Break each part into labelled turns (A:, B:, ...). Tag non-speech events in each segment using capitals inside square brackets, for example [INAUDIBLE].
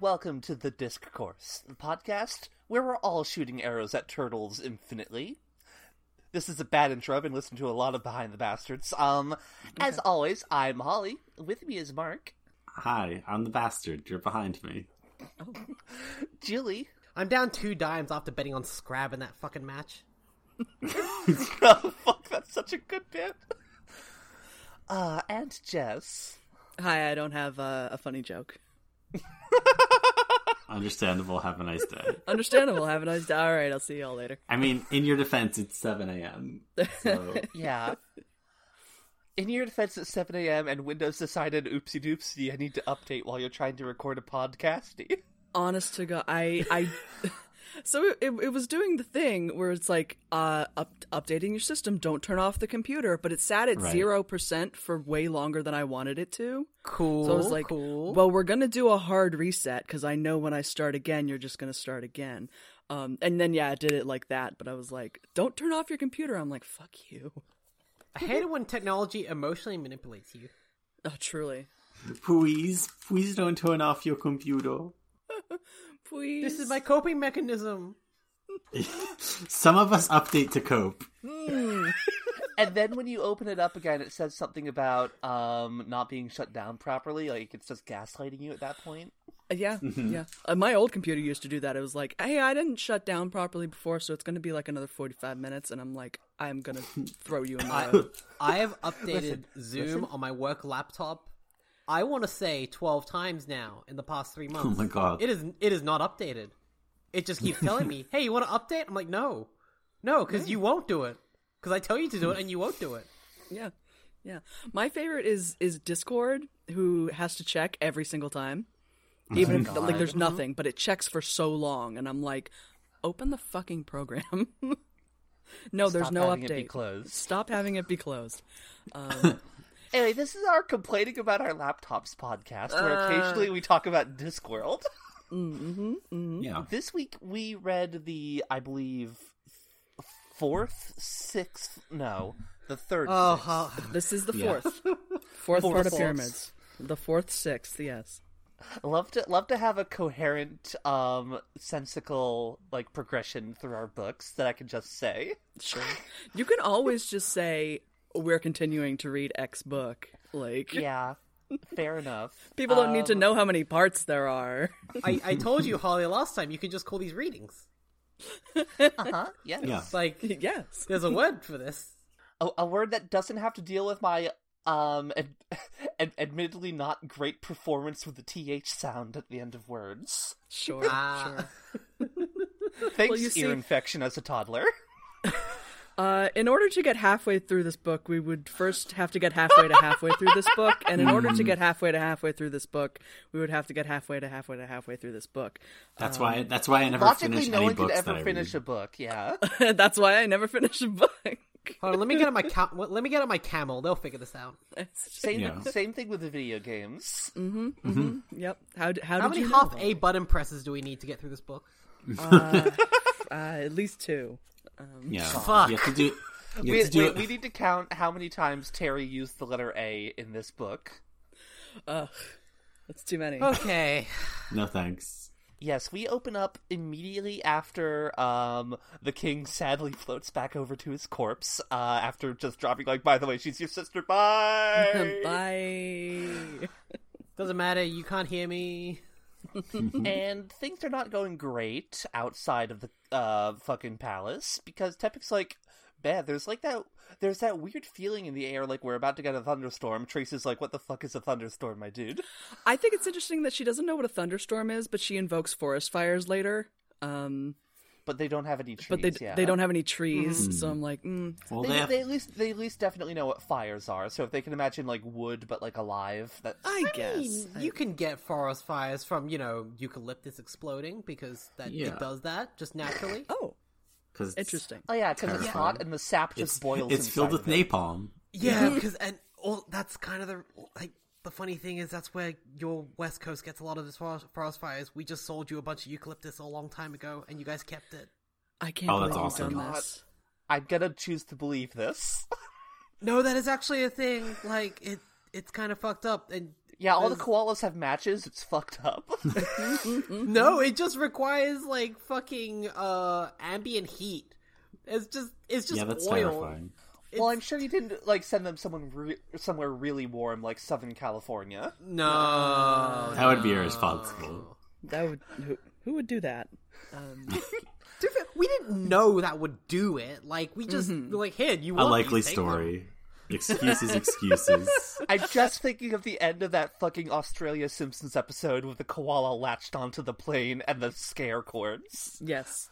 A: welcome to the Disc Course, the podcast where we're all shooting arrows at turtles infinitely. This is a bad intro. I've been listening to a lot of Behind the Bastards. Um, as always, I'm Holly. With me is Mark,
B: Hi, I'm the bastard. You're behind me.
A: Jilly, [LAUGHS]
C: I'm down two dimes after betting on Scrab in that fucking match.
A: oh fuck, that's such a good bit. Uh, and Jess.
D: Hi, I don't have uh, a funny joke.
B: Understandable. Have a nice day.
D: Understandable. have a nice day. All right, I'll see y'all later.
B: I mean, in your defense, it's 7 a.m.
A: [LAUGHS]
B: So
A: Yeah. In your defense, at 7 a.m., and Windows decided, oopsie doopsie, I need to update while you're trying to record a podcast.
D: Honest to God, I, I. [LAUGHS] So it, it, it was doing the thing where it's like uh, up, updating your system. Don't turn off the computer, but it sat at
B: Right.
D: zero percent for way longer than I wanted it to.
C: Cool.
D: So I was like,
C: cool.
D: "Well, we're gonna do a hard reset because I know when I start again, you're just gonna start again." Um, and then yeah, I did it like that. But I was like, "Don't turn off your computer." I'm like, "Fuck you." [LAUGHS]
C: [LAUGHS] I hate it when technology emotionally manipulates you.
D: Oh, truly.
B: please, please don't turn off your computer.
D: Please.
C: This is my coping mechanism.
B: Some of us update to cope.
A: and then when you open it up again, it says something about um, not being shut down properly. Like it's just gaslighting you at that point.
D: Yeah,
A: Mm-hmm.
D: yeah. Uh, my old computer used to do that. It was like, hey, I didn't shut down properly before, so it's going to be like another 45 minutes. And I'm like,
A: [LAUGHS]
D: I'm going to throw you in my.
C: [LAUGHS] I have updated Zoom on my work laptop. I want to say twelve times now in the past three months.
B: my God.
C: It is it is not updated. It just keeps telling me, [LAUGHS] "Hey, you want to update?" I'm like, "No, no," because you won't do it. Because I tell you to do it and you won't do it.
D: yeah, yeah. My favorite is is Discord, who has to check every single time,
A: Oh
D: even if like there's nothing, but it checks for so long, and I'm like, open the fucking program. [LAUGHS] no, there's
A: Stop
D: no
A: having it be
D: update.
A: closed.
D: Stop having it be closed.
A: Anyway, this is our complaining about our laptops podcast, where
D: Uh.
A: occasionally we talk about Discworld. Hmm?
B: Yeah.
A: this week we read the, I believe, f- fourth, sixth, no, the third.
C: [LAUGHS] Oh,
A: sixth.
C: how-
D: This is the
B: Yeah.
D: fourth,
A: [LAUGHS]
D: fourth part of
A: Fourth.
D: pyramids, the fourth, sixth, yes.
A: love to love to have a coherent, um, sensical like progression through our books that I can just
D: [LAUGHS]
A: say.
D: Sure. You can always just say we're continuing to read X book. Like
A: Yeah, fair enough. Um,
D: people don't need to
C: Um,
D: know how many parts there are. [LAUGHS]
C: I, I told you, Holly, last time you can just call these readings.
A: Huh? Yes.
B: Yeah.
C: [LAUGHS] Like,
D: yes.
C: there's a word for this.
A: a, a word that doesn't have to deal with my um ad- [LAUGHS] ad- admittedly not great performance with the th sound at the end of words
D: Sure.
C: Ah.
D: Sure.
A: thanks
D: Well, you
A: ear
D: see-
A: infection as a toddler
D: Uh, in order to get halfway through this book, we would first have to get halfway to halfway through this book, and in order to
C: Mm.
D: get halfway to halfway through this book, we would have to get halfway to halfway to halfway through this book. [LAUGHS]
B: That's why. That's why I
A: [LAUGHS]
B: never
A: logically
B: finish
A: no
B: any
A: one could
B: books that
A: ever
B: I
A: finish a
B: read.
A: book yeah
D: That's why I never finish a book.
C: [LAUGHS] Hold on, let me get on [LAUGHS] my ca- let me get on my camel. They'll figure this out.
A: same
B: Yeah.
A: [LAUGHS] same thing with the video games
D: [LAUGHS] yep. How d- how,
C: How
D: did
C: many
D: you
C: half
D: know
C: A button presses do we need to get through this book?
D: that? Uh, at least two.
B: Yeah.
C: Fuck.
B: You have to do. You
A: we,
B: have to do
A: we-
B: it.
A: we need to count how many times terry used the letter a in this book
D: That's too many.
C: Oh, Okay.
B: No thanks.
A: yes we open up immediately after um the king sadly floats back over to his corpse uh after just dropping like by the way she's your sister
B: [LAUGHS]
A: bye
D: [LAUGHS] Bye.
C: Doesn't matter, you can't hear me.
A: and things are not going great outside of the uh, fucking palace because Tepic's like, man, there's like that, there's that weird feeling in the air, like we're about to get a thunderstorm. Tracy's like, what the fuck is a thunderstorm, my dude?
D: I think it's interesting that she doesn't know what a thunderstorm is, but she invokes forest fires later. Um,
A: But they don't have any trees.
D: but they
A: yeah.
D: they don't have any
B: Hmm.
D: trees, so I'm like, mm,
B: Well,
A: They,
B: they have,
A: they at least they at least definitely know what fires are. So if they can imagine like wood but like alive, that
D: I guess.
C: You can get forest fires from, you know, eucalyptus exploding because that
B: Yeah.
C: it does that just naturally.
D: oh,
B: 'cause it's-
D: interesting.
A: oh yeah, because it's
B: Terrifying.
A: hot and the sap just
B: It's,
A: boils.
B: it's filled
A: inside
B: with
A: of it.
B: napalm.
C: yeah, because and all that's kind of the like the funny thing is that's where your west coast gets a lot of this forest, forest fires. We just sold you a bunch of eucalyptus a long time ago and you guys kept it.
D: I can't
B: Oh,
D: believe
B: that's
D: you've
B: awesome.
D: done
A: God.
D: this.
A: I'm gonna choose to believe this. [LAUGHS]
C: No, that is actually a thing. Like it it's kind of fucked up and
A: Yeah, all the koalas have matches. It's fucked
B: [LAUGHS]
A: up. Mm-hmm.
C: No, it just requires like fucking uh ambient heat. It's just it's just
B: yeah, that's
C: oil.
B: terrifying.
A: well, I'm sure you didn't like send them someone re- somewhere really warm, like Southern California.
C: No.
B: That would be irresponsible.
D: That would who, who would do that? Um,
C: To be fair, we didn't know that would do it. Like we just
A: Mm-hmm.
C: like here you
B: A
C: want these,
B: likely
C: take them.
B: story.
A: [LAUGHS]
B: Excuses, excuses.
A: I'm just thinking of the end of that fucking Australia Simpsons episode with the koala latched onto the plane and the scare cords.
D: [LAUGHS] yes.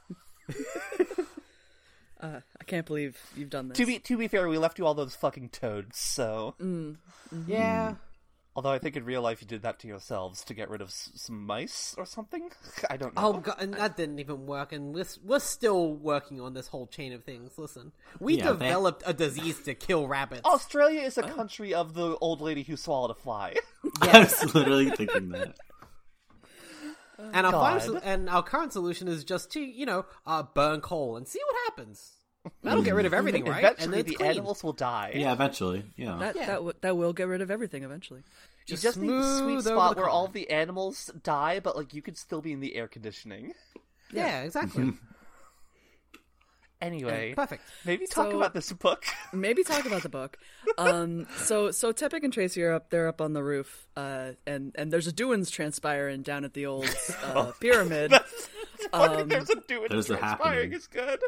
D: uh, I can't believe you've done this.
A: To be to be fair, we left you all those fucking toads. So,
C: Mm. Yeah.
A: although I think in real life you did that to yourselves to get rid of s- some mice or something. [LAUGHS] I don't know.
C: Oh god, and that didn't even work, and we're s- we're still working on this whole chain of things. Listen, we
B: Yeah, that-
C: developed a disease to kill rabbits.
A: Australia is a
C: oh.
A: country of the old lady who swallowed a fly.
B: [LAUGHS] I was literally thinking that.
C: and our final
A: God.
C: sol- and our current solution is just to you know uh, burn coal and see what happens. That'll get rid of
A: [LAUGHS]
C: everything,
D: Mm-hmm.
C: right? and
A: Eventually,
C: then it's
A: the
C: clean.
A: animals will die.
B: Yeah, eventually. Yeah.
D: that that w- that will get rid of everything eventually.
A: you
C: Just
A: just need the sweet
C: smooth over
A: spot
C: the
A: where all
C: colon.
A: the animals die, but like you could still be in the air conditioning. [LAUGHS]
C: Yeah, exactly. [LAUGHS]
A: Anyway,
C: Perfect.
A: maybe talk
D: So-
A: about this book. [LAUGHS]
D: Maybe talk about the book. Um, so so Tepik and Tracy are up. They're up on the roof, uh, and and there's a doings transpiring down at the old
A: Oh.
D: uh,
A: [LAUGHS]
D: pyramid.
A: there's a doing
B: those are
A: transpiring
B: happening.
A: is good.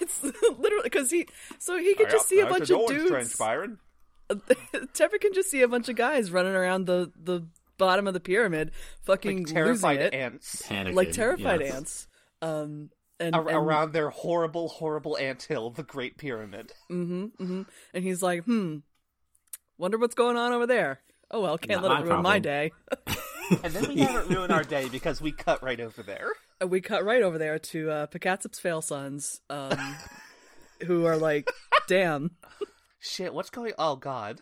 D: it's literally because he so he could just see a bunch of dudes. [LAUGHS] Tepik can just see a bunch of guys running around the the bottom of the pyramid, fucking
A: Terrified
D: losing it,
A: ants
B: Panicking.
D: like terrified
B: Yes.
D: ants. Um, and,
A: ar-
D: and
A: around their horrible, horrible anthill, the Great Pyramid.
D: and he's like, hmm, wonder what's going on over there. Oh well, can't
B: Not
D: let it
B: my
D: ruin my
B: problem.
D: day.
A: And then we haven't ruined our day because we cut right over there.
D: And we cut right over there to uh, Picatsip's fail sons,
A: [LAUGHS]
D: um, who are like, "Damn,
A: Shit, what's going? Oh God,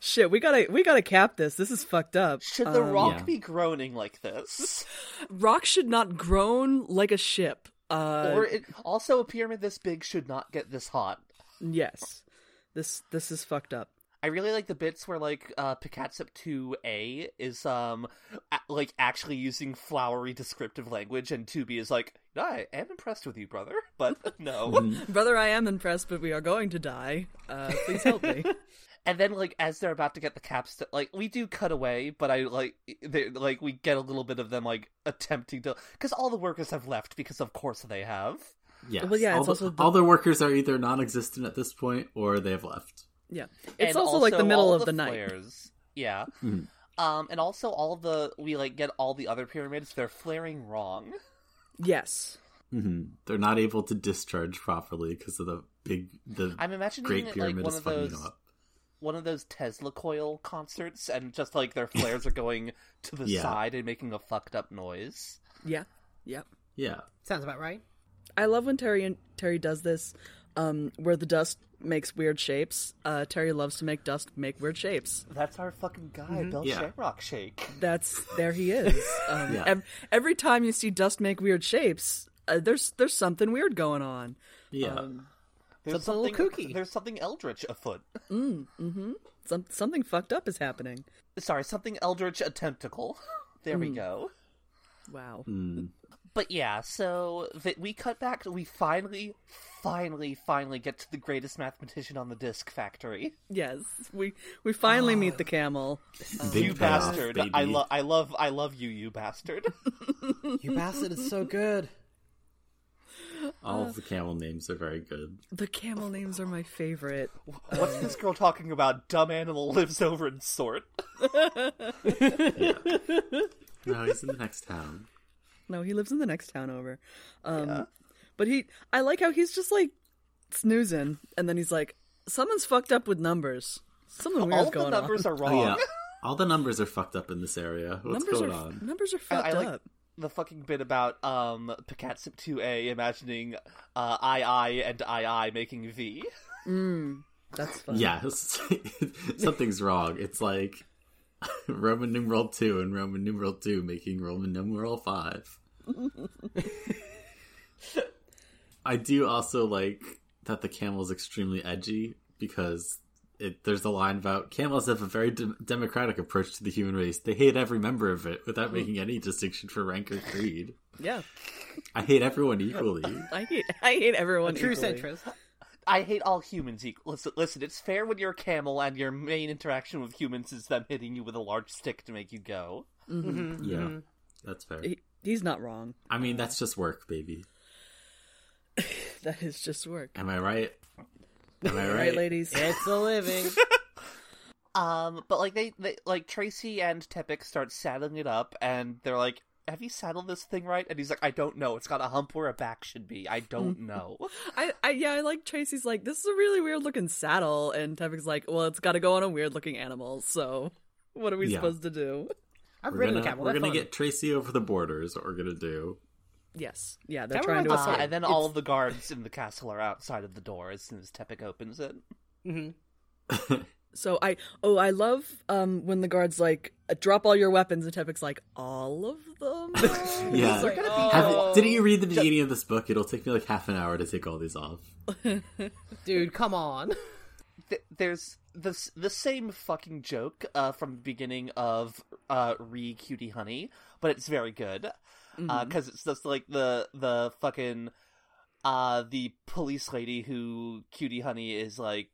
D: shit, we gotta, we gotta cap this. This is fucked up.
A: should the
D: Um,
A: rock
B: Yeah.
A: be groaning like this?
D: rock should not groan like a ship." Uh,
A: or it, also, a pyramid this big should not get this hot.
D: yes, this this is fucked up.
A: I really like the bits where like uh Picatsip 2A is um a- like actually using flowery descriptive language and 2B is like, "I am impressed with you, brother, [LAUGHS] but
B: Mm,
A: no."
D: Brother, I am impressed, but we are going to die. Uh, please
A: [LAUGHS]
D: help me.
A: and then like as they're about to get the capstone, like we do cut away, but I like they like we get a little bit of them like attempting to cuz all the workers have left because of course they have.
B: Yes.
D: Well, yeah,
B: all
D: it's
B: the,
D: also the-
B: all their workers are either non-existent at this point or they have left.
D: Yeah, it's
A: And
D: also, like the
A: also
D: middle
A: all
D: of the, night.
A: flares. Yeah. Um and also all the we like get all the other pyramids, they're flaring wrong.
D: Yes,
B: hmm They're not able to discharge properly because of the big the
A: I'm imagining it,
B: Great
A: like,
B: Pyramid
A: one
B: is
A: of
B: fucking
A: those-
B: them up.
A: one of those Tesla coil concerts, and just like their flares are going to the
B: [LAUGHS] Yeah.
A: side and making a fucked up noise.
D: yeah, yep.
B: Yeah.
C: Sounds
A: [LAUGHS]
C: about right.
D: I love when Terry and Terry does this, um, where the dust makes weird shapes. Uh, Terry loves to make dust make weird shapes.
A: That's our fucking guy, Bill
B: Mm-hmm. Yeah.
A: Shamrock Shake.
D: That's there he is. Um,
B: Yeah.
D: ev- every time you see dust make weird shapes, uh, there's there's something weird going on.
B: Yeah.
D: um,
A: There's
C: a little kooky.
A: There's something eldritch afoot.
D: Some, something fucked up is happening.
A: Sorry, something eldritch a tentacle. [LAUGHS] There
B: Hmm.
A: we go.
D: Wow.
A: But yeah, so th- we cut back. We finally, finally, finally get to the greatest mathematician on the disc factory.
D: Yes, we we finally meet the camel.
B: Big
A: you
B: payoff,
A: bastard!
B: baby.
A: I love, I love, I love you, you bastard. [LAUGHS]
C: You bastard is so good.
B: all of the camel names are very good.
D: The camel names are my favorite.
A: What's this girl talking about? Dumb animal [LAUGHS] lives over in sort.
B: No, he's in the next town.
D: No, he lives in the next town over. Um, But he, I like how he's just like snoozing, and then he's like, "Someone's fucked up with numbers. Something weird's
A: All of the
D: going
A: numbers
D: on. [LAUGHS]
A: are wrong.
B: Oh yeah. All the numbers are fucked up in this area. What's
D: numbers
B: going
D: are
B: on?
D: numbers
A: I
D: are fucked
A: like-
D: up."
A: the fucking bit about um Picatsip 2A imagining uh II and II making V.
D: That's fun.
B: Yeah, [LAUGHS] something's wrong. It's like [LAUGHS] Roman numeral two and Roman numeral two making Roman numeral five. [LAUGHS] I do also like that the camel is extremely edgy because it, there's a line about camels have a very de- democratic approach to the human race. They hate every member of it without making any distinction for rank or creed.
D: Yeah,
B: I hate everyone equally.
D: I hate I hate everyone.
C: True
D: equally.
C: centrist.
A: I hate all humans equal. Listen, listen, it's fair when you're a camel and your main interaction with humans is them hitting you with a large stick to make you go.
B: yeah, that's fair.
D: He- he's not wrong. [LAUGHS]
B: I mean, that's just work, baby.
D: That is just work.
B: Am I right? Am I
D: All
B: right,
D: [LAUGHS] right, ladies.
C: It's a
A: [LAUGHS]
C: living.
A: Um, but like they, they like Tracy and Tepik start saddling it up, and they're like, "Have you saddled this thing right?" And he's like, "I don't know. It's got a hump where a back should be. I don't
D: [LAUGHS]
A: know."
D: I, I yeah, I like Tracy's like this is a really weird looking saddle, and Tepik's like, well, it's got to go on a weird looking animal. So what are we
B: Yeah.
D: supposed to do?
C: I've
B: We're
C: ridden a
B: gonna,
C: camel.
B: we're
C: they're
B: gonna
C: fun.
B: get Tracy over the border is what we're gonna do.
D: Yes, yeah, they're
C: That
D: trying to
C: reminds
A: Uh,
D: escape.
C: me-
A: and then all of the guards in the castle are outside of the door as soon as Tepik opens it.
D: So I oh I love um when the guards like drop all your weapons and Tepik's like all of
B: [LAUGHS]
D: them.
B: Yeah.
D: It's like, oh.
B: Have- didn't you read the beginning of this book? It'll take me like half an hour to take all these off.
C: Dude, come on. [LAUGHS]
A: th- there's this the same fucking joke uh, from the beginning of uh, Re Cutie Honey, but it's very good because it's just like the the fucking uh, the police lady who Cutie Honey is like.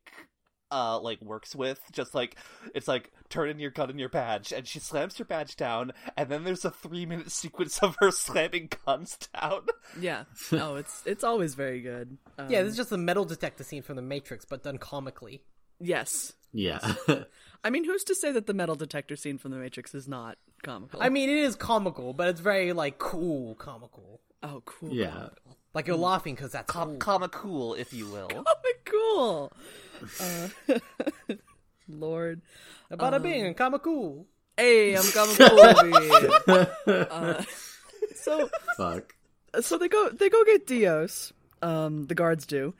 A: Uh, like works with just like it's like turn in your gun and your badge, and she slams her badge down, and then there's a three minute sequence of her [LAUGHS] slamming guns down.
D: yeah. Oh, it's it's always very good. Um,
C: Yeah, this is just the metal detector scene from The Matrix, but done comically.
D: yes.
B: Yeah. [LAUGHS]
D: I mean, who's to say that the metal detector scene from The Matrix is not
A: Oh.
D: comical?
C: I mean, it is comical, but it's very like cool comical.
D: oh, cool.
B: yeah.
C: Like you're laughing because that's
A: Mm. Com-
C: cool.
A: comma cool, if you
D: [LAUGHS]
A: will.
D: Oh, cool. Uh, [LAUGHS] Lord.
C: Bada
A: um.
C: bing, comical.
D: Hey, I'm coming for uh, [LAUGHS] So
B: Fuck.
D: so they go they go get Dios. Um, the guards do.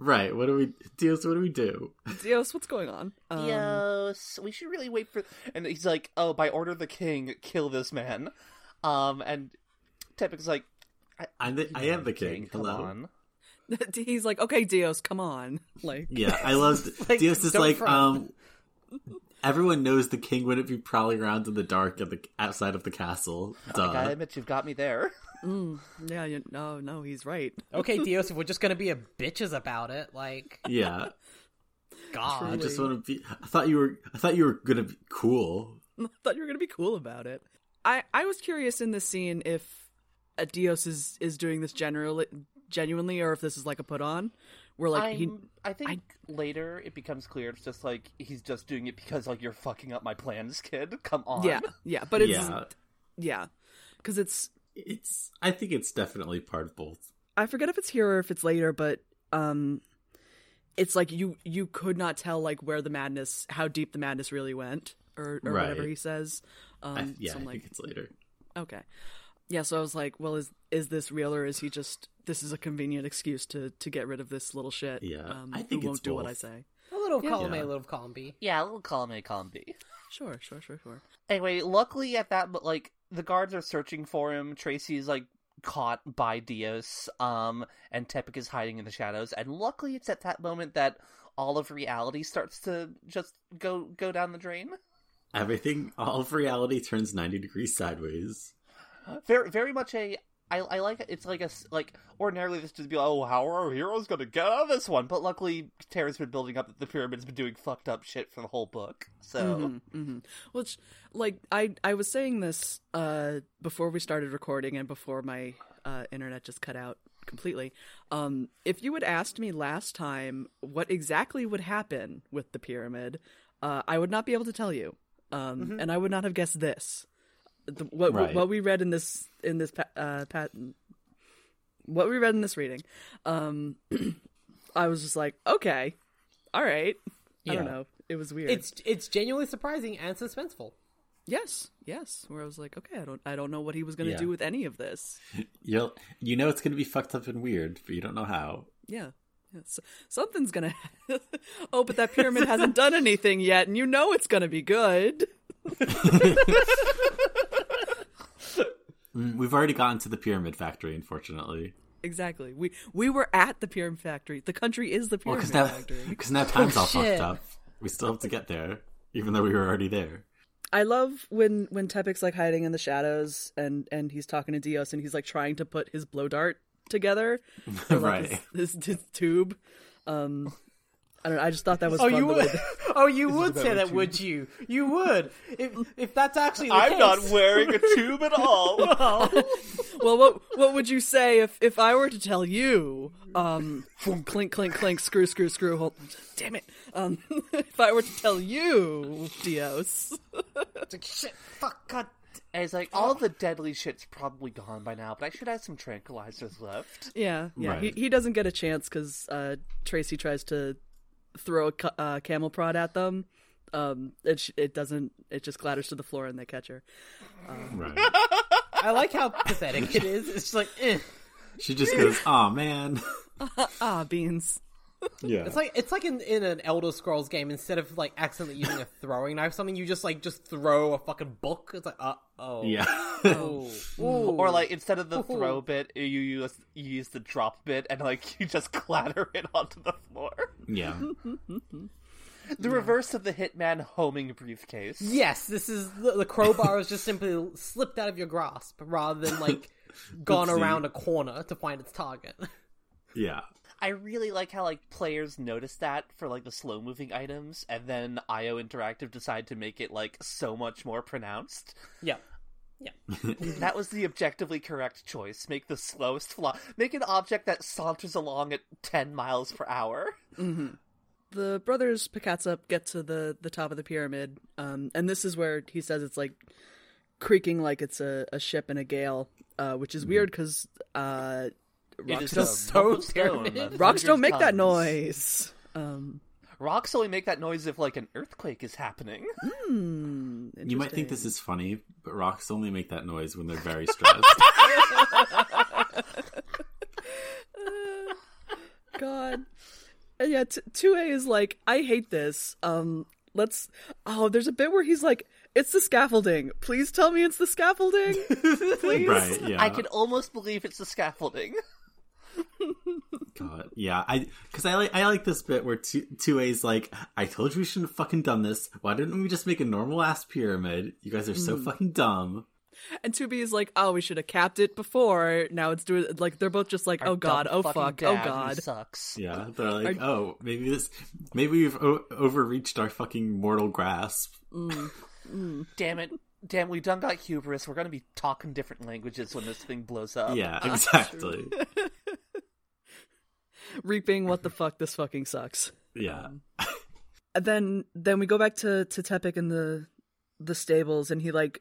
B: Right. What do we, Dios? What do we do?
D: Dios, what's going on? Um,
A: Yes, we should really wait for. And he's like, "Oh, by order of the king, kill this man." Um, and Tepic's like,
B: I'm the, I am the king.
A: "Come
B: Hello.
A: on."
D: [LAUGHS] Uh-huh. he's like, okay, Dios, come on. [LAUGHS] Like,
B: Yeah, I love
C: Like,
B: Dios is
C: don't
B: like
C: fret.
B: um. Everyone knows the king wouldn't be prowling around in the dark at the outside of the castle. Duh.
A: Gotta admit, you've got me there.
D: "Mm, yeah, you, no, no, he's right. [LAUGHS]
C: Okay, Dios, if we're just gonna be a bitches about it, like
B: yeah, I
C: God.
B: just want to be. I thought you were. I thought you were gonna be cool.
D: Thought you were gonna be cool about it. I I was curious in this scene if uh, Dios is is doing this generally genuinely or if this is like a put on where like he
A: I'm- I think later it becomes clear it's just like he's just doing it because like you're fucking up my plans, kid. Come on.
D: yeah yeah but it's yeah
B: yeah,
D: because it's
B: it's. I think it's definitely part of both.
D: I forget if it's here or if it's later, but um it's like you you could not tell like where the madness how deep the madness really went or, or whatever
B: Right.
D: he says. Um
B: I, yeah,
D: so
B: I
D: I'm like
B: think it's later.
D: okay. Yeah, so I was like, well is is this real or is he just this is a convenient excuse to to get rid of this little shit.
B: Yeah,
D: Um,
B: I think
D: who
B: it's
D: won't do what
B: both.
D: I say.
C: A little column
B: Yeah.
C: A, a little column B.
A: yeah. A little column A, column B.
D: Sure, sure, sure, sure.
A: Anyway, luckily at that, but like the guards are searching for him. Tracy's like caught by Dios, um, and Tepic is hiding in the shadows. And luckily, it's at that moment that all of reality starts to just go go down the drain.
B: Everything, all of reality turns ninety degrees sideways.
A: Very, very much a. I, I like it's like a s- like ordinarily this would be like, oh how are our heroes gonna get out of this one but luckily Terra's been building up that the pyramid's been doing fucked up shit for the whole book so
D: hmm Which, like, I I was saying this uh, before we started recording and before my uh, internet just cut out completely. Um, if you had asked me last time what exactly would happen with the pyramid, uh, I would not be able to tell you, um, and I would not have guessed this. The, what
B: Mm-hmm. Right.
D: what we read in this in this pa- uh, pat- what we read in this reading, um, [CLEARS THROAT] I was just like, okay, all right. I don't
B: Yeah.
D: know. It was weird.
C: It's it's genuinely surprising and suspenseful.
D: Yes, yes. Where I was like, okay, I don't, I don't know what he was going to
B: Yeah.
D: do with any of this.
B: You'll, you know, it's gonna be fucked up and weird, but you don't know how.
D: Yeah, yeah. So, something's going to. [LAUGHS] oh,
B: [LAUGHS]
D: but that pyramid hasn't done anything yet, and you know it's going to be good.
B: Mm, We've already gotten to the pyramid factory, unfortunately.
D: Exactly. We we were at the pyramid factory. The country is the pyramid
B: Because now,
D: factory.
B: [LAUGHS]
D: Oh,
B: because now time's all
C: shit.
B: fucked up. We still have to get there, even though we were already there.
D: I love when when Tepic's like hiding in the shadows and and he's talking to Dios and he's like trying to put his blow dart
B: [LAUGHS]
D: together, or, like,
B: Right.
D: This, this, this tube. Um, I don't. know. I just thought that was
C: Oh,
D: fun.
C: you
D: the way
C: would.
D: that-
C: [LAUGHS] Oh, you would say
A: better
C: that,
A: too.
C: would you? You would. If, if that's actually the
A: I'm
C: case.
A: not wearing a tube at all. [LAUGHS]
D: well, what what would you say if if I were to tell you, um, clink clink clink, screw screw screw, hold, damn it, um, [LAUGHS] if I were to tell you, Dios,
C: It's like, shit. Fuck. God.
A: And it's like "Oh." all the deadly shit's probably gone by now, but I should have some tranquilizers left.
D: yeah, yeah,
B: Right.
D: he he doesn't get a chance because uh, Tracy tries to throw a ca- uh, camel prod at them. Um, it sh- it doesn't. It just clatters to the floor and they catch her.
B: Right.
C: I like how pathetic it is. It's like, eh.
B: She just
D: [LAUGHS]
B: goes, "Aw, man."
D: Ah, beans.
B: Yeah.
C: It's like it's like in, in an Elder Scrolls game. Instead of like accidentally using a throwing knife, or something you just like just throw a fucking book. It's like, uh oh.
B: yeah.
D: [LAUGHS]
C: Ooh.
A: Or like instead of the throw
C: Ooh.
A: bit, you use you use the drop bit, and like [LAUGHS] you just clatter it onto the [LAUGHS] floor.
B: yeah.
A: The reverse of the hitman homing briefcase.
C: Yes, this is the, the crowbar is just simply slipped out of your grasp rather than
A: [LAUGHS]
C: like gone
B: Oopsie.
C: around a corner to find its target.
B: Yeah.
A: I really like how like players notice that for like the slow moving items, and then IO Interactive decide to make it like so much more [LAUGHS] pronounced.
C: yeah.
A: That was the objectively correct choice. Make the slowest fly. Make an object that saunters along at ten miles per hour.
D: the brothers Picatsup get to the the top of the pyramid, um, and this is where he says it's like creaking like it's a, a ship in a gale, uh, which
A: Mm-hmm.
D: is weird 'cause weird because uh,
A: it is
D: rocks
A: a
D: don't,
A: so
C: so
A: of stone.
C: pyramid.
A: of
D: rocks
A: 100
D: don't make
A: tons.
D: that noise. Um,
A: [LAUGHS] Rocks only make that noise if like an earthquake is
D: [LAUGHS]
A: happening.
B: You might think this is funny, but rocks only make that noise when they're very
D: [LAUGHS]
B: stressed.
D: God, And yeah. Two A is like I hate this. Um, let's. Oh, there's a bit where he's like, "It's the scaffolding. Please tell me it's the scaffolding."
A: [LAUGHS]
B: right. Yeah.
A: I can almost believe it's the scaffolding.
B: God. Uh, Yeah. I because I like I like this bit where two two A's like I told you we shouldn't have fucking done this. Why didn't we just make a normal ass pyramid? You guys are so fucking dumb.
D: And 2B is like, oh, we should have capped it before. Now it's doing, like, they're both just like, [LAUGHS] oh, God,
A: Dumb
D: oh,
A: fucking
D: fuck,
A: dad
D: oh,
A: who
D: God.
A: sucks.
B: Yeah. They're like, oh, maybe this, maybe we've o- overreached our fucking mortal grasp.
A: Damn it. Damn, we done got hubris. We're gonna be talking different languages when this thing blows up.
B: Yeah. Exactly.
D: Reaping, what the fuck, this fucking sucks.
B: yeah.
D: And then then we go back to, to Tepic in the, the stables, and he, like,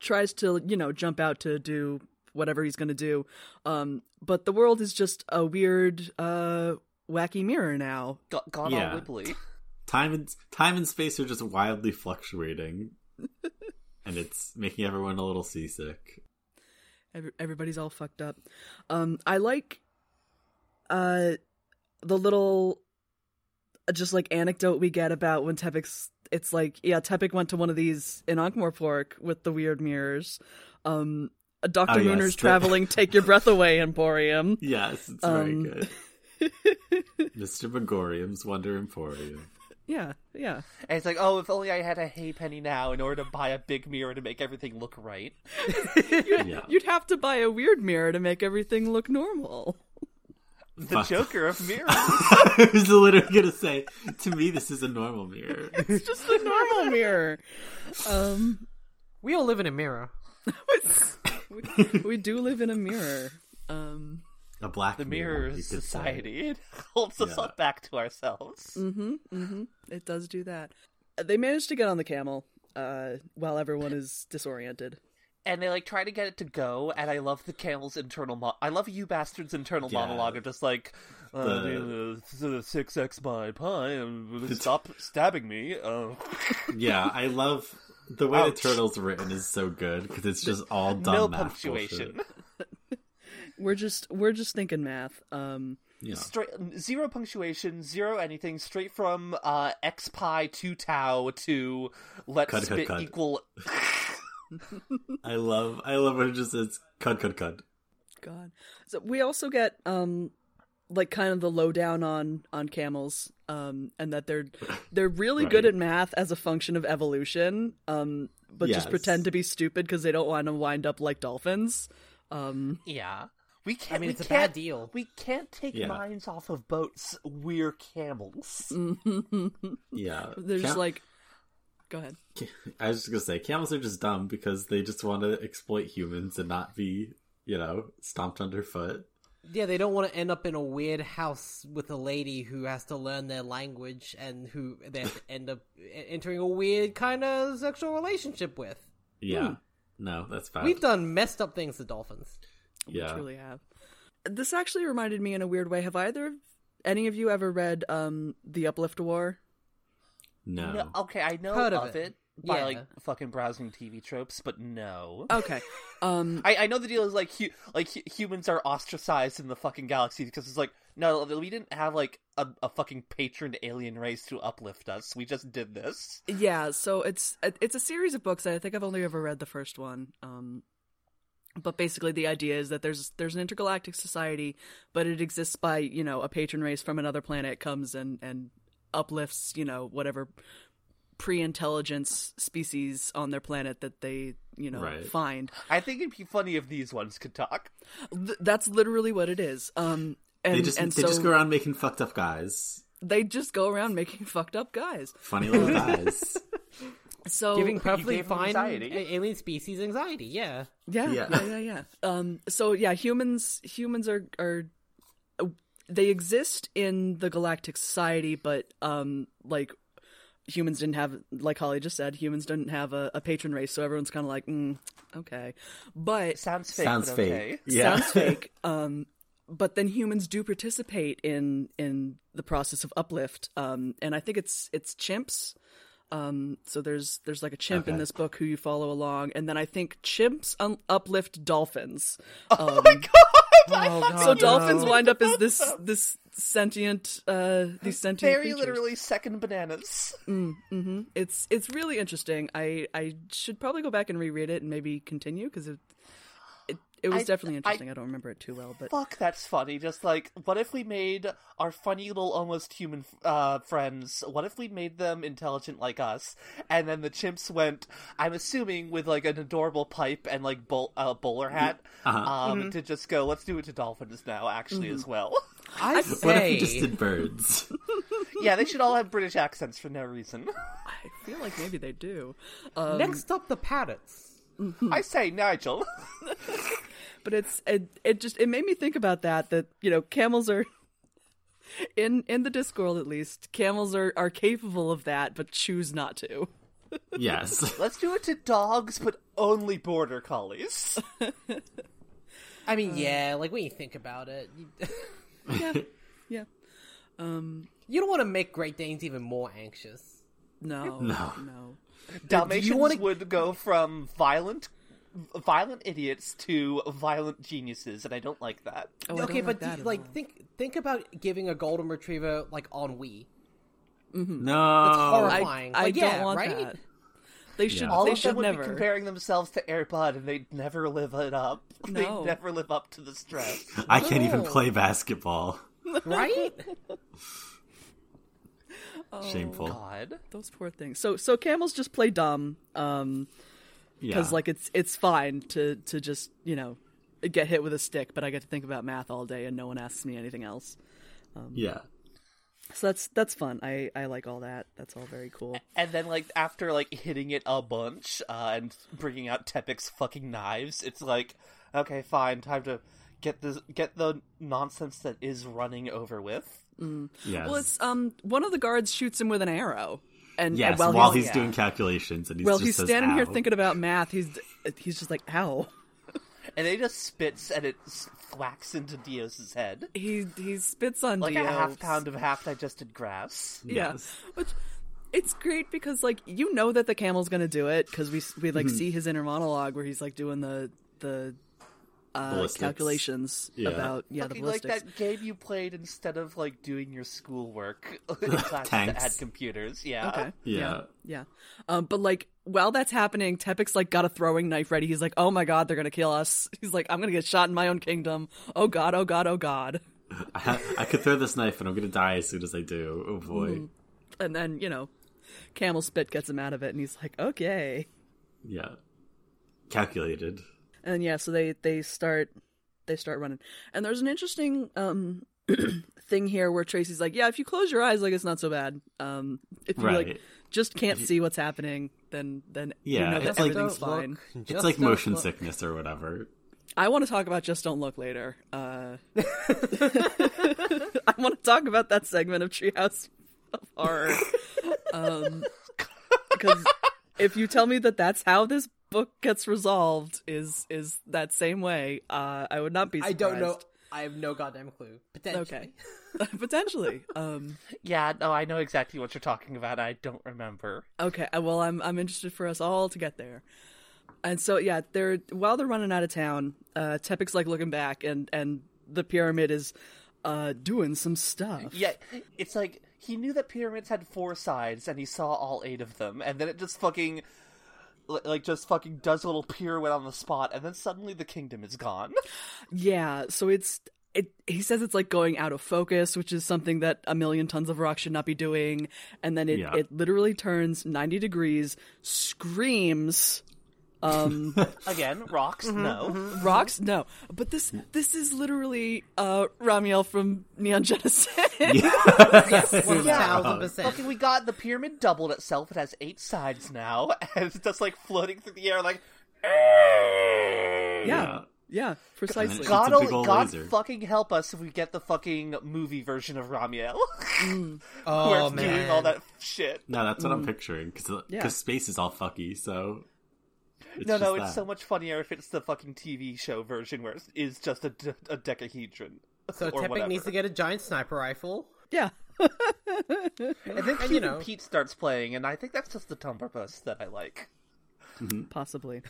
D: tries to, you know, jump out to do whatever he's going to do. Um, but the world is just a weird, uh, wacky mirror now.
A: Got, gone
B: Yeah.
A: all wibbly.
B: time and time and space are just wildly fluctuating and it's making everyone a little seasick
D: Every, everybody's all fucked up. Um, I like uh the little uh, just like anecdote we get about when Tepic's it's like yeah Tepic went to one of these in Ankh-Morpork with the weird mirrors. Um, a Doctor
B: Oh, yes,
D: Mooner's
B: the- [LAUGHS]
D: traveling take your breath away Emporium.
B: yes it's
D: Um.
B: very good mr megorium's wonder emporium
D: Yeah, yeah.
A: And it's like, oh, if only I had a halfpenny now in order to buy a big mirror to make everything look right.
B: yeah
D: You'd have to buy a weird mirror to make everything look normal. [LAUGHS]
A: The Joker of mirrors.
B: [LAUGHS] i was literally gonna say to me this is a normal mirror
D: It's just a normal mirror. Um,
C: We all live in a mirror.
D: we, we do live in a mirror. Um.
B: a black
A: the
B: mirror
A: mirror
B: you could say.
A: society. [LAUGHS] It holds us
B: Yeah.
A: up back to ourselves.
D: It does do that. They manage to get on the camel uh, while everyone is disoriented.
A: And they like try to get it to go, and I love the camel's internal mo- I love you bastards' internal
B: Yeah.
A: monologue of just like uh,
B: The-
A: the six X my pie and stop stabbing me. Uh,
B: yeah i love the way
A: Ouch.
B: the turtle's written is so good because it's just all dumb
A: no
B: math
A: punctuation.
B: bullshit.
D: We're just we're just thinking math. Um,
A: [LAUGHS]
B: yeah
A: Straight zero punctuation, zero anything, straight from uh X pi to tau to let
B: Cut, cut,
A: spit
B: cut. [LAUGHS]
A: equal
B: i love i love when it just says cut cut cut
D: God. So we also get um, like kind of the lowdown on on camels um and that they're they're really good
B: Right.
D: at math as a function of evolution um but
B: Yes.
D: just pretend to be stupid because they don't want to wind up like dolphins
A: Yeah. We can't.
C: mean,
A: we
C: it's a
A: can't,
C: bad deal.
A: We can't take
B: Yeah.
A: mines off of boats. We're camels.
B: Yeah,
D: they're just
B: Cam-
D: like go ahead
B: I was just gonna say camels are just dumb because they just want to exploit humans and not be, you know, stomped underfoot.
C: Yeah, they don't want to end up in a weird house with a lady who has to learn their language and who they have to end up e-, entering a weird kind of sexual relationship with.
B: Yeah,
D: Hmm.
B: no, that's bad.
C: We've done messed up things to dolphins.
B: yeah,
D: truly have. This actually reminded me in a weird way. Have either of any of you ever read um The Uplift War?
B: no.
A: No, okay, I know
C: Heard
A: of
C: of
A: it,
C: it.
A: by
C: Yeah.
A: like fucking browsing TV tropes, but no.
B: [LAUGHS]
D: Okay. Um
A: I, I know the deal is like hu- like hu- humans are ostracized in the fucking galaxy because it's like no we didn't have like a, a fucking patron alien race to uplift us we just did this
D: yeah, so it's it's a series of books. I think I've only ever read the first one. Um but basically the idea is that there's there's an intergalactic society, but it exists by, you know, a patron race from another planet comes and and uplifts, you know, whatever pre-intelligence species on their planet that they, you know,
B: Right.
D: find.
A: I think it'd be funny if these ones could talk
D: Th- that's literally what it is. Um, and
B: they just
D: and
B: they
D: so
B: just go around making fucked up guys,
D: they just go around making fucked up guys.
B: funny little
D: [LAUGHS]
B: guys.
D: So
C: Giving perfectly
A: gave them
C: fine
A: anxiety.
C: a- alien species anxiety, yeah.
D: yeah,
B: Yeah.
D: yeah, yeah, yeah, Um, so yeah, humans humans are are they exist in the galactic society, but um, like humans didn't have like Holly just said, humans didn't have a, a patron race, so everyone's kind of like, mm, okay, but
A: sounds fake
B: Sounds
A: but
B: fake.
A: [LAUGHS] okay.
B: Yeah,
D: sounds fake. Um, but then humans do participate in in the process of uplift. Um, and I think it's it's chimps. Um, so there's there's like a chimp in
B: Okay.
D: this book who you follow along, and then I think chimps un- uplift dolphins. Um,
C: Oh, God,
D: so dolphins wind up as
A: [LAUGHS]
D: this this sentient uh these sentient
A: very
D: creatures.
A: literally second bananas
D: hmm It's it's really interesting. I I should probably go back and reread it and maybe continue because it, it it was
A: I-
D: definitely
A: I-
D: interesting. I don't remember it too well, but
A: fuck that's funny just like what if we made our funny little almost human uh, friends what if we made them intelligent like us and then the chimps went i'm assuming with like an adorable pipe and like bowl, uh, bowler hat um, to just go let's do it to dolphins now actually as well [LAUGHS]
B: [LAUGHS]
C: I
B: what if we
C: say,
B: just did birds? [LAUGHS]
A: yeah they should all have british accents for no reason
D: I feel like maybe they do. Um,
C: next up the parrots.
A: i say nigel [LAUGHS]
D: but it's it, it just it made me think about that that you know camels are [LAUGHS] in in the Discworld at least camels are are capable of that but choose not to. [LAUGHS]
B: yes,
A: let's do it to dogs but only border collies
C: I mean, yeah, like when you think about it, you, [LAUGHS]
D: Yeah, yeah.
C: you don't want to make Great Danes even more anxious.
D: No,
B: No.
D: no.
A: Dalmatians
C: wanna-
A: would go from violent, violent idiots to violent geniuses, and I don't like that.
D: Oh, I don't
C: okay, but
D: that
C: do-
D: at
C: like
D: all.
C: think think about giving a golden retriever like ennui.
B: no.
C: horrible.
D: I,
C: Flying.
D: I
C: Like,
D: don't
C: yeah,
D: want
C: right?
D: that. They should.
B: Yeah.
A: All
D: They
A: of them
D: should
A: would
D: never.
A: be comparing themselves to Air Bud, and they'd never live it up. [LAUGHS]
D: No.
A: They'd never live up to the stress.
B: I can't even
D: Oh.
C: No.
B: play basketball.
C: [LAUGHS]
D: [LAUGHS]
C: right?
D: Oh,
A: [LAUGHS]
B: Shameful.
A: God,
D: Those poor things. So so camels just play dumb. Um,
B: Yeah,
D: because like it's it's fine to to just you know get hit with a stick, but I get to think about math all day and no one asks me anything else.
B: yeah,
D: So that's that's fun. I I like all that. That's all very cool.
A: and then like after like hitting it a bunch uh, and bringing out Tepic's fucking knives, it's like, okay, fine, time to get the get the nonsense that is running over with.
B: yes.
D: Well, it's um one of the guards shoots him with an arrow, and
B: Yes,
D: and while,
B: while
D: he's,
B: he's,
A: yeah.
B: doing calculations, and he's
D: well
B: just
D: he's
B: says,
D: standing here
B: "Ow."
D: thinking about math, he's he's just like ow.
A: And they just spits and it s- thwacks into Dios's head.
D: He he spits on
A: Like
D: Dio.
A: a half pound of half digested grass.
D: Yeah,
B: Yes.
D: which it's great because like you know that the camel's gonna do it because we we like
B: Mm-hmm.
D: see his inner monologue where he's like doing the the uh,
B: Ballistics.
D: calculations
B: Yeah.
D: about yeah the
A: Fucking like
D: ballistics.
A: that game you played instead of like doing your schoolwork [LAUGHS]
D: [LAUGHS]
A: in class that
B: Tanks.
A: had computers. Yeah.
D: Okay.
B: Yeah.
D: Yeah. Um, but like while that's happening, Tepic's like got a throwing knife ready. [LAUGHS] He's like, "Oh my god, [LAUGHS] they're gonna kill us." He's like, "I'm gonna get shot in my own kingdom." Oh god, oh god, oh god.
B: I, ha- I could throw this knife and I'm gonna die as soon as I do. Oh boy.
D: Mm-hmm. And then, you know, Camel Spit gets him out of it and he's like, okay.
B: Yeah. Calculated.
D: And yeah, so they they start they start running. And there's an interesting um [CLEARS THROAT] thing here where Tracy's like, yeah, if you close your eyes, like it's not so bad. Um, if you like
B: Right.
D: just can't see what's happening, then then you
B: Yeah,
D: know that
B: it's like-
D: everything's fine.
B: it's like motion sickness or whatever.
D: I want to talk about just don't look later. Uh, [LAUGHS] I want to talk about that segment of Treehouse of Horror, um, because if you tell me that that's how this book gets resolved is is that same way, uh, I would not be.
C: I
D: Surprised.
C: don't know. I have no goddamn clue. Potentially.
D: [LAUGHS]
C: [LAUGHS]
D: Okay, potentially. Um,
A: Yeah, no, I know exactly what you're talking about. I don't remember.
D: Okay, uh, well, I'm I'm interested for us all to get there. And so yeah, they're while they're running out of town, uh, Tepic's like looking back, and and the pyramid is uh, doing some stuff.
A: Yeah, it's like he knew that pyramids had four sides and he saw all eight of them, and then it just fucking. li- Like just fucking does a little pirouette on the spot, and then suddenly the kingdom is gone.
D: Yeah, so it's it. He says it's like going out of focus, which is something that a million tons of rock should not be doing. And then it
B: Yeah.
D: it literally turns ninety degrees, screams. Um,
A: Again, rocks. no,
D: rocks? No, but this this is literally uh Ramiel from Neon Genesis.
C: One thousand percent.
A: Fucking, we got the pyramid doubled itself. It has eight sides now, [LAUGHS] and it's just like floating through the air, like
D: Yeah. [LAUGHS] Yeah, precisely.
B: It's a
A: God,
B: big
A: only,
B: ol'
A: God
B: laser.
A: fucking help us if we get the fucking movie version of Ramiel, [LAUGHS] where
C: Oh
A: it's doing all
C: man.
A: that shit.
B: No, that's what I'm picturing because
D: Mm. Yeah.
B: space is all fucky. So it's
A: No, no,
B: just
A: it's so
B: that.
A: much funnier if it's the fucking TV show version where it's, it's just a, de- a decahedron.
C: So
A: or
C: Tepic
A: whatever.
C: needs to get a giant sniper rifle.
D: yeah.
A: And then
C: and,
A: Cupid
C: you know-
A: Pete starts playing, and I think that's just the dumb purpose that I like.
D: possibly.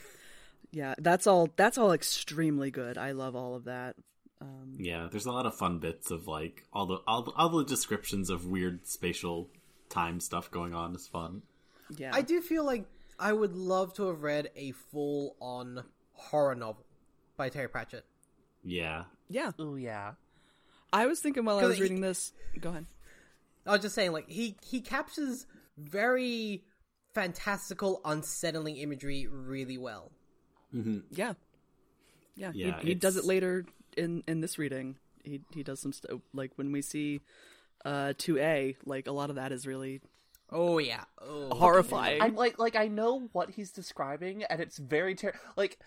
D: Yeah, that's all that's all extremely good. I love all of that.
B: Yeah, there's a lot of fun bits of like all the all the, all the descriptions of weird spatial time stuff going on is fun.
D: Yeah.
C: I do feel like I would love to have read a full-on horror novel by Terry Pratchett.
B: Yeah,
D: yeah.
A: Ooh, yeah.
D: I was thinking while I
C: 'Cause
D: was
C: he-
D: reading this, go ahead.
C: I was just saying, like he he captures very fantastical, unsettling imagery really well.
D: Yeah. Yeah, he-
B: Yeah,
D: he, does it
B: it's-
D: later in in this reading. He he does some stuff like when we see uh 2A, like a lot of that is really
C: Oh yeah. Oh.
D: horrifying.
A: I'm like, like I know what he's describing, and it's very ter- like.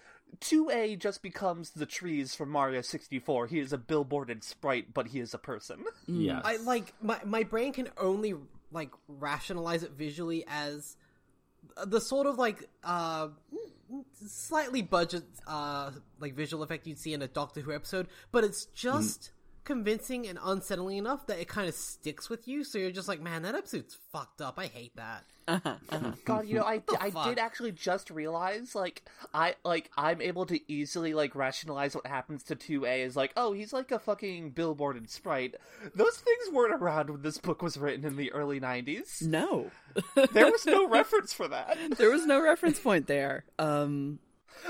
A: 2A just becomes the trees from Mario 64. He is a billboarded sprite, but he is a person.
B: yeah.
C: I like my my brain can only like rationalize it visually as the sort of like uh slightly budget uh like visual effect you'd see in a Doctor Who episode, but it's just convincing and unsettling enough that it kind of sticks with you. So you're just like, man, that episode's fucked up. I hate that.
A: [LAUGHS] God, you know, I, I
C: fuck?
A: did actually just realize, like, I like I'm able to easily like rationalize what happens to two A is like, oh, he's like a fucking billboard and sprite. Those things weren't around when this book was written in the early '90s.
D: no. [LAUGHS]
A: There was no reference for that.
D: there was no reference point there. Um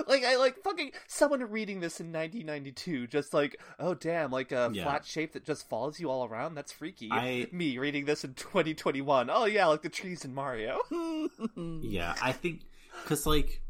A: Like, I like fucking someone reading this in 1992, just like, oh damn, like a
B: Yeah.
A: flat shape that just follows you all around. That's freaky.
B: I-
A: Me reading this in 2021. Oh yeah, like the trees in
B: [LAUGHS]
A: Mario.
B: Yeah, I think because like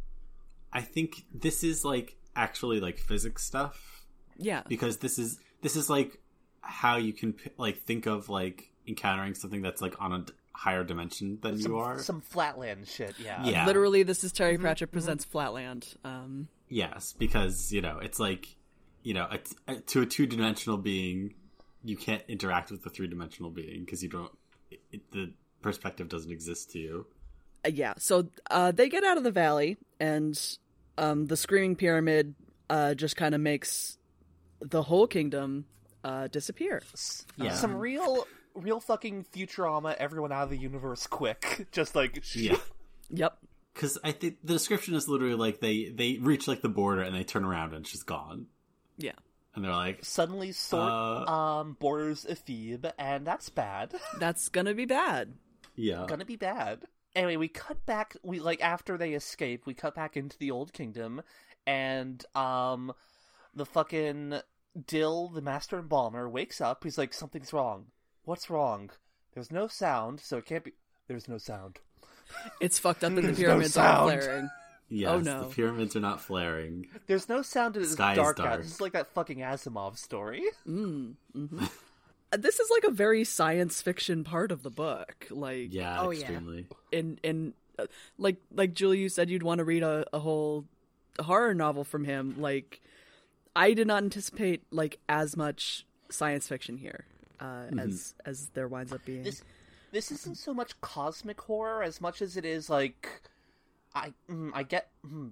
B: I think this is like actually like physics stuff
D: yeah.
B: because this is this is like how you can p- like think of like encountering something that's like on a d- higher dimension than you are.
A: Some flatland shit. Yeah.
B: yeah,
D: Literally this is Terry Pratchett presents Flatland. Um
B: yes, because you know it's like you know a t- a- to a two dimensional being you can't interact with the three dimensional being because you don't it, it- the perspective doesn't exist to you.
D: Uh, yeah so uh, they get out of the valley and um, the screaming pyramid uh, just kind of makes the whole kingdom uh, disappear
B: Yeah.
A: some real real fucking futurama everyone out of the universe quick [LAUGHS] just like
B: Yeah. [LAUGHS]
D: yep
B: Because I think the description is literally like they they reach like the border and they turn around and she's gone,
D: yeah
B: and they're like,
A: suddenly sort
B: Uh.
A: um borders Ephebe, and that's bad
D: that's gonna be bad
B: yeah,
A: gonna be bad anyway we cut back we like after they escape we cut back into the old kingdom and um the fucking Dill, the master embalmer, wakes up. He's like, something's wrong. What's wrong? There's no sound, so it can't be. There's no sound.
D: It's fucked up that the
A: There's no
D: pyramids are
A: sound.
D: flaring.
B: Yes,
D: no.
B: the pyramids are not flaring.
A: There's no sound. and It's
B: Sky is
A: dark, out.
B: dark.
A: This is like that fucking Asimov story.
D: Mm, mm-hmm. Uh, This is like a very science fiction part of the book. Like,
B: Yeah,
C: Oh, yeah.
B: extremely.
D: and and uh, like like Julie, you said you'd want to read a, a whole horror novel from him. Like, I did not anticipate like as much science fiction here uh,
B: Mm-hmm.
D: as as there winds up being.
A: This this isn't so much cosmic horror as much as it is like I mm, I get mm,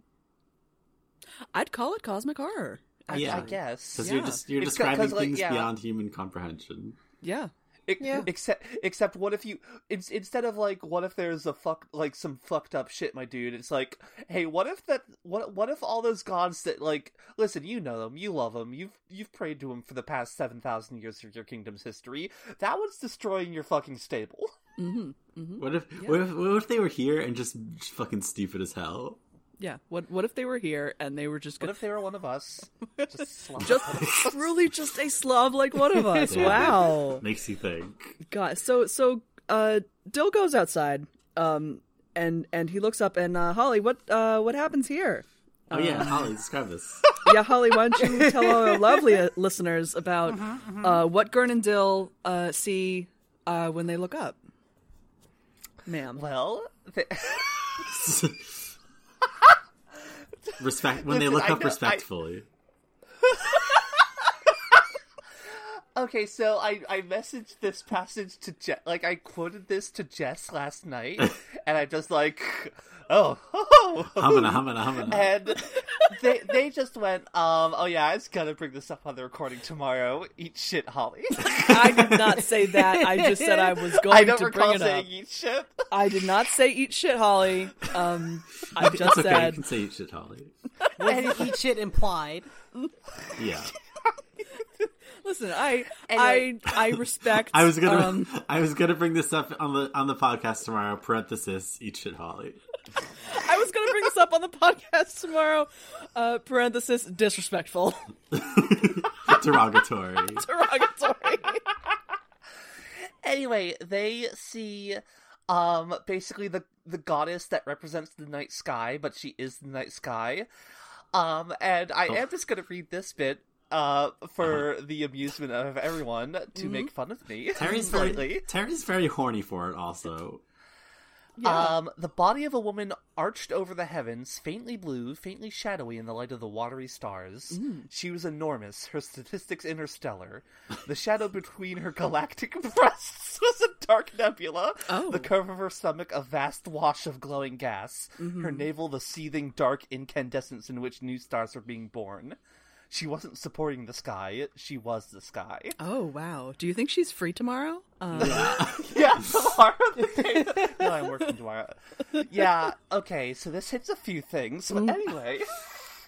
D: I'd call it cosmic horror.
A: I,
B: Yeah.
A: I guess
B: Because
D: Yeah.
B: you're just you're
A: It's 'cause-
B: describing
A: 'cause, like,
B: things
A: yeah.
B: beyond human comprehension.
D: Yeah.
A: Ex-
C: Yeah.
A: Except, except, what if you it's, instead of like, what if there's a fuck, like some fucked up shit, my dude? It's like, hey, what if that? What what if all those gods that like, listen, you know them, you love them, you've you've prayed to them for the past seven thousand years of your kingdom's history. That one's destroying your fucking stable. [LAUGHS]
B: What if, what if what if they were here and just fucking stupid as hell?
D: Yeah. What what if they were here and they were just
A: What
D: gonna
A: if they were one of us? [LAUGHS] Just, slap them.
D: [LAUGHS] just truly just a slob like one
A: [LAUGHS]
D: of us?
B: Yeah.
D: Wow.
B: Makes you think.
D: God. So so uh Dill goes outside. Um and and he looks up and uh Holly, what uh what happens here?
B: Oh yeah, Holly, describe this.
D: yeah, Holly, why don't
A: [LAUGHS]
D: you tell our lovely uh, listeners about
A: Uh-huh,
D: Uh, what Gern and Dill uh, see uh, when they look up, ma'am?
A: well, th-
B: Respect when they
A: Listen,
B: look
A: I
B: up
A: know- I-
B: respectfully.
A: [LAUGHS] Okay, so I, I messaged this passage to Jess, like I quoted this to Jess last [LAUGHS] night, and I'm just like, oh,
B: Hamana, hamana, hamana.
A: and they they just went, um, oh yeah, I was gonna bring this up on the recording tomorrow. Eat shit, Holly. [LAUGHS]
D: I did not say that. I just said I was going
A: I don't
D: to bring
A: recall
D: it up.
A: saying eat shit. [LAUGHS]
D: I did not say eat shit, Holly. Um, I
B: [LAUGHS]
D: just
B: That's okay. You
D: said
B: can say shit, Holly.
A: [LAUGHS]
C: Was eat shit implied?
B: Yeah,
D: Listen, I
A: Anyway.
D: I I respect.
B: I was gonna
D: Um,
B: [LAUGHS] I was gonna bring this up on the on the podcast tomorrow. Parenthesis, eat shit, Holly. [LAUGHS]
D: I was gonna bring this up on the podcast tomorrow. Uh, parenthesis disrespectful. [LAUGHS]
B: Derogatory.
D: Derogatory.
A: Anyway, they see, um, basically the the goddess that represents the night sky, but she is the night sky. Um, and I am just gonna read this bit. Uh, for the amusement of everyone to make fun of me [LAUGHS]
B: Terry's very
A: slightly.
B: Terry's very horny for it. Also,
A: Um, the body of a woman arched over the heavens, faintly blue, faintly shadowy in the light of the watery stars. She was enormous, her statistics interstellar. The shadow between her galactic [LAUGHS] breasts was a dark nebula,
D: Oh.
A: the curve of her stomach a vast wash of glowing gas, her navel the seething dark incandescence in which new stars were being born. She wasn't supporting the sky, she was the sky.
D: Oh wow! Do you think she's free tomorrow? Um,
A: [LAUGHS] Yeah, tomorrow. [LAUGHS] no, I'm working tomorrow. Yeah, okay, so this hits a few things. But anyway, [LAUGHS]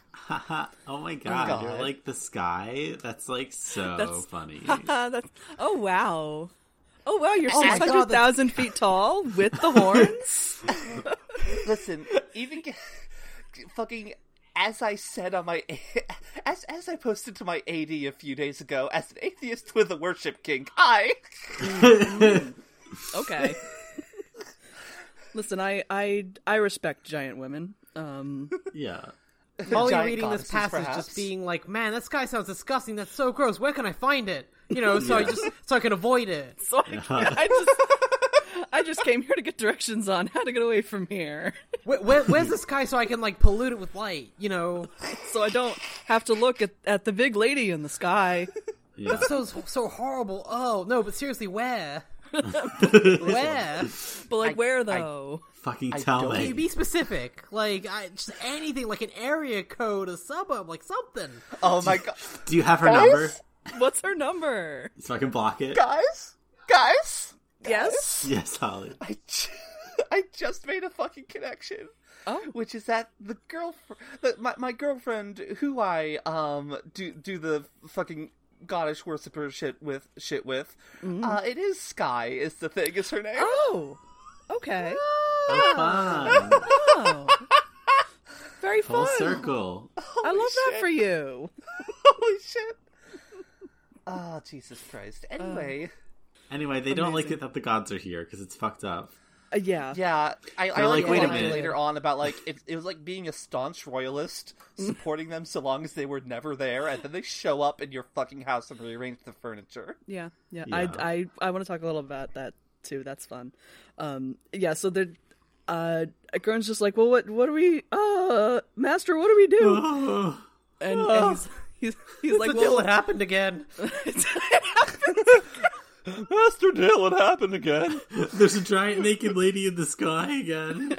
B: oh my god,
A: God.
B: you're like the sky. That's like so funny.
D: Uh, that's, oh wow. Oh wow, you're
C: my God,
D: 600,000 feet tall with the horns.
A: listen, even g- fucking as I said on my [LAUGHS] as as I posted to my AD a few days ago, as an atheist with a worship kink, I
D: okay. Listen, I I I respect giant women. Um
B: yeah.
C: Molly
A: Giant
C: reading this
A: goddesses,
C: passage
A: perhaps.
C: just being like, "Man, this guy sounds disgusting. That's so gross. Where can I find it?" You know, so I just so I can avoid it.
D: [LAUGHS] so I, I just [LAUGHS] I just came here to get directions on how to get away from here
C: Where, where, where's this guy so I can like pollute it with light? You know,
D: so I don't have to look at, at the big lady in the sky.
B: Yeah.
C: so so horrible. Oh no, but seriously, where? [LAUGHS] where?
D: But like
A: I- I-
D: where though?
B: Fucking tell
A: don't-
B: me.
C: You be specific. Like I, just anything, like an area code, a suburb, like something.
A: [LAUGHS] oh my god,
B: Do you have her number
D: What's her number?
B: so I can block it?
A: guys, guys,
D: Yes.
B: Yes, Holly.
A: I ju- [LAUGHS] I just made a fucking connection.
D: Oh.
A: Which is that the girl, my my girlfriend, who I um do do the fucking goddess worshiper shit with shit with, uh, it is Sky is the thing is her name.
D: Oh. Okay.
B: Oh, fun.
D: Oh. Very
B: Full
D: fun.
B: circle.
D: I love that
A: shit.
D: for you.
A: Holy shit! Oh, Jesus Christ. Anyway,
B: Anyway, they don't like it that the gods are here because it's fucked up. [GASPS]
D: Uh, yeah.
A: yeah, I, I
B: They're
A: like,
B: like, wait a
A: the line
B: minute.
A: later on about like it, it was like being a staunch royalist, supporting them so long as they were never there, and then they show up in your fucking house and rearrange the furniture.
D: Yeah, yeah.
B: Yeah.
D: I I I want to talk a little about that too. That's fun. Um, yeah. So they're uh, Gern's just like, well, what what do we, uh, Master? What do
B: [LAUGHS]
D: we do?
B: Oh,
D: And, and he's he's, he's like,
C: Until
D: well,
C: it happened again.
A: Master Dill, it happened again.
B: there's a giant naked lady in the
A: [LAUGHS]
B: sky again.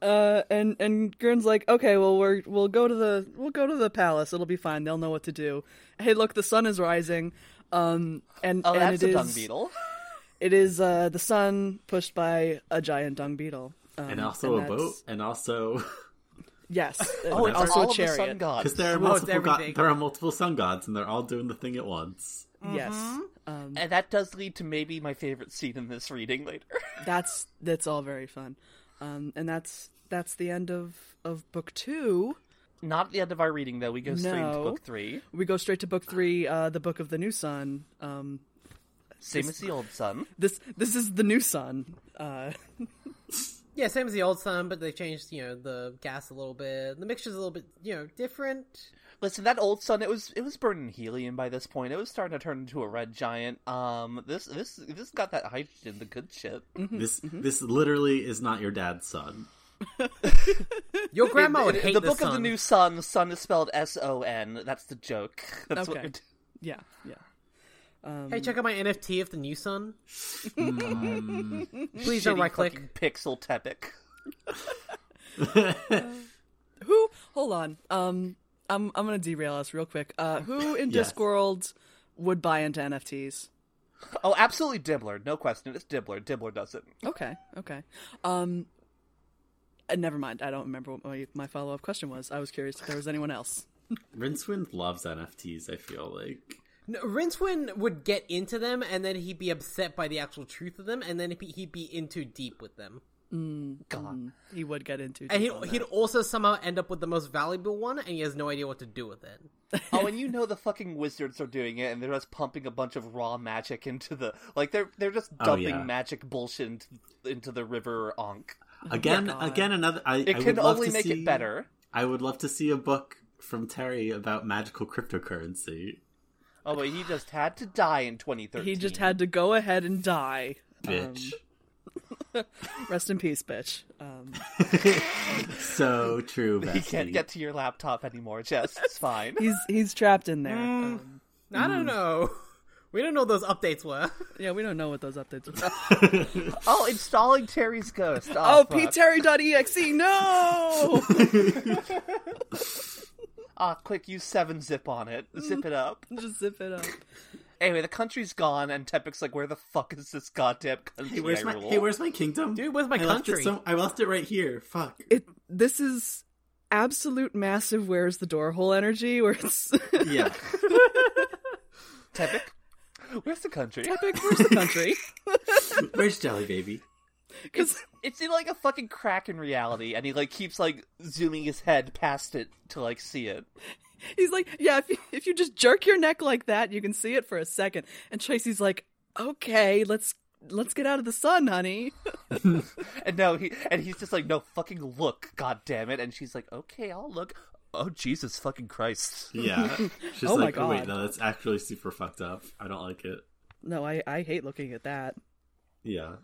D: uh, and and Gern's like, okay, well, we're we'll go to the we'll go to the palace. It'll be fine. They'll know what to do. Hey, look, the sun is rising. Um, and
A: Oh,
D: and
A: that's
D: it
A: a dung
D: is-
A: beetle.
D: It is uh the sun pushed by a giant dung beetle. Um,
B: and also
D: and
B: a boat,
D: that's-
B: and also [LAUGHS]
A: [LAUGHS]
D: Yes.
A: Oh,
D: and
A: it's
D: also
A: all
D: a
A: of the
D: chariot.
A: sun gods.
B: because there are
C: Well, it's
B: multiple go-
C: everything.
B: there are multiple sun gods, and they're all doing the thing at once.
A: Mm-hmm.
D: Yes. Um,
A: And that does lead to maybe my favorite scene in this reading later. [LAUGHS]
D: that's that's all very fun um and that's that's the end of of book two
A: Not the end of our reading, though. We go straight into
D: No.
A: book three.
D: we go straight to book three uh the book of the new sun um
A: Same as the old sun.
D: this this is the new sun uh
C: Yeah, same as the old sun, but they changed, you know, the gas a little bit. The mixture's a little bit, you know, different.
A: Listen, that old sun, it was it was burning helium by this point. It was starting to turn into a red giant. Um, this this this got that hydrogen, the good shit.
B: This
A: mm-hmm.
B: this literally is not your dad's son.
C: Your grandma would
A: In- in
C: hate
A: the
C: this
A: book of the
C: sun.
A: new sun. Sun is spelled S O N. That's the joke. That's what
D: Okay.
A: we're doing.
D: yeah yeah
C: Hey, check out my NFT of the new sun. Please don't
A: Mm. Shitty
C: right click.
A: fucking Pixel Tepic.
D: who hold on um i'm i'm gonna derail us real quick uh who in
B: Yes.
D: discworld would buy into nfts
A: Oh, absolutely Dibbler. No question. It's Dibbler. Dibbler does it.
D: okay okay um uh, never mind i don't remember what my, my follow-up question was i was curious if there was anyone else
B: Rincewind loves NFTs. I feel like
C: No, Rincewind would get into them, and then he'd be upset by the actual truth of them, and then he'd be, he'd be in too deep with them.
A: God.
D: he would get into
C: And he'd, he'd also somehow end up with the most valuable one, and he has no idea what to do with it.
A: Oh, and you know the fucking wizards are doing it, and they're just pumping a bunch of raw magic into the like they're they're just
B: Oh,
A: dumping
B: yeah.
A: magic bullshit into, into the river Ankh.
B: again, again another. I,
A: Oh It
B: I
A: can
B: would love
A: only
B: to
A: make
B: see-
A: it better.
B: I would love to see a book from Terry about magical cryptocurrency.
A: Oh, but he just had to die in 2013.
D: He just had to go ahead and die.
A: Um,
B: Bitch.
D: Rest in peace, bitch. Um,
A: [LAUGHS]
B: so true.
A: He
B: Bestie.
A: can't get to your laptop anymore, Jess.
D: [LAUGHS]
A: It's fine.
D: he's he's trapped in there. Um,
C: I don't know. [LAUGHS] We don't know what those updates were. [LAUGHS]
D: yeah, we don't know what those updates are.
A: Oh, installing Terry's ghost. Oh,
D: oh,
A: fuck.
D: pterry.exe, [LAUGHS] no!
A: Ah, quick, use 7-zip on it. Zip it up.
D: Just zip it up.
A: Anyway, the country's gone, and Tepic's like, where the fuck is this goddamn country
B: Hey, where's
A: I
B: my
A: rule?
B: Hey, where's my kingdom?
C: Dude, where's my
B: I Left
C: country?
B: it some- I left it right here. Fuck.
D: [LAUGHS] It, this is absolute massive where's the door hole energy where it's [LAUGHS]
B: yeah.
A: Tepic? Where's the country?
D: epic where's the [LAUGHS] country
B: Where's Jelly Baby?
D: because
A: It's in like a fucking crack in reality, and he like keeps like zooming his head past it to like see it.
D: he's like yeah if you, if you just jerk your neck like that you can see it for a second and tracy's like okay let's let's get out of the sun honey [LAUGHS]
A: And no, he and he's just like, no, fucking look, god damn it. And she's like, okay, I'll look. Oh Jesus fucking Christ!
B: [LAUGHS] Yeah. She's
D: Oh my
B: like, oh wait,
D: God.
B: no, that's actually super fucked up. I don't like it.
D: no i i hate looking at that
B: Yeah.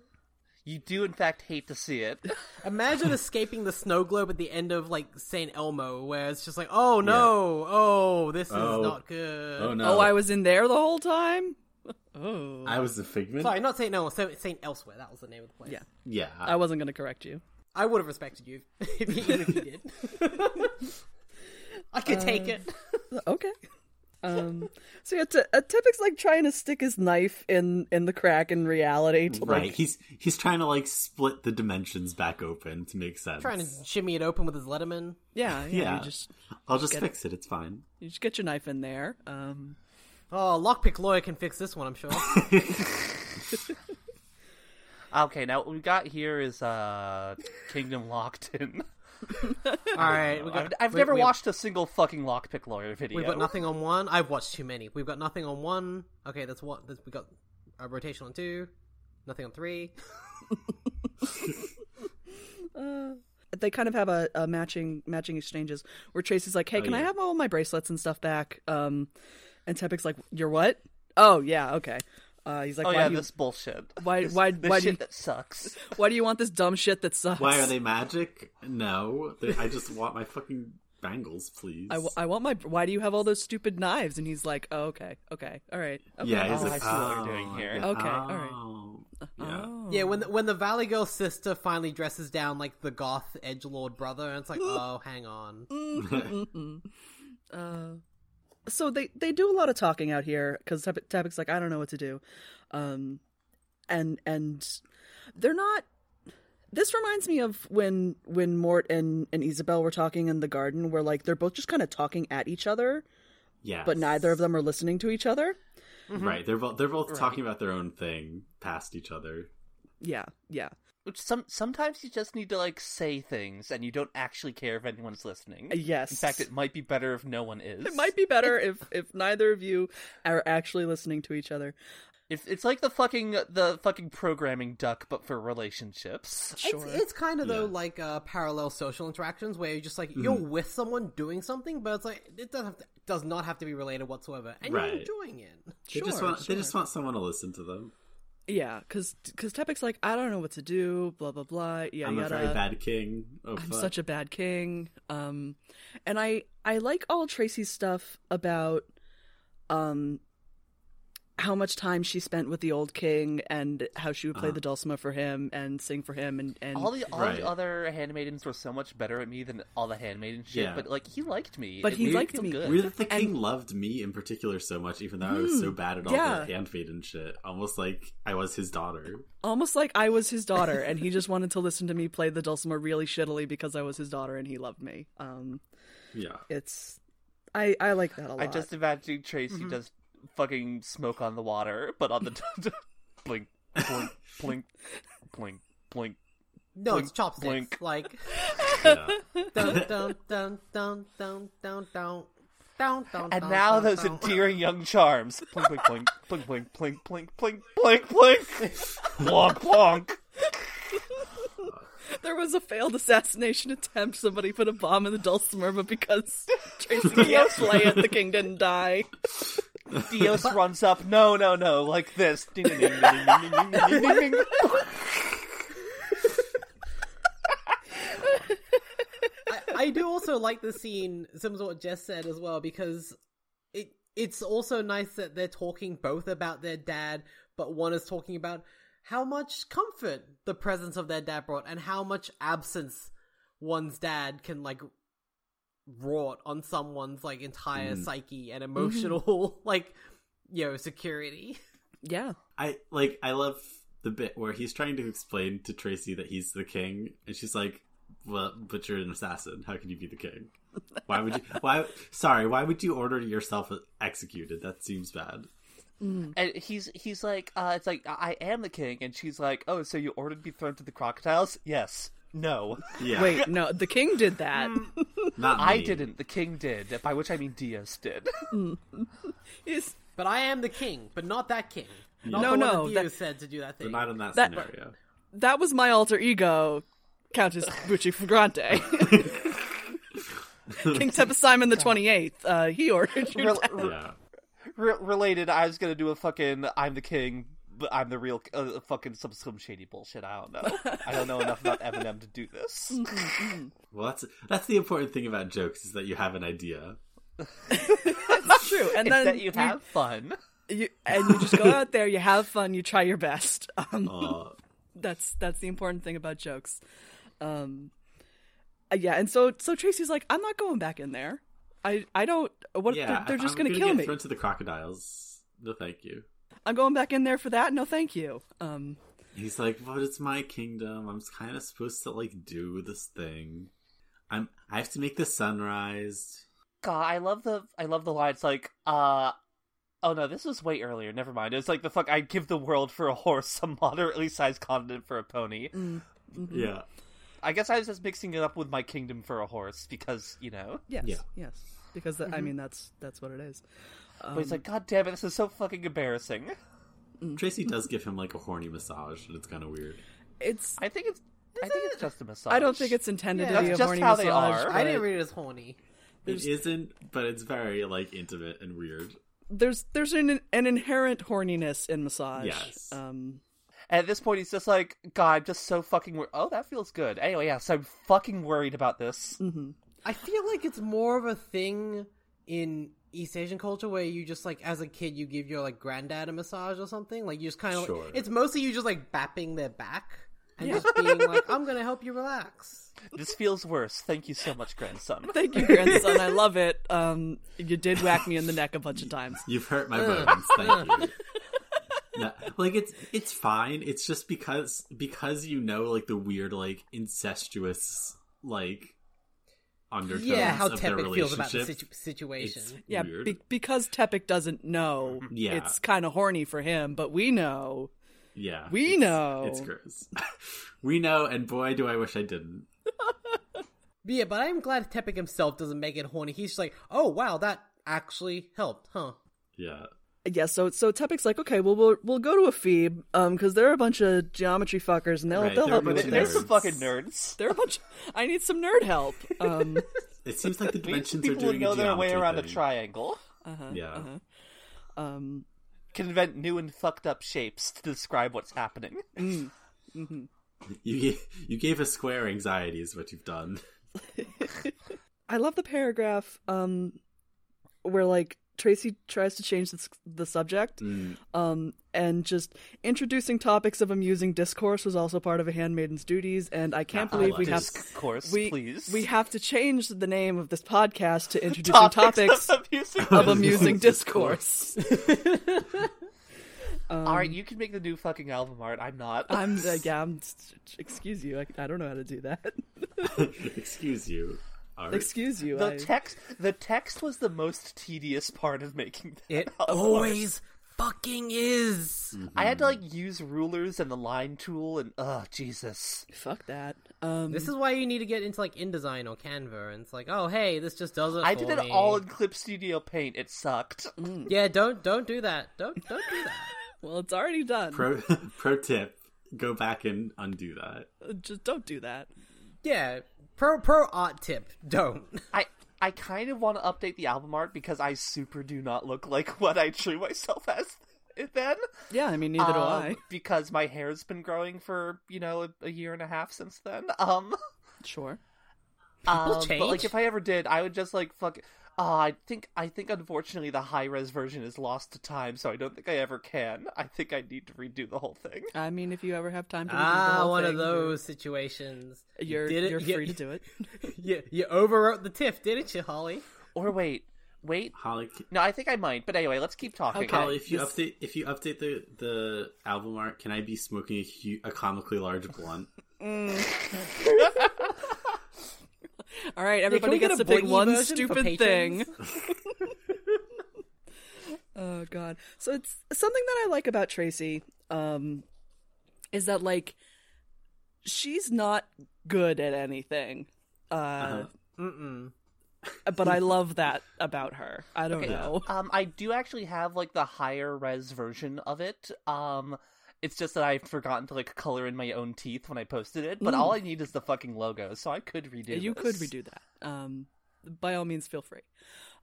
A: You do in fact hate to see it.
C: Imagine escaping the snow globe at the end of like Saint Elmo, where it's just like, oh no, oh this
B: Oh.
C: is not good.
B: Oh no.
D: Oh, I was in there the whole time. [LAUGHS] Oh,
B: I was a figment.
C: Sorry, not Saint Elmo, Saint, Saint Elsewhere. That was the name of the place.
D: Yeah.
B: Yeah.
D: I wasn't going to correct you.
C: I would have respected you [LAUGHS] if you, even if you [LAUGHS] did. I could take it.
D: Okay. Um. [LAUGHS] so yeah, t- uh, Tepic's like trying to stick his knife in in the crack in reality. To,
B: right.
D: Like,
B: He's he's trying to like split the dimensions back open to make sense.
C: Trying to shimmy it open with his Letterman.
D: yeah. Yeah.
B: Yeah.
D: You just
B: I'll just fix it. It's fine.
D: you just get your knife in there. Um.
C: Oh, lockpick lawyer can fix this one,
A: [LAUGHS]
C: I'm sure.
A: Okay, now what we got here is uh Kingdom Locked In.
C: All right, we got,
A: I've, I've
C: we-
A: never
C: we-
A: watched a single fucking lockpick lawyer video.
C: We've got nothing on one. I've watched too many. We've got nothing on one. Okay, that's one. That's, we got a rotation on two. Nothing on three.
D: they kind of have a, a matching matching exchanges where Tracy's like, "Hey, can I
B: Oh, yeah.
D: have all my bracelets and stuff back?" Um, and Tepic's like, "You're what? Oh yeah, okay." Uh, he's like,
A: Oh
D: why,
A: yeah,
D: do you,
A: this bullshit.
D: why-
A: This-
D: why-
A: this
D: why do
A: shit
D: you-
A: that sucks?
D: [LAUGHS] why do you want this dumb shit that sucks?"
B: Why are they magic? No, They- I
D: [LAUGHS]
B: just want my fucking bangles, please.
D: I, w- I want my. Why do you have all those stupid knives? And he's like, "Oh, okay, okay, all right." Okay.
B: Yeah, he's
A: Oh,
B: like,
A: I see what you're doing
B: "Oh,
A: here."
B: yeah,
D: Okay, all right.
B: oh." Yeah.
D: Oh.
C: Yeah, when the, when the Valley Girl sister finally dresses down like the goth edge lord brother, and it's
A: Mm.
C: like, oh, hang on.
D: so they they do a lot of talking out here because Tapic's like, I don't know what to do, um, and and they're not. This reminds me of when when Mort and and Isabel were talking in the garden, where like they're both just kind of talking at each other,
B: Yes.
D: but neither of them are listening to each other. Mm-hmm.
B: Right. They're both they're both talking about their own thing past each other.
D: Yeah, yeah,
A: Which some sometimes you just need to like say things, and you don't actually care if anyone's listening.
D: yes.
A: In fact, it might be better if no one is.
D: It might be better if if neither of you are actually listening to each other.
A: If it's like the fucking the fucking programming duck, but for relationships.
D: Sure.
C: It's, it's kind of though
B: Yeah.
C: like uh, parallel social interactions where you're just like
A: Mm.
C: you're with someone doing something, but it's like it doesn't have to, does not have to be related whatsoever, and
B: Right.
C: you're enjoying it.
B: They just
D: Sure,
B: want
D: sure.
B: they just want someone to listen to them.
D: Yeah, because because Tepic's like, I don't know what to do, blah blah blah. Yeah,
B: I'm
D: yada.
B: a very bad king. Oh,
D: I'm
B: fuck.
D: such a bad king. Um, and I I like all Tracy's stuff about um how much time she spent with the old king and how she would play the dulcimer for him and sing for him and and
A: All the all
B: Right.
A: the other handmaidens were so much better at me than all the handmaiden shit.
B: Yeah.
A: But like he liked me.
D: But
A: It
D: he
A: made
D: liked
A: him
D: me.
A: Good.
B: Weird that the
D: And- Mm,
B: king loved me in particular so much, even though I was so bad at all
D: yeah.
B: the handmaid and shit. Almost like I was his
D: [LAUGHS]
B: daughter.
D: almost like I was his daughter and he just wanted to listen to me play the dulcimer really shittily because I was his daughter and he loved me. Um,
B: Yeah.
D: it's I I like that a lot.
A: I just imagine Tracy
D: Mm-hmm.
A: does fucking smoke on the water, but on the [LAUGHS] blink, blink, blink, blink, blink.
C: No,
A: Blink,
C: it's chopsticks.
A: blink.
C: Like
B: yeah.
A: [LAUGHS]
C: dun dun dun dun dun dun dun. Down, down,
D: Oh,
A: And now those endearing young charms. Plink, plink, plink, plink, plink, plink, plink, plink, plink,
D: [LAUGHS]
A: plink. Plonk, plonk.
D: [LAUGHS] There was a failed assassination attempt. Somebody put a bomb in the dulcimer,
A: [LAUGHS]
D: but because Tracy can't
A: Yes.
D: play it, the king didn't die.
A: [LAUGHS] Dios runs up. No, no, no. Like this. Ding, ding, ding, ding, ding, ding, ding, ding, ding.
C: I do also like the scene, similar to what Jess said as well, because it it's also nice that they're talking both about their dad, but one is talking about how much comfort the presence of their dad brought and how much absence one's dad can like wrought on someone's like entire
A: Mm.
C: psyche
A: Mm-hmm.
C: and emotional [LAUGHS] like you know security
D: Yeah.
B: I like I love the bit where he's trying to explain to Tracy that he's the king, and she's like, "Well, but you're an assassin. How can you be the king? Why would you? Why? Sorry, why would you order yourself executed? That seems bad."
A: And he's he's like, uh, it's like I I am the king, and she's like, oh, so you ordered to be thrown to the crocodiles? Yes. No,
B: Yeah,
D: Wait, no, the king did that.
A: Mm.
B: not
A: I
B: me.
A: didn't. The king did. By which I mean Dios did. [LAUGHS]
D: He's-
C: but i am the king but not that king not
D: No,
C: the
D: no,
C: one that,
D: that-
C: Theo said to do that thing
B: Not in that,
D: That-
B: scenario.
D: that was my alter ego, Countess
B: [LAUGHS]
D: Bucci Fragrante. King Tepes Simon the 28th. Uh, he ordered you.
A: Rel-
D: to-
A: re-
B: Yeah,
A: re- related, I was gonna do a fucking I'm the king, but I'm the real uh, fucking some some shady bullshit. I don't know. I don't know enough about Eminem to do this.
B: well, that's that's the important thing about jokes is that you have an idea.
D: That's true. And
A: it's
D: then
A: that you have fun.
D: you- and you just go out there, you have fun, you try your best. [LAUGHS] Um,
B: Uh,
D: that's that's the important thing about jokes. Um, uh, yeah, and so so Tracy's like, I'm not going back in there. I I don't. What
B: yeah,
D: they're, they're
B: if
D: just
B: I'm
D: going to kill
B: get
D: me.
B: Thrown to the crocodiles. No, thank you.
D: I'm going back in there for that. No, thank you. Um,
B: He's like, but it's my kingdom. I'm kind of supposed to like do this thing. I'm. I have to make the sunrise.
A: God, I love the I love the line. It's like, uh, oh no, this was way earlier. Never mind. It's like the fuck. Mm.
D: Mm-hmm.
A: I'd give the world for a horse, a moderately sized continent for a pony.
B: Yeah.
A: I guess I was just mixing it up with my kingdom for a horse because you know.
D: Yes,
B: Yeah.
D: yes, because the,
C: Mm-hmm.
D: I mean that's that's what it is.
A: but he's like, God damn it, this is so fucking embarrassing.
D: Mm-hmm.
B: Tracy does give him like a horny massage, and it's kind of weird.
D: It's
A: I think it's. I think it's just a massage.
D: I don't think it's intended
C: Yeah.
D: to be a
A: That's just
D: horny
A: how they
D: massage.
A: are.
C: I didn't
D: but
C: read it as horny.
B: It isn't, but it's very like intimate and weird.
D: There's there's an an inherent horniness in massage.
B: Yes.
D: Um.
A: And at this point, he's just like, God, I'm just so fucking. Wor- oh, that feels good. Anyway, yeah, so I'm fucking worried about this.
C: I feel like it's more of a thing in East Asian culture where you just like as a kid you give your like granddad a massage or something. Like you just kind of
B: Sure.
C: it's mostly you just like bapping their back and just being like, "I'm gonna help you relax."
A: this feels worse. Thank you so much, grandson. [LAUGHS]
D: Thank you, grandson. I love it. Um. You did whack me in the neck a bunch of times.
B: You've hurt my
C: Uh.
B: bones. Thank
C: [LAUGHS]
B: you. No, like it's it's fine. It's just because because you know like the weird like incestuous like undertones
C: yeah, how
B: of their
C: Tepic feels about the
B: relationship.
C: situ- situation.
B: It's
D: Yeah,
B: weird.
D: be- because Tepic doesn't know.
B: Yeah.
D: It's kind of horny for him, but we know.
B: yeah,
D: we
B: it's-
D: know.
B: it's gross. [LAUGHS] we know, and boy, do I wish I didn't.
C: But yeah, but I'm glad Tepic himself doesn't make it horny. He's just like, "Oh wow, that actually helped, huh?"
B: Yeah,
D: Yeah, so so Tepic's like, okay, well we'll we'll go to a Phoebe, um, because they're a bunch of geometry fuckers, and they'll
B: Right,
D: they'll
B: they're
D: help me
B: a bunch
D: with
B: of
A: They're
D: this.
A: some
B: nerds.
A: fucking nerds.
D: They're a bunch. I need some nerd help. Um,
B: it seems
A: [LAUGHS]
B: like the dimensions are
A: People who
B: doing
A: know
B: a
A: their way
B: geometry
A: around a
B: thing.
A: triangle
B: Yeah,
C: Uh-huh,
D: um,
A: can invent new and fucked up shapes to describe what's
D: [LAUGHS]
A: happening.
B: you [LAUGHS] gave, you gave a square anxiety is what you've done. [LAUGHS]
D: I love the paragraph um, where like Tracy tries to change the, s- the subject, um, and just introducing topics of amusing discourse was also part of a handmaiden's duties, and I can't
B: I
D: believe
B: love
D: we have.
A: Disc course,
D: We,
A: please.
D: we have to change the name of this podcast to introducing topics
A: of abusing.
D: [LAUGHS] of amusing discourse.
A: All right, you can make the new fucking album art. I'm not.
D: Um, [LAUGHS]
A: [LAUGHS]
D: I'm the yeah. I'm, excuse you. I, I don't know how to do that. [LAUGHS]
B: Excuse you. Art.
D: excuse you.
A: the
D: I-
A: text. The text was the most tedious part [LAUGHS] of making that.
C: It
A: album art.
C: always fucking is.
A: I had to
D: Mm-hmm.
A: like use rulers and the line tool and oh Jesus.
D: Fuck that. Um,
C: This is why you need to get into like InDesign or Canva, and it's like, "Oh hey, this just does it."
A: I
C: for
A: did it
C: me."
A: all in Clip Studio Paint. It sucked.
D: Mm.
C: Yeah, don't don't do that. Don't don't do [LAUGHS] that.
D: well, it's already done.
B: Pro [LAUGHS] pro tip: go back and undo that.
D: Uh, Just don't do that.
C: Yeah, pro pro art tip. Don't. [LAUGHS]
A: I I kind of want to update the album art because I super do not look like what I drew myself as [LAUGHS] then.
D: Yeah, I mean, neither do
A: Um,
D: I. [LAUGHS]
A: Because my hair's been growing for you know a, a year and a half since then. [LAUGHS] Um,
D: Sure.
A: um,
C: change.
A: but like if I ever did, I would just like fuck. Uh, I think I think unfortunately the high res version is lost to time, so I don't think I ever can. I think I need to redo the whole thing.
D: I mean, if you ever have time to redo the
C: Ah,
D: whole
C: one
D: thing,
C: of those situations.
D: You're
C: did
D: you're,
C: it-
D: you're
C: you-
D: free to
C: [LAUGHS]
D: do it.
C: You, you overwrote the tiff, didn't you, Holly?
A: Or wait, wait.
B: Holly,
A: No, I think I might. But anyway, let's keep talking.
D: Okay.
B: Holly, if you update if you update the the album art, can I be smoking a, hu- a comically large blunt?
D: All right, everybody
C: Can we
D: gets
C: get a
D: to pick
C: blingy
D: one
C: version for
D: stupid
C: patrons? [LAUGHS]
D: thing. Oh god. So it's something that I like about Tracy um is that like she's not good at anything. Uh,
C: Uh-huh.
D: But I love that about her. I don't know.
A: [LAUGHS] Um, I do actually have like the higher res version of it. Um, it's just that I've forgotten to like color in my own teeth when I posted it. But all I need is the fucking logo, so I could redo.
D: you
A: this.
D: could redo that. Um, by all means, feel free.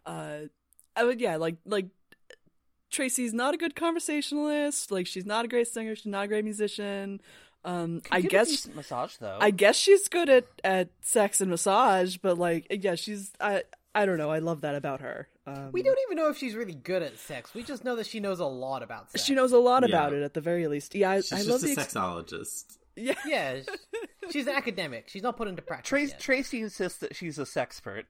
D: Uh, I would, yeah, like like Tracy's not a good conversationalist. Like she's not a great singer. She's not a great musician. Um, I
A: Give it a
D: guess
A: decent massage though.
D: I guess she's good at at sex and massage, but like, yeah, she's I I don't know. I love that about her. Um,
C: We don't even know if she's really good at sex. We just know that she knows a lot about sex.
D: she knows a lot
B: Yeah.
D: about it at the very least. Yeah, I, I
B: She's
D: love
B: just a
D: the
B: [LAUGHS]
D: ex- [LAUGHS]
B: sexologist.
C: [LAUGHS] Yeah, sh- she's an academic. She's not put into practice.
A: Trace,
C: yet.
A: Tracy insists that she's a sexpert.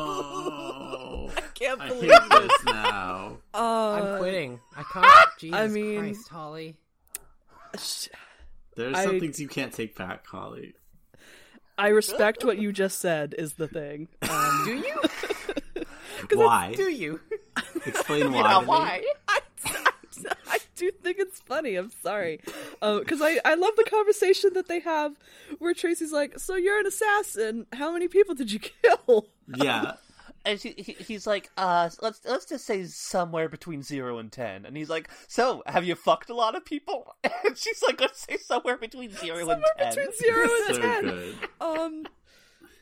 B: Oh, I
D: can't
B: I
D: believe
B: hate this now.
D: Uh,
C: I'm quitting. uh, [LAUGHS] I can't. Jesus
D: mean-
C: Christ, Holly.
B: There's some
D: I-
B: things you can't take back, Holly.
D: I respect what you just said is
A: [LAUGHS]
D: the thing. Um,
C: Do you?
B: Why?
C: Do you?
D: [LAUGHS]
C: [LAUGHS]
B: Explain why.
A: Yeah,
B: to me.
A: why?
D: [LAUGHS] I, I do think it's funny. I'm sorry, because I I love the conversation that they have where Tracy's like, "So you're an assassin? How many people did you kill?" [LAUGHS]
B: Yeah.
A: [LAUGHS] And she, he, he's like, uh, let's let's just say somewhere between zero and ten. And he's like, so have you fucked a lot of people? [LAUGHS] And she's like, let's say somewhere between zero
D: Somewhere
A: and ten.
D: between zero and
B: so
D: ten.
B: good.
D: Um,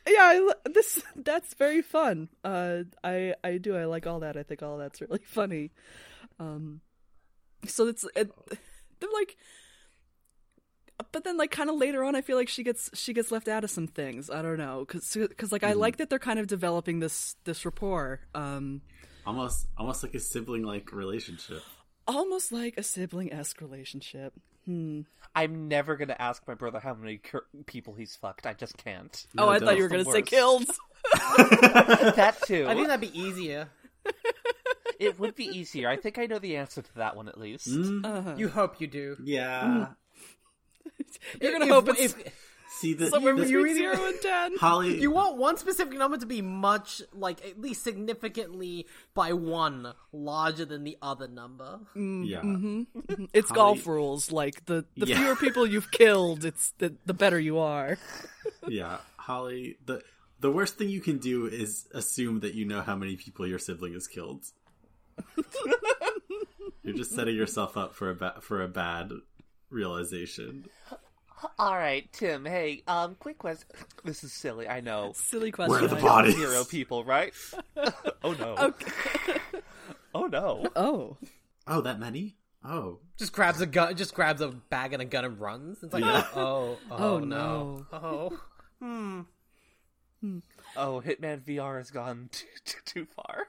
D: yeah, I, li- this that's very fun. Uh, I I do I like all that. I think all that's really [LAUGHS] funny. Um, so it's it, they're like, but then like kind of later on, I feel like she gets she gets left out of some things. I don't know because like
A: Mm-hmm.
D: I like that they're kind of developing this this rapport. Um,
B: Almost, almost like a sibling-like relationship.
D: almost like a sibling esque relationship. Hmm.
A: I'm never gonna ask my brother how many cur- people he's fucked. I just can't.
D: oh, I thought you were
A: that's
D: gonna
A: the
D: say
A: worst.
D: killed.
A: that too.
C: I [LAUGHS] think that'd be easier.
A: it would be easier. I think I know the answer to that one at least.
B: Mm,
D: Uh-huh.
C: You hope you do.
B: yeah.
D: [LAUGHS] Mm. You're gonna
C: If-
D: hope it's
C: if,
B: See the,
D: [LAUGHS] somewhere
B: this-
D: between
C: really-
D: zero and ten.
B: Holly.
C: you want one specific number to be much like at least significantly by one larger than the other number.
B: yeah.
D: Mm-hmm. It's
B: Holly-
D: golf rules. Like the, the
B: Yeah.
D: fewer people
A: [LAUGHS]
D: you've killed, it's the, the better you are.
B: Yeah, Holly. the The worst thing you can do is assume that you know how many people your sibling has killed. You're just setting yourself up for a ba- for a bad realization.
A: All right, Tim. Hey, um, quick question. This is silly. I know.
D: Silly question.
B: Where are the
D: I know.
B: bodies?
A: Zero people, right? [LAUGHS] oh no. Oh no.
D: Oh,
B: Oh, that many? Oh,
C: Just grabs a gun, just grabs a bag and a gun and runs. It's like,
B: Yeah.
C: oh, oh,
D: Oh,
C: no, oh.
A: Oh, Hitman VR has gone [LAUGHS] too, too, too far.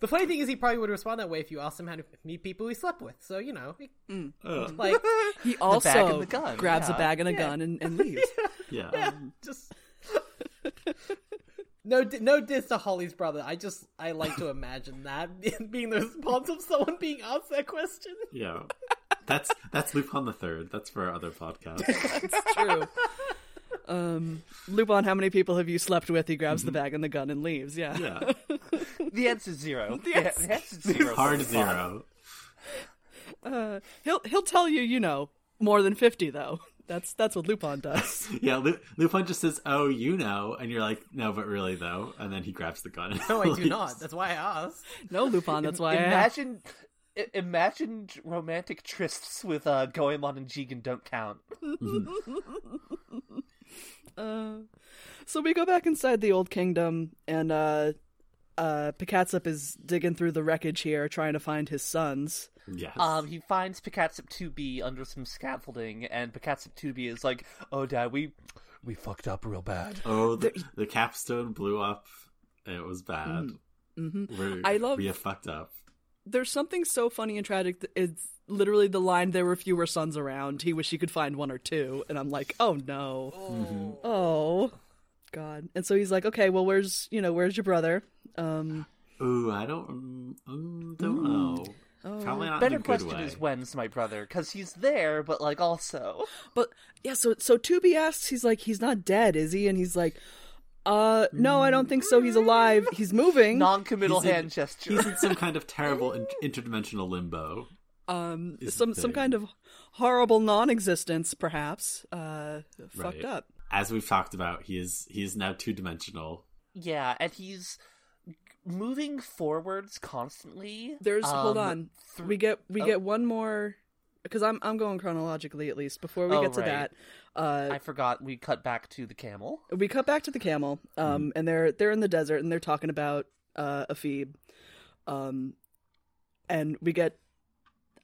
C: The funny thing is, he probably would respond that way if you asked him how to meet people he slept with. So you know,
B: Ugh.
C: [LAUGHS] like
D: he also
A: and the gun,
D: grabs a
A: yeah.
D: bag and a gun and,
A: [LAUGHS]
D: and leaves.
B: yeah.
C: just no, di- no diss to Holly's brother. I just I like to imagine that [LAUGHS] being the response of someone being asked that question.
B: yeah. That's that's Lupin the Third. That's for our other podcast.
D: It's true. Um, Lupin, how many people have you slept with? He grabs
A: Mm-hmm.
D: the bag and the gun and leaves. Yeah.
B: Yeah,
A: The answer's zero.
D: [LAUGHS] The
A: Yeah,
D: answer-
A: the answer's zero.
B: hard zero.
D: Uh, he'll he'll tell you, you know, more than fifty though. That's that's what
A: [LAUGHS]
D: Lupin does.
B: Yeah, Lu- Lupin just says, "Oh, you know," and you're like, "No, but really though." And then he grabs the gun. and
C: [LAUGHS] No, Oh, I do
B: leaves.
C: not. That's why I asked.
D: No, Lupin. That's why. I asked.
A: Imagine, i- imagine romantic trysts with uh, Goemon and Jigen don't count.
D: Uh, so we go back inside the old kingdom, and uh, uh, Picatsup is digging through the wreckage here, trying to find his sons.
B: [LAUGHS] Yes.
A: Um, he finds Picatsup 2B under some scaffolding, and Picatsup 2B is like, "Oh, Dad, we we fucked up real bad."
B: Oh, the, the capstone blew up. and It was bad. We're,
D: Mm. Mm-hmm. I love-
B: We have fucked up.
D: There's something so funny and tragic. that It's literally the line, there were fewer sons around. He wished he could find one or two. And I'm like, oh no. Oh, God. And so he's like, okay, well, where's, you know, where's your brother? Um,
B: Ooh, I don't mm, mm, don't know.
D: Oh.
B: Probably not in
A: Better
B: a good
A: question
B: way.
A: is when's my brother? Because he's there, but like also,
D: But yeah, so so Tubi asks, he's like, he's not dead, is he? And he's like, uh, no, I don't think so. He's alive. He's moving.
A: non-committal
B: He's in-
A: hand gesture.
B: He's in some kind
A: [LAUGHS]
B: of terrible in- interdimensional limbo.
D: um,
B: is
D: some
B: the
D: some
B: thing.
D: kind of horrible non-existence, perhaps. Uh, fucked
B: Right.
D: up.
B: As we've talked about, he is he is now two dimensional.
A: Yeah, and he's moving forwards constantly.
D: There's hold
A: Um, oh.
D: on. we get we get one more because I'm I'm going chronologically at least before we
A: Oh,
D: get to
A: right.
D: that. Uh,
A: I forgot we cut back to the camel.
D: we cut back to the camel
A: Mm-hmm.
D: um and they're they're in the desert and they're talking about uh Afib. um and we get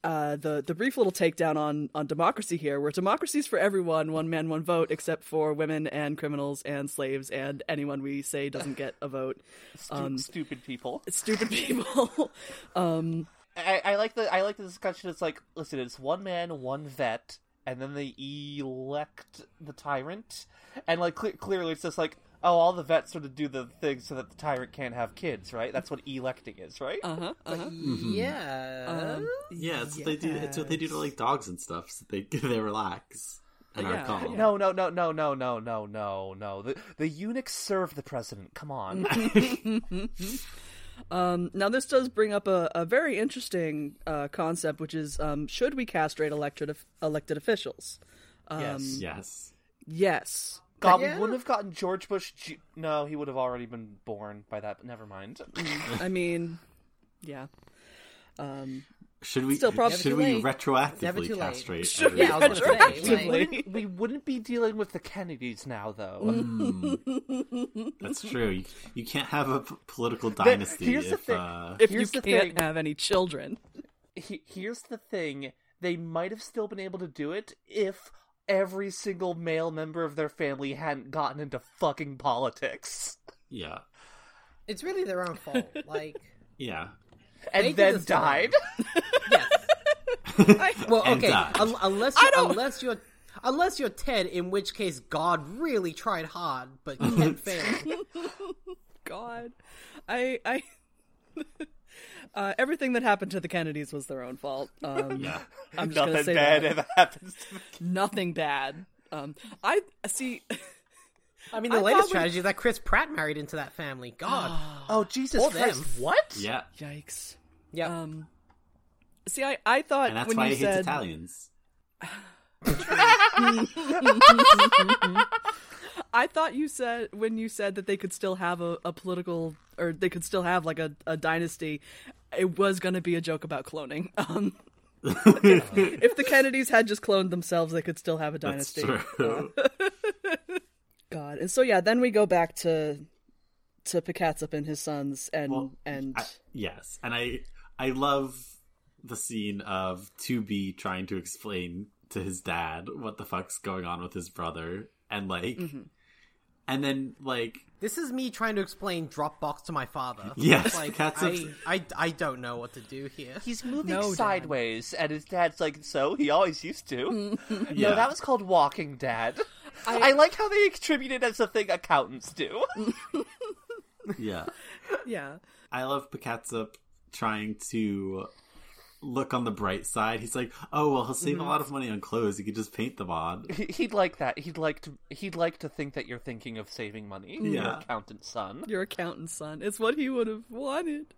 D: uh the the brief little takedown on on democracy here where democracy's for everyone one man one vote except for women and criminals and slaves and anyone we say doesn't get a vote
A: Stu-
D: Um,
A: stupid people.
D: it's stupid [LAUGHS] people um
A: I, I like the I like the discussion. It's like, listen, it's one man, one vet, and then they elect the tyrant, and like cle clearly it's just like, oh, all the vets sort of do the thing so that the tyrant can't have kids, right? That's what electing is, right?
D: uh-huh uh-huh
C: Yeah.
D: Um,
B: Yeah, it's what they do. It's what they do to like dogs and stuff. So they [LAUGHS] they relax and
D: Yeah,
B: are calm.
A: No, no, no, no, no, no, no,
D: [LAUGHS]
A: no, no. The the eunuchs serve the president. Come on.
D: Um, now, this does bring up a, a very interesting uh, concept, which is um, should we castrate elected, elected officials? Um,
A: yes.
B: Yes.
D: Yes.
A: God,
D: Yeah.
A: we wouldn't have gotten George Bush. Ju- no, he would have already been born by that. Never
C: [LAUGHS]
A: mind. [LAUGHS]
D: I mean, yeah. Um,
B: Should we?
D: Still probably
B: should
D: too
B: we
D: late.
C: Never too
B: retroactively
C: late.
B: castrate?
D: Should we
C: Yeah, I
B: everyone?
C: was gonna say,
D: retroactively?
C: like-
A: wouldn't, we wouldn't be dealing with the Kennedys now, though.
C: Mm.
D: [LAUGHS]
B: That's true. You, you can't have a p- political
A: That-
B: dynasty
A: here's the
B: if
A: thing.
B: uh,
D: if
A: Here's
D: you
A: the
D: can't
A: thing.
D: have any children.
A: [LAUGHS] he- here's the thing they might have still been able to do it if every single male member of their family hadn't gotten into fucking politics
B: yeah,
C: It's really their own fault. [LAUGHS] Like,
B: yeah.
A: and
C: They did
A: then
C: this to them.
A: died
C: yes. well,
B: And
C: okay.
B: died.
C: Un- unless you,
D: don't-
C: unless you're unless you're Ted, in which case God really tried hard, but Ted failed.
D: God, I, I, [LAUGHS] uh, everything that happened to the Kennedys was their own fault.
B: [LAUGHS]
D: Um, [LAUGHS]
B: Yeah.
D: I'm just gonna
A: nothing
D: say
A: bad
D: that.
A: ever happens to the
D: Nothing bad. Um, I see.
C: [LAUGHS]
D: [LAUGHS]
C: I mean, the
D: I
C: latest
D: thought we-
C: tragedy is that Chris Pratt married into that family. [GASPS] God.
A: oh jesus
C: Poor [LAUGHS] them.
A: christ what
B: Yeah.
D: Yikes.
C: yeah.
D: Um, see, I, I thought
B: And that's
D: when
B: why he
D: you
B: hates
D: said
B: Italians.
D: I thought you said when you said that they could still have a, a political or they could still have like a, a dynasty. It was going to be a joke about cloning. [LAUGHS] Um, if, if the Kennedys had just cloned themselves, they could still have a
B: That's
D: dynasty. [LAUGHS]
B: true.
D: God, and so yeah, then we go back to to Picatsup and his sons, and
B: Well,
D: and
B: I- [LAUGHS] yes, and I I love the scene of 2B trying to explain to his dad what the fuck's going on with his brother, and like,
D: Mm-hmm.
B: and then like,
C: This is me trying to explain Dropbox to my father.
B: Yes,
C: Like,
B: that's
C: I,
B: a-
C: I, I don't know what to do here.
A: He's moving
D: No, Dad.
A: sideways, and his dad's like, "So he always used to."
C: Mm.
A: [LAUGHS]
B: yeah,
A: No, that was called walking, Dad. [LAUGHS] I, like how they attribute it as a thing accountants do. [LAUGHS]
D: [LAUGHS]
B: yeah.
D: yeah,
B: I love Picatsup trying to look on the bright side. He's like, oh well, he'll save
D: Mm-hmm.
B: a lot of money on clothes. He could just paint them on.
A: He- he'd like that. He'd like to. He'd like to think that you're thinking of saving money, your
B: Yeah.
A: accountant son.
D: your accountant son. It's what he would have wanted.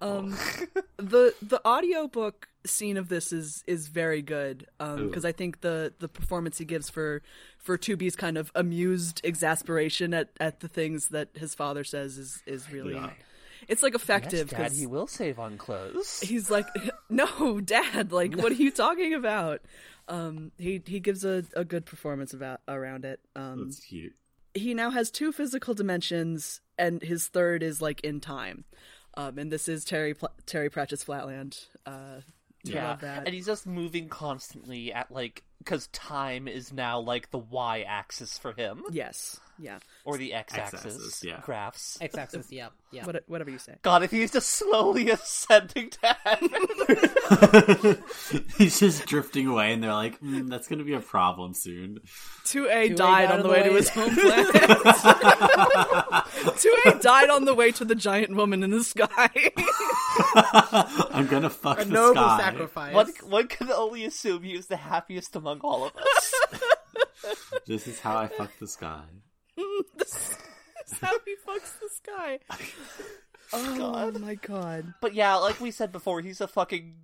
D: Um,
A: Oh. [LAUGHS]
D: the the audiobook scene of this is is very good because I think the the performance he gives for for Two B's kind of amused exasperation at at the things that his father says is is really
B: Yeah.
D: it's like
A: Yes,
D: effective.
A: Dad,
D: 'cause-
A: he will save on
D: [LAUGHS]
A: clothes.
D: he's like no dad like what are
A: [LAUGHS]
D: you talking about um he he gives a, a good performance about around it um
B: That's cute.
D: he now has two physical dimensions and his third is like in time um and this is terry Pl- terry pratchett's flatland uh
A: yeah,
D: love that.
A: and he's just moving constantly at like because time is now like the y axis for him
D: yes yeah
A: or the x
B: X-axis,
A: axis.
B: yeah.
A: graphs.
C: X-axis, yep, yep.
D: what, whatever you say
A: God, if he's just slowly [LAUGHS] ascending to heaven.
B: [LAUGHS] [LAUGHS] He's just drifting away, and they're like, mm, that's going to be a problem soon. [LAUGHS]
D: 2a died on the way to his [LAUGHS] home planet 2a died on the way to the giant woman in the sky [LAUGHS]
B: I'm going to fuck
C: A
B: the
C: noble
B: sky.
C: sacrifice.
A: one, one can only assume he was the happiest among all of
B: [LAUGHS]
A: us.
B: This is how I fuck the sky.
D: That's how he fucks the sky [LAUGHS] oh my god
A: But yeah, like we said before, he's a fucking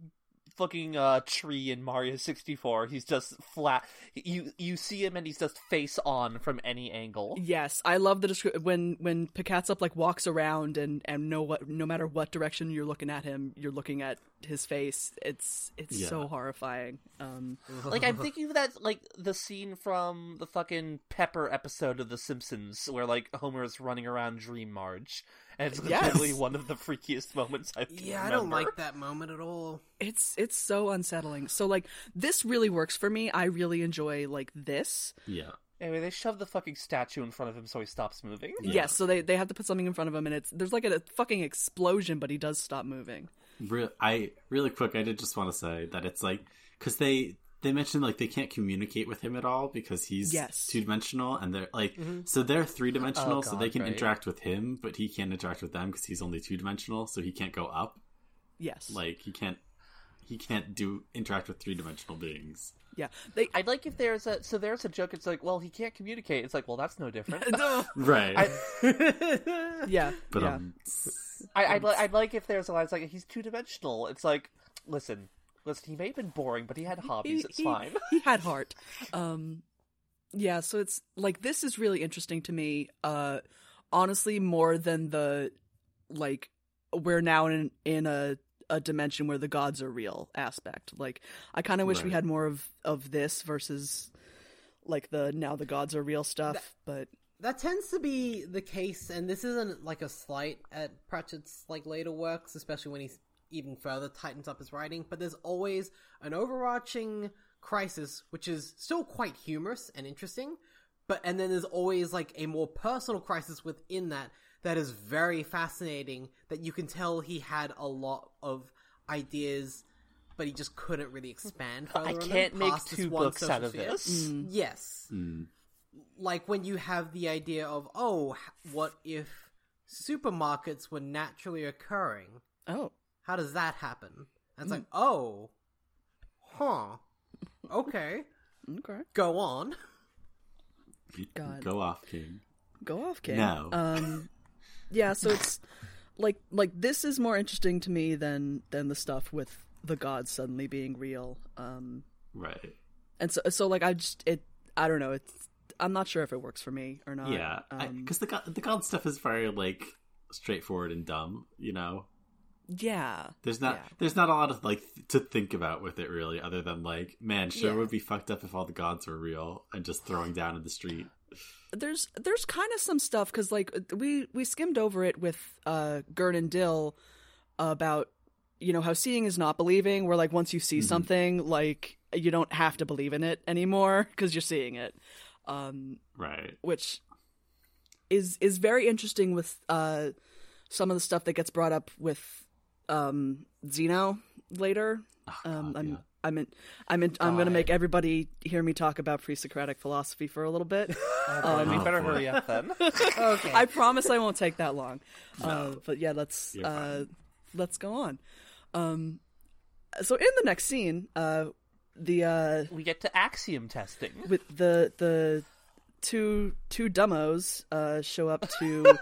A: fucking uh, tree in Mario 64. He's just flat. You you see him and he's just face on from any angle.
D: Yes, I love the description when when Picatsup like walks around and and no what no matter what direction you're looking at him, you're looking at his face. It's it's
B: Yeah.
D: so horrifying. Um,
A: Like
C: [LAUGHS]
A: I'm thinking of that like the scene from the fucking Pepper episode of The Simpsons where like Homer is running around Dream Marge, and it's
D: Yes.
A: literally one of the freakiest [LAUGHS] moments I've.
C: yeah, I don't like that moment at all.
D: it's it's so unsettling. So like this really works for me. I really enjoy like this.
B: Yeah.
A: Anyway, they shove the fucking statue in front of him so he stops moving.
B: Yeah.
D: Yes, so they they have to put something in front of him, and it's there's like a, fucking explosion, but he does stop moving.
B: Re- I really quick. I did just want to say that it's like because they they mentioned like they can't communicate with him at all because he's
D: Yes.
B: two dimensional and they're like so they're three dimensional
A: Oh,
B: so they
A: God,
B: can
A: right.
B: interact with him but he can't interact with them because he's only two dimensional so he can't go up
D: Yes,
B: like he can't he can't do interact with three dimensional beings.
D: Yeah, they. [LAUGHS]
A: I'd like if there's a so there's a joke. It's like, well, he can't communicate. It's like, well, that's no different.
B: [LAUGHS]
D: No.
B: Right.
A: I-
D: yeah,
B: but
D: yeah.
B: um
A: I, I'd, li- I'd like if there's a line it's like he's two dimensional. It's like, listen, listen, he may have been boring, but he had hobbies. it's
D: [LAUGHS]
A: fine.
D: he had heart. Um, yeah, so it's like this is really interesting to me. Uh, honestly, more than the like we're now in in a a dimension where the gods are real aspect. Like I kind of wish we
B: Right.
D: had more of of this versus like the now the gods are real stuff. But
C: that tends to be the case, and this isn't like a slight at Pratchett's like later works, especially when he even further tightens up his writing. But there's always an overarching crisis, which is still quite humorous and interesting. But and then there's always like a more personal crisis within that that is very fascinating. That you can tell he had a lot of ideas, but he just couldn't really expand. Further
A: I
C: on them
A: can't make
C: past this
A: two
C: one
A: books
C: social
A: out of
C: sphere.
A: this.
D: Mm.
C: Yes
B: Mm.
C: like when you have the idea of oh h- what if supermarkets were naturally occurring
D: oh,
C: how does that happen and it's like
B: Mm.
C: oh huh okay
D: okay,
C: go on
D: God.
B: go off king.
D: go off, King.
B: No.
D: Um, yeah, so it's like like this is more interesting to me than than the stuff with the gods suddenly being real. Um,
B: Right.
D: and so so like I just it I don't know it's I'm not sure if it works for me or not.
B: Yeah,
D: um,
B: because the god, the god stuff is very like straightforward and dumb. You know,
D: yeah,
B: there's not
D: Yeah.
B: there's not a lot of like th- to think about with it really, other than like, man, sure
D: Yeah.
B: would be fucked up if all the gods were real and just throwing down in the street.
D: there's there's kind of some stuff because like we we skimmed over it with uh Gern and Dill about you know how seeing is not believing. Where like once you
B: Mm-hmm.
D: see something, like you don't have to believe in it anymore because you're seeing it. Um, [LAUGHS]
B: Right.
D: which is is very interesting with uh, some of the stuff that gets brought up with um, Zeno later. um, I'm
B: Oh, yeah.
D: I'm in, I'm in, I'm going to
A: God.
D: make everybody hear me talk about pre-Socratic philosophy for a
B: [LAUGHS]
D: little bit.
A: Um, we
B: Oh,
A: better
B: boy.
A: hurry up
D: [LAUGHS]
A: then.
C: [LAUGHS] okay
D: I promise I won't take that long. Uh, but yeah, let's
B: You're
D: uh, let's go on. Um, so in the next scene, uh, the uh,
A: we get to axiom testing.
D: with the the two two dummos uh, show up [LAUGHS] to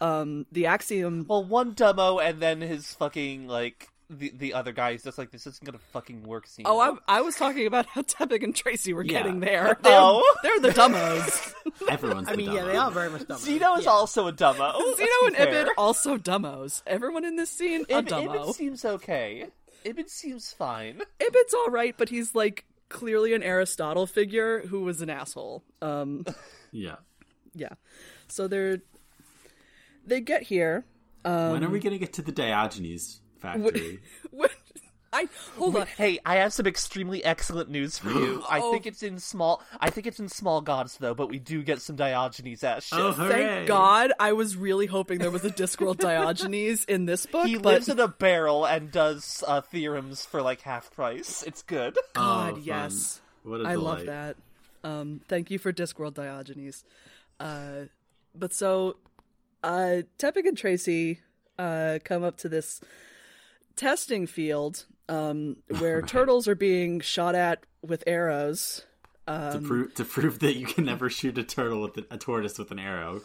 D: um, the axiom
A: Well, one dumbo and then his fucking like the the other guy is just like this isn't gonna fucking work. Scene.
D: Oh, I, I was talking about how Tepig and Tracy were
B: Yeah.
D: getting there. They're,
A: Oh.
D: they're [LAUGHS] the dummos.
B: Everyone's.
C: i
B: the
C: mean yeah
B: dumb
C: they
B: one.
C: are
D: [LAUGHS]
C: very much dumb
A: Zeno is
C: Yeah.
A: also a dumbo.
D: Zeno and Ibid also dummos. Everyone in this scene a
A: Ibid, Ibid
D: dumbo.
A: seems okay. Ibid seems fine.
D: Ibid's all right, but he's like clearly an Aristotle figure who was an asshole. Um,
B: Yeah.
D: yeah. So they're they get [LAUGHS] here.
B: when
D: Um,
B: are we gonna get to the Diogenes factory?
D: When, I hold on.
A: Hey, I have some extremely excellent news for
D: [GASPS]
A: you. I
D: Oh.
A: think it's in small. I think it's in small gods though, but we do get some Diogenes ass shit.
B: [LAUGHS] oh, hooray!
D: Thank God, I was really hoping there was a [LAUGHS] Discworld Diogenes in this book.
A: he
D: but
A: lives in a barrel and does uh, theorems for like half price. It's
D: [LAUGHS]
A: good.
B: Oh,
D: God,
B: fun.
D: yes.
B: What a
D: I love
B: delight.
D: that. Um, thank you for Discworld Diogenes. Uh, but so, uh, Tepig and Tracy uh, come up to this testing field um, [LAUGHS] where turtles are being shot at with arrows. Um,
B: to prove to prove that you can never shoot a turtle with a, a tortoise with an arrow.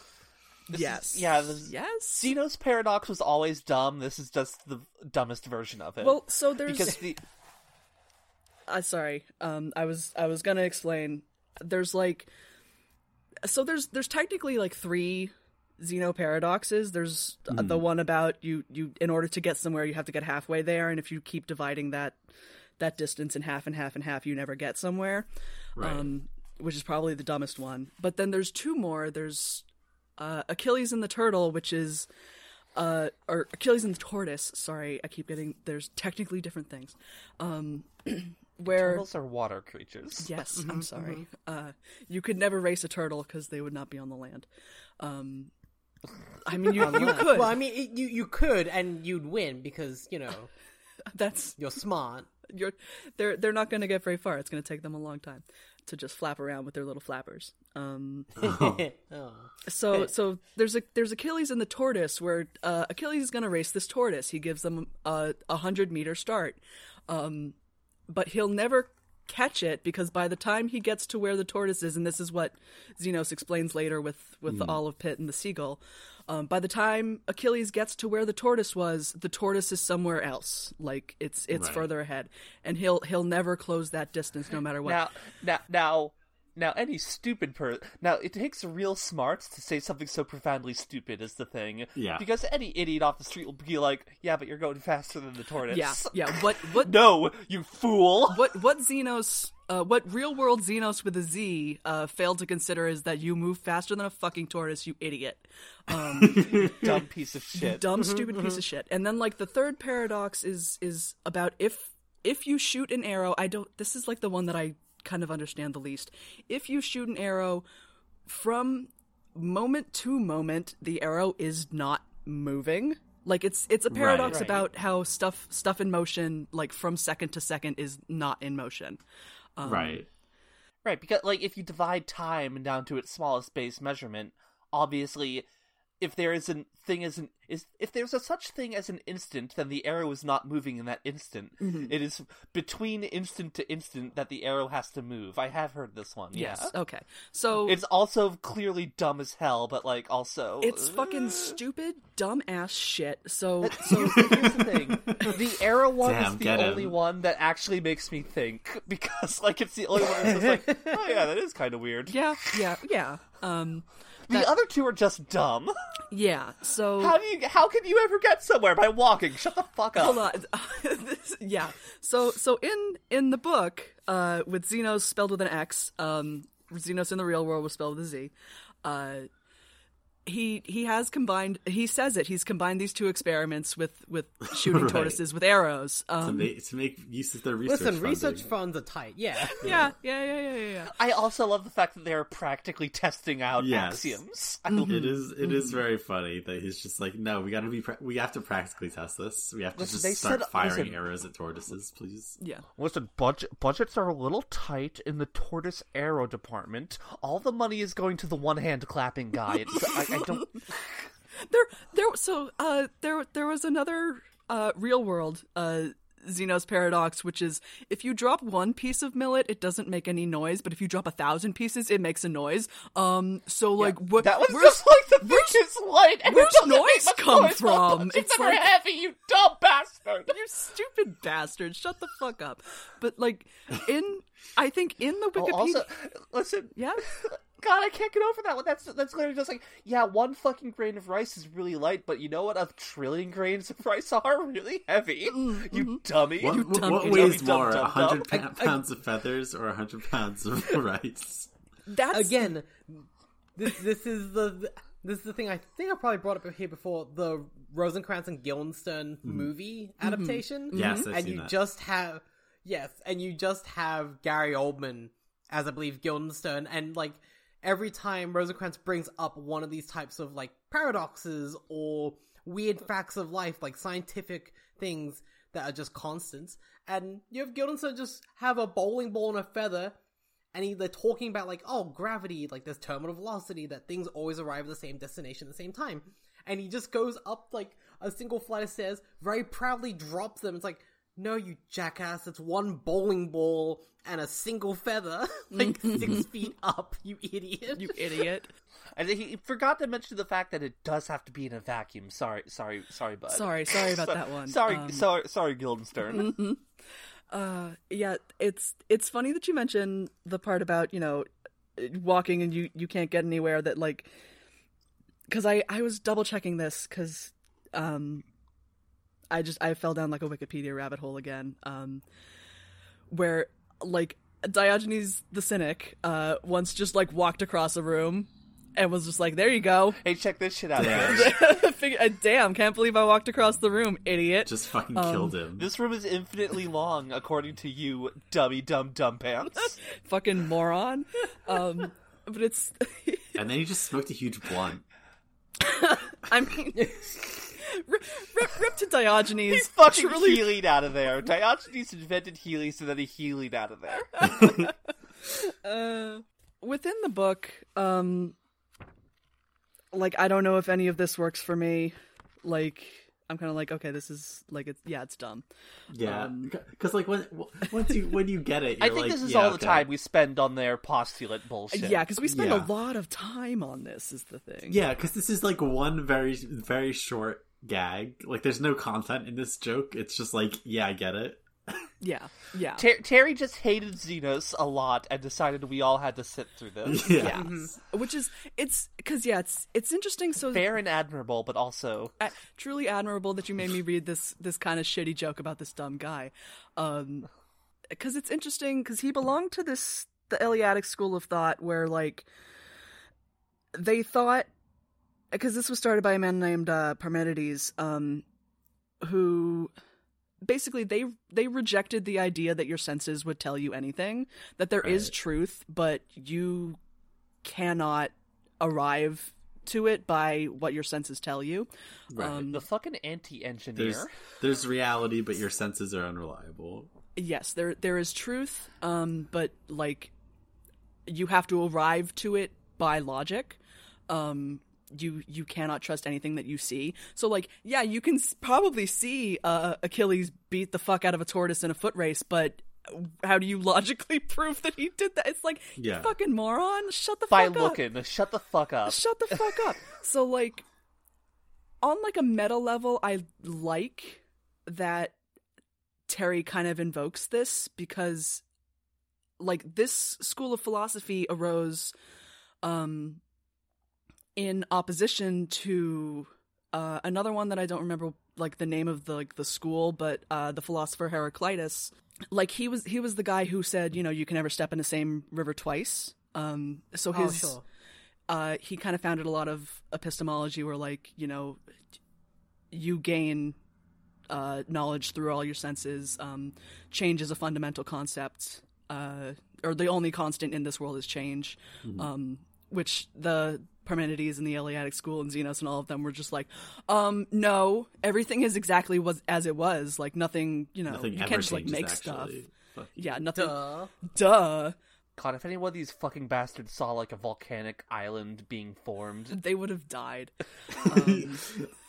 D: yes.
A: yeah, this-
D: yes.
A: Zeno's paradox was always dumb. This is just the dumbest version of it.
D: well, so there's. [LAUGHS]
A: because the
D: uh, sorry um i was i was gonna explain there's like so there's there's technically like three xeno paradoxes there's uh the one about you you in order to get somewhere you have to get halfway there and if you keep dividing that that distance in half and half and half you never get somewhere
B: Right.
D: um which is probably the dumbest one but then there's two more there's uh achilles and the turtle which is uh or achilles and the tortoise sorry i keep getting there's technically different things um [CLEARS THROAT] where
A: turtles are water creatures.
D: Yes, I'm sorry. Uh, you could never race a turtle because they would not be on the land. Um, I mean, you, you could.
C: well i mean it, you you could and you'd win because you know
D: That's
C: you're smart
D: you're. They're they're not going to get very far. It's going to take them a long time to just flap around with their little flappers. Um,
C: Oh.
D: so so there's a there's Achilles and the tortoise where uh, Achilles is going to race this tortoise. He gives them a a hundred meter start. Um, but he'll never catch it because by the time he gets to where the tortoise is, and this is what Xenos explains later with with the olive pit and the seagull. Um, by the time Achilles gets to where the tortoise was, the tortoise is somewhere else. Like it's it's
B: Right.
D: further ahead, and he'll he'll never close that distance no matter what.
A: Now, now, now, now, any stupid person. Now, it takes real smarts to say something so profoundly stupid is the thing.
B: Yeah.
A: Because any idiot off the street will be like, "Yeah, but you're going faster than the tortoise."
D: yeah, yeah. What what
A: No, you fool.
D: what what Xenos, uh, what real world Xenos with a Z uh, failed to consider is that you move faster than a fucking tortoise, you idiot,
A: [LAUGHS] Dumb piece of shit. Mm-hmm,
D: dumb, stupid piece of shit. And then like the third paradox is is about if if you shoot an arrow, I don't. This is like the one that I kind of understand the least. If you shoot an arrow from moment to moment, the arrow is not moving. Like it's it's a paradox
A: Right.
D: about how stuff stuff in motion, like from second to second, is not in motion. Um,
B: right.
A: Right, because like if you divide time down to its smallest base measurement, obviously, if there is an thing as an is if there's a such thing as an instant, then the arrow is not moving in that instant.
D: Mm-hmm.
A: It is between instant to instant that the arrow has to move. I have heard this one. yeah.
D: Yes. Okay. So
A: Uh, It's also clearly dumb as hell, but like also uh,
D: it's fucking stupid, dumb ass shit. So
A: So here's the
D: [LAUGHS]
A: thing: the arrow one
B: Damn,
A: is the
B: get him.
A: only one that actually makes me think [LAUGHS] because, like, it's the only one that's just
D: [LAUGHS]
A: like, oh yeah, that is kind of weird.
D: yeah, yeah, yeah, um,
A: The other two are just dumb.
D: yeah. So
A: How do you? How can you ever get somewhere by walking? Shut the fuck up.
D: hold on. [LAUGHS] This- yeah. So so in in the book, uh, with Xenos spelled with an X, um, Xenos in the real world was spelled with a Z. Uh, he he has combined. He says it. He's combined these two experiments with with shooting
B: Right.
D: tortoises with arrows.
B: To
D: Um,
B: make, to make use of their research.
C: Listen,
B: funding.
C: research funds are tight.
B: [LAUGHS]
C: Yeah.
D: yeah, yeah, yeah, yeah, yeah, yeah.
A: I also love the fact that they are practically testing out
B: Yes.
A: axioms. I love-
B: It is. It
A: Mm-hmm.
B: is very funny that he's just like, no, we got to be. Pra- we have to practically test this. We have to
A: Listen,
B: just
A: they
B: start
A: said-
B: firing
A: listen.
B: arrows at tortoises, please.
D: Yeah.
A: Listen, budget budgets are a little tight in the tortoise arrow department. All the money is going to the one hand clapping guy. It's, I, I [LAUGHS] don't.
D: there there so uh there there was another uh real world uh Zeno's paradox, which is if you drop one piece of millet, it doesn't make any noise, but if you drop a thousand pieces, it makes a noise. Um, so like what?
A: That was
D: where's,
A: just like the biggest light. And it
D: where's
A: doesn't make
D: noise
A: much
D: come
A: noise,
D: from?
A: It's,
D: It's
A: never
D: like-
A: heavy, you dumb [LAUGHS] bastard.
D: [LAUGHS] you stupid bastard! Shut the fuck up. But like in, I think in the Wikipedia,
A: Well, Oh, also, listen.
D: yeah,
A: [LAUGHS] God, I can't get over that one. That's that's literally just like, yeah, one fucking grain of rice is really light, but you know what? A trillion grains of rice [LAUGHS] are really heavy.
D: Mm-hmm.
A: You dummy.
B: What,
A: You
B: what,
D: dumb
B: what
D: dumb
B: weighs
A: dumb
B: more,
A: dumb
B: a hundred
A: dumb.
B: pa-
A: [LAUGHS]
B: pounds of feathers or a hundred pounds of [LAUGHS] rice?
D: that's
C: Again, this this is the this is the thing I think I probably brought up here before the Rosencrantz and Guildenstern movie adaptation.
B: Mm-hmm. Yes, I've
C: and
B: seen
C: you
B: that.
C: just have yes, and you just have Gary Oldman as I believe Guildenstern, and like every time Rosencrantz brings up one of these types of like paradoxes or weird facts of life, like scientific things that are just constants, and you have Guildenstern just have a bowling ball and a feather. And he, they're talking about like, oh, gravity, like there's terminal velocity, that things always arrive at the same destination at the same time. And he just goes up like a single flight of stairs, very proudly drops them. It's like, no, you jackass, it's one bowling ball and a single feather, [LAUGHS]
D: [LAUGHS]
C: like six feet up, you idiot.
D: [LAUGHS] you
A: [LAUGHS]
D: idiot.
A: And he he forgot to mention the fact that it does have to be in a vacuum. Sorry, sorry, sorry, bud. [LAUGHS]
D: Sorry, sorry about that one.
A: Sorry,
D: Um, mm-hmm.
A: sorry, sorry, Guildenstern.
D: Uh, yeah it's it's funny that you mention the part about you know walking and you you can't get anywhere that like because i i was double checking this because um i just i fell down like a wikipedia rabbit hole again um where like diogenes the cynic uh once just like walked across a room and was just like there you go [LAUGHS]
A: hey, check this shit out.
B: [LAUGHS] Yeah.
A: guys.
D: Fig- uh, damn can't believe i walked across the room idiot
B: Just fucking
A: Um,
B: killed him.
A: This room is infinitely long, according to you, dummy, dumb, dumb pants.
D: fucking moron [LAUGHS] um but it's [LAUGHS]
B: And then he just smoked a huge blunt.
D: I
B: [LAUGHS]
D: mean, rip, rip, rip to Diogenes.
A: He fucking
D: truly,
A: Healy'd out of there. Diogenes invented Healy, so then he Healy'd out of there.
D: uh, within the book, um, like I don't know if any of this works for me. Like, I'm kind of like, okay, this is like it's yeah, it's dumb.
B: Yeah,
D: Um,
B: because like when once you when you get it,
A: I
B: you're
A: think
B: like,
A: this is
B: yeah,
A: all the
B: okay.
A: time we spend on their postulate bullshit.
D: Yeah, because we spend
B: Yeah.
D: a lot of time on this. Is the thing.
B: Yeah, because this is like one very very short gag. Like there's no content in this joke. It's just like yeah, I get it.
D: yeah, yeah.
A: Ter- Terry just hated Xenos a lot and decided we all had to sit through this.
B: [LAUGHS] Yeah.
D: Mhm. Which is it's because yeah, it's it's interesting. So
A: Fair and admirable, but also
D: a- truly admirable that you made me read this this kind of shitty joke about this dumb guy, Um 'cause because it's interesting because he belonged to this the Eleatic school of thought where like they thought because this was started by a man named uh, Parmenides, um, who basically they they rejected the idea that your senses would tell you anything that there is
B: Right.
D: truth but you cannot arrive to it by what your senses tell you
B: Right.
A: the fucking anti-engineer.
B: there's there's reality, but your senses are unreliable.
D: yes there there is truth um but like you have to arrive to it by logic um you you cannot trust anything that you see so like yeah you can s- probably see uh achilles beat the fuck out of a tortoise in a foot race but how do you [LAUGHS] logically prove that he did that it's like
B: Yeah.
D: you fucking moron shut the
A: By
D: fuck up
A: looking, shut the fuck up.
D: shut the fuck up so like on like a meta level i like that terry kind of invokes this because like this school of philosophy arose um in opposition to uh another one that i don't remember like the name of the like the school but uh the philosopher heraclitus like he was he was the guy who said you know you can never step in the same river twice um so
C: Oh,
D: his
C: sure.
D: uh, he kind of founded a lot of epistemology where like you know you gain uh, knowledge through all your senses um, change is a fundamental concept uh, or the only constant in this world is change
B: Mm-hmm.
D: um, which the Parmenides and the Eleatic school and Xenos and all of them were just like, um, no, everything is exactly was as it was. Like nothing, you know,
B: Nothing
D: Oh, you
B: ever
D: can't just like
B: changes,
D: make
B: actually. [LAUGHS]
D: stuff.
B: Fuck.
D: Yeah, nothing.
C: Duh.
D: duh.
A: God, if any one of these fucking bastards saw like a volcanic island being formed,
D: They would have died.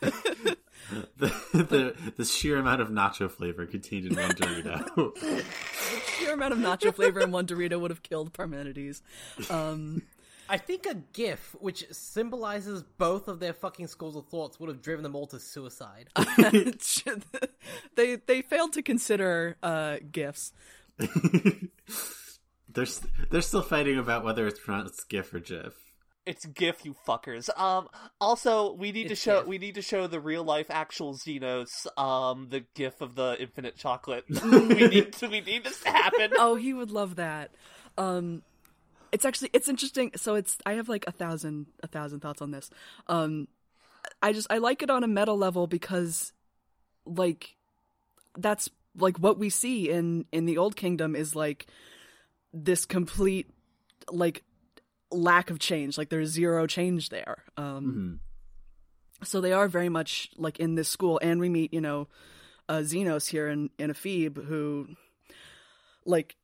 B: the, the the sheer amount of nacho flavor contained in one Dorito.
D: Pure amount of nacho flavor in one Dorito would have killed Parmenides. Um, [LAUGHS]
C: I think a GIF which symbolizes both of their fucking schools of thoughts would have driven them all to suicide.
D: they they failed to consider uh, gifts.
B: [LAUGHS] they're st- they're still fighting about whether it's pronounced GIF or JIF.
A: it's GIF, you fuckers. Um, also, we need to
C: It's
A: show
C: GIF.
A: we need to show the real life actual Xenos, um, the GIF of the infinite [LAUGHS] chocolate. we need to, we need this to happen.
D: [LAUGHS] Oh, he would love that. Um, it's actually it's interesting. So it's I have like a thousand a thousand thoughts on this. Um, I just I like it on a meta level because like that's like what we see in in the old kingdom is like this complete like lack of change like there's zero change there um so they are very much like in this school and we meet you know uh xenos here in in Ephebe who like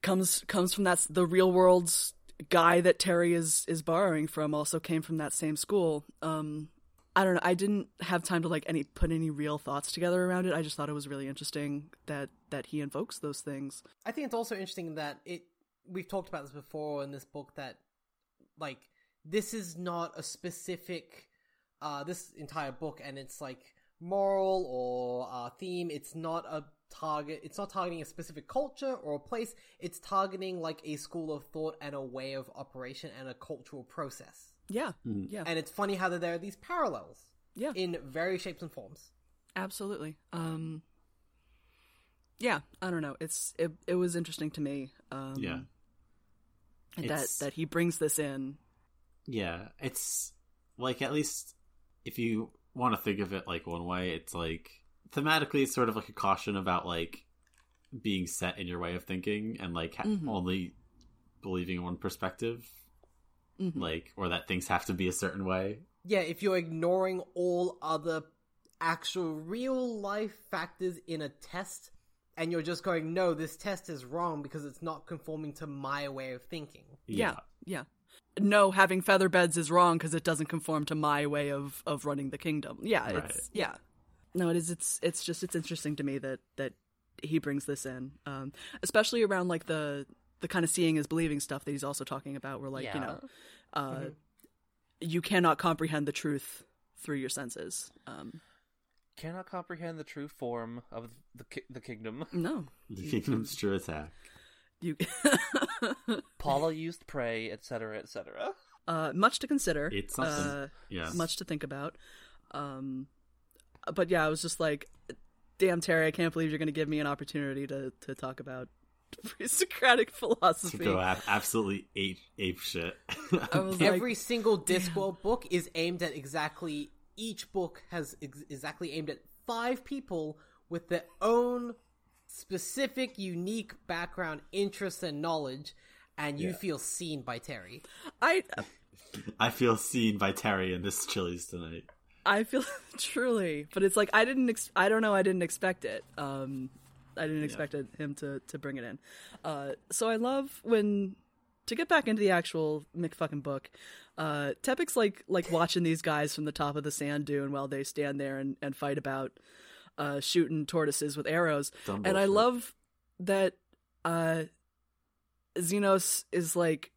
D: comes comes from that's the real world's guy that terry is is borrowing from also came from that same school um I don't know. I didn't have time to like any put any real thoughts together around it. I just thought it was really interesting that that he invokes those things.
C: I think it's also interesting that it we've talked about this before in this book that like this is not a specific uh this entire book and it's like moral or uh theme it's not a target it's not targeting a specific culture or a place it's targeting like a school of thought and a way of operation and a cultural process
D: Yeah, yeah,
C: and it's funny how that there are these parallels
D: yeah.
C: in various shapes and forms
D: Absolutely. Um Yeah, I don't know. It's it it was interesting to me. Um
B: Yeah,
D: that
B: It's-
D: that he brings this in.
B: yeah. It's like at least if you want to think of it like one way, it's like thematically, it's sort of like a caution about like being set in your way of thinking and like ha-
D: Mm-hmm.
B: only believing in one perspective,
D: Mm-hmm.
B: like or that things have to be a certain way.
C: Yeah, if you're ignoring all other actual real life factors in a test and you're just going, no, this test is wrong because it's not conforming to my way of thinking.
D: Yeah. Yeah. No, having feather beds is wrong because it doesn't conform to my way of of running the kingdom. Yeah,
B: Right.
D: it's yeah. no, it is. It's it's just it's interesting to me that that he brings this in, um, especially around like the the kind of seeing is believing stuff that he's also talking about. Where like you know, uh, you cannot comprehend the truth through your senses. Um,
A: [LAUGHS] Cannot comprehend the true form of the ki- the kingdom.
D: no,
B: The [LAUGHS] kingdom's true attack.
D: you [LAUGHS]
A: Paula used prey, etc., etc.
D: uh, much to consider.
B: It's something.
D: Uh,
B: yeah.
D: much to think about. Um, but yeah, I was just like, damn, Terry, I can't believe you're going to give me an opportunity to, to talk about [LAUGHS] pre-Socratic
B: to
D: philosophy.
B: go ab- absolutely ape, ape shit. [LAUGHS]
D: I was like,
C: Every single Discworld book is aimed at exactly each book has ex- exactly aimed at five people with their own specific, unique background, interests, and knowledge, and you feel seen by Terry.
D: I,
B: I feel seen by Terry in this Chili's tonight.
D: I feel [LAUGHS] truly, but it's like I didn't. Ex- I don't know. I didn't expect it. Um, I didn't expect it, him to to bring it in. Uh, so I love when to get back into the actual McFucking book. Uh, Tepic's like like watching these guys from the top of the sand dune while they stand there and and fight about uh, shooting tortoises with arrows.
B: Dumb
D: and I
B: bullshit.
D: love that uh, Xenos is like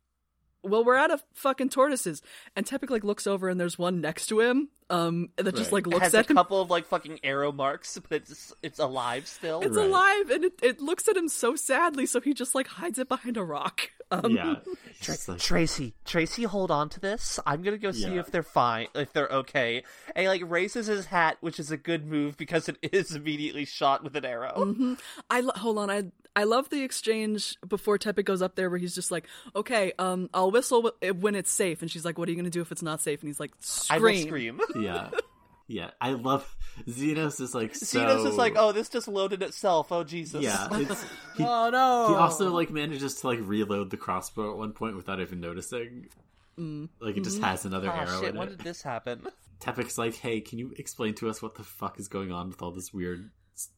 D: well, we're out of fucking tortoises. And Tepic like looks over and there's one next to him, um, that just
B: Right.
D: like looks
A: Has a
D: at him.
A: couple of like fucking arrow marks, but it's it's alive still.
D: It's
B: Right.
D: alive and it, it looks at him so sadly, so he just like hides it behind a rock. [LAUGHS] Um,
B: yeah. It's
A: Tra-
B: just like,
A: Tracy, Tracy, hold on to this. I'm gonna go see
B: Yeah.
A: if they're fine, if they're okay. And he, like raises his hat, which is a good move because it is immediately shot with an arrow.
D: I lo- hold on. I I love the exchange before Tepic goes up there where he's just like, "Okay, um, I'll whistle w- when it's safe," and she's like, "What are you gonna do if it's not safe?" And he's like,
A: I
D: "Scream!"
A: will [LAUGHS] scream.
B: yeah. Yeah. I love Xenos is like so
A: Xenos is like, oh, this just loaded itself. Oh Jesus. [LAUGHS]
B: Yeah. It's, he,
C: Oh no!
B: he also like manages to like reload the crossbow at one point without even noticing.
A: Mm.
B: Like it just has another
A: Ah,
B: arrow
A: shit,
B: in
A: when
B: it.
A: did this [LAUGHS] happen?
B: Tepic's like, hey, can you explain to us what the fuck is going on with all this weird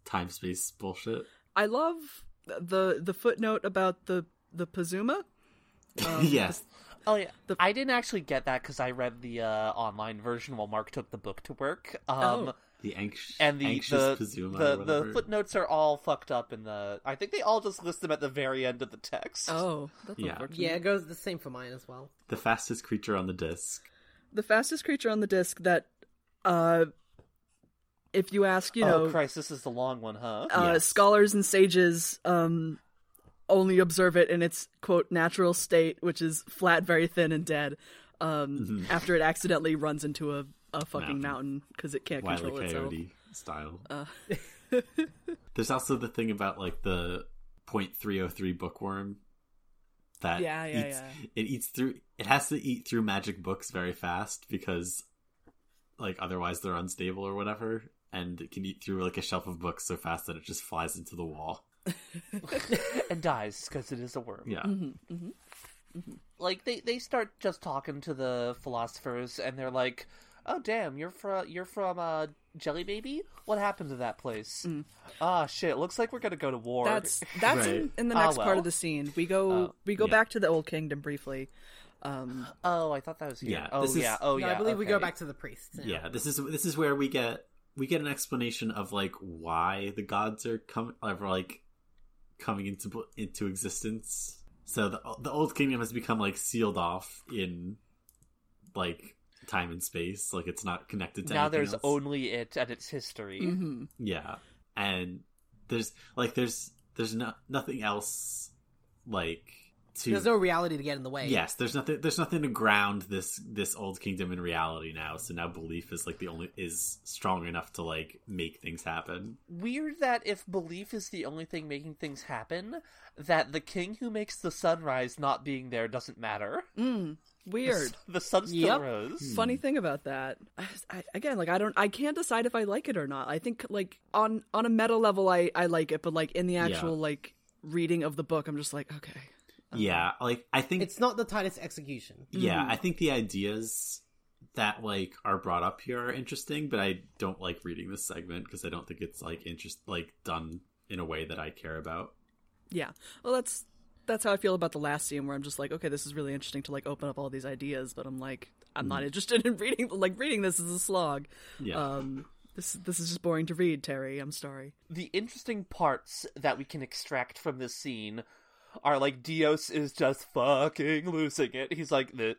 B: time space bullshit?
D: I love the the footnote about the the Pazuma.
B: [LAUGHS] yes.
A: Oh yeah, I didn't actually get that because I read the uh, online version while Mark took the book to work. Um,
D: Oh.
B: The anxious
A: And the
B: anxious
A: the,
B: Pazuma
A: the,
B: or
A: the
B: whatever.
A: footnotes are all fucked up in the. I think they all just list them at the very end of the text.
D: Oh, that's
B: Yeah.
A: Mm-hmm.
D: unfortunate.
C: yeah, it goes the same for mine as well.
B: the fastest creature on the disc.
D: the fastest creature on the disc that uh if you ask you know
A: oh Christ, this is the long one, huh?
D: uh
B: Yes.
D: scholars and sages um only observe it in its quote natural state which is flat very thin and dead um after it accidentally runs into a a fucking
B: Mm-hmm. Mountain.
D: mountain because it can't
B: Wile E.
D: control itself Uh.
B: Coyote style. [LAUGHS] There's also the thing about like the .303 bookworm that
D: Yeah, yeah,
B: eats,
D: yeah.
B: it eats through. It has to eat through magic books very fast because, like, otherwise they're unstable or whatever, and it can eat through like a shelf of books so fast that it just flies into the wall.
A: and dies because it is a worm.
B: Yeah,
D: Mm-hmm.
A: Like they they start just talking to the philosophers, and they're like, "Oh damn, you're from you're from uh, Jelly Baby. What happened to that place?
C: Mm.
A: Ah shit, looks like we're gonna go to war.
D: that's that's
B: [LAUGHS]
D: in,
B: Right.
D: in the
A: Ah,
D: next part
A: well.
D: of the scene we go we go
B: yeah.
D: back to the old kingdom briefly [GASPS] um
A: oh, I thought that was here.
B: Yeah,
A: oh
B: this is-
A: yeah, oh
C: No,
A: yeah.
C: I believe we go
A: okay.
C: back to the priests. now.
B: yeah. This is this is where we get we get an explanation of like why the gods are coming are like coming into bl- into existence. So the the old kingdom has become like sealed off in like time and space. Like it's not connected to
A: now
B: anything
A: there's
B: else.
A: only it and its history.
C: Mm-hmm.
D: mhm.
B: yeah, and there's like there's there's no, nothing else like to
C: There's no reality to get in the way.
B: yes there's nothing there's nothing to ground this this old kingdom in reality now so now belief is like the only is strong enough to like make things happen
A: Weird that if belief is the only thing making things happen, that the king who makes the sunrise not being there doesn't matter. [LAUGHS]
D: Mm, weird
A: The sun still
C: Yep.
A: rose.
D: funny thing about that I, I, again like i don't i can't decide if i like it or not i think like on on a meta level i i like it but like in the actual like reading of the book i'm just like okay
B: yeah like i think
C: It's not the tightest execution.
B: yeah i think the ideas that like are brought up here are interesting but i don't like reading this segment because i don't think it's like interest like done in a way that i care about
D: yeah well that's that's how i feel about the last scene where i'm just like okay this is really interesting to like open up all [LAUGHS] these ideas but i'm like i'm not interested in reading like reading this is a slog
B: yeah
D: um This this is just boring to read, Terry. I'm sorry.
A: the interesting parts that we can extract from this scene are like Dios is just fucking losing it. He's like, "The-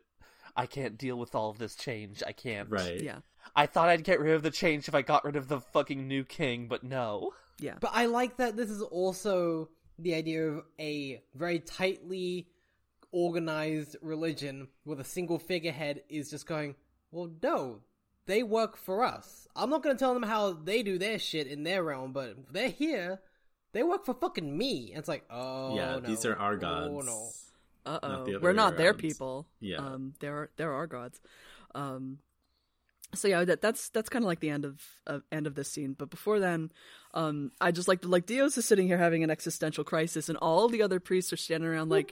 A: I can't deal with all of this change. I can't.
B: Right.
D: Yeah.
A: I thought I'd get rid of the change if I got rid of the fucking new king, but no.
D: Yeah.
C: But I like that this is also the idea of a very tightly organized religion where the single figurehead is just going, well, no, they work for us. I'm not going to tell them how they do their shit in their realm, but if they're here. They work for fucking me. And it's like, oh,
B: yeah,
C: no.
B: these are our gods.
C: Oh, no.
D: Uh
B: Not the
D: oh,
B: other
D: we're
B: way
D: not their
B: around.
D: people.
B: Yeah.
D: um, there there are gods. Um, so yeah, that, that's that's kind of like the end of, of end of this scene. But before then, um, I just like like Dios is sitting here having an existential crisis, and all the other priests are standing around
B: [LAUGHS]
D: like,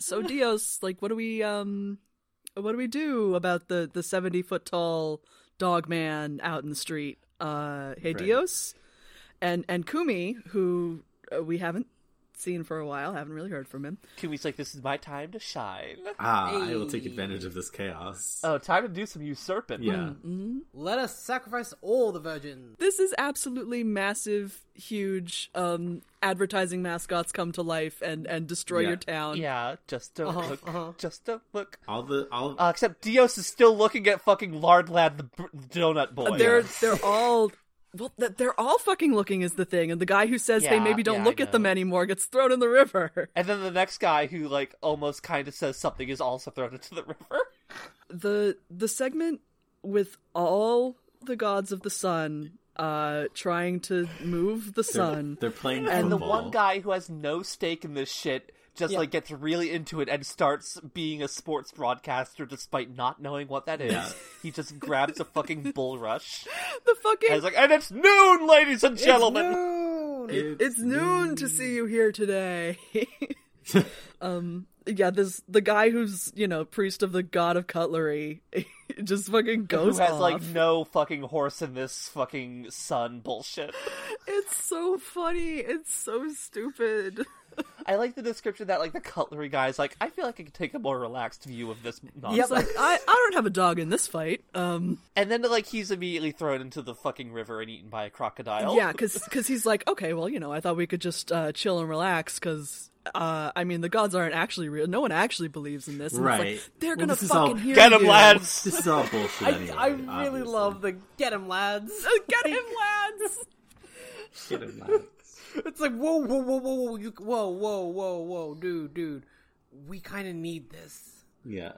D: so Dios, like, what do we um, what do we do about the the seventy foot tall dog man out in the street? Uh, hey
B: Right.
D: Dios, and and Kumi, who uh, we haven't seen for a while, haven't really heard from him.
A: Kumi's like, this is my time to shine.
B: Ah, I will take
C: Hey.
B: advantage of this chaos.
A: Oh, time to do some usurping.
B: yeah.
C: Let us sacrifice all the virgins.
D: this is absolutely massive huge um advertising mascots come to life and and destroy
B: Yeah.
D: your town
A: Yeah, just a
D: Um, Uh-huh,
A: look.
C: uh-huh.
A: Just a look.
B: All the all
A: Uh, except Dios is still looking at fucking Lard Lad the br- donut boy.
D: Uh, they're they're all well th- they're all fucking looking is the thing and the guy who says they
A: Yeah,
D: maybe don't
A: yeah, I
D: look at them
A: know.
D: anymore gets thrown in the river [LAUGHS]
A: And then the next guy who like almost kind of says something is also thrown into the river.
D: the the segment with all the gods of the sun uh trying to move
B: they're,
D: the sun
B: they're playing
A: And the
B: football.
A: one guy who has no stake in this shit just
C: Yeah.
A: like gets really into it and starts being a sports broadcaster despite not knowing what that is.
B: Yeah.
A: He just grabs a fucking bull rush
D: [LAUGHS] the fucking
A: and is like, and it's noon, ladies and gentlemen.
C: No.
D: It's noon to see you here today. um yeah, this the guy who's, you know, priest of the god of cutlery [LAUGHS] just fucking
A: Who
D: goes
A: has
D: off.
A: like no fucking horse in this fucking sun bullshit.
D: It's so funny. It's so stupid.
A: I like the description that like the cutlery guy's like, I feel like I could take a more relaxed view of this nonsense.
D: It's like I, I don't have a dog in this fight. Um
A: And then like he's immediately thrown into the fucking river and eaten by a crocodile.
D: yeah, cuz he's like, okay, well, you know, I thought we could just uh chill and relax cuz uh, I mean, the gods aren't actually real. No one actually believes in this. And it's like,
B: Right.
D: They're
B: Well,
D: gonna
B: this is all-
D: fucking hear
A: Get him,
D: you.
A: lads!
B: This is all bullshit.
C: I,
B: anyway,
C: I really
B: obviously.
C: love the get 'em, lads.
D: [LAUGHS] Get him, lads!
B: Get him out.
C: It's like whoa, whoa, whoa, whoa, whoa, you, whoa, whoa, whoa, whoa, dude, dude. We kind of need this.
B: Yeah.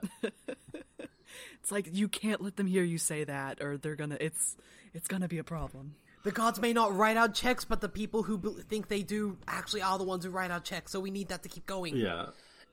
D: It's like you can't let them hear you say that, or they're gonna. It's it's gonna be a problem.
C: The gods may not write out checks, but the people who bel think they do actually are the ones who write out checks. So we need that to keep going.
B: Yeah.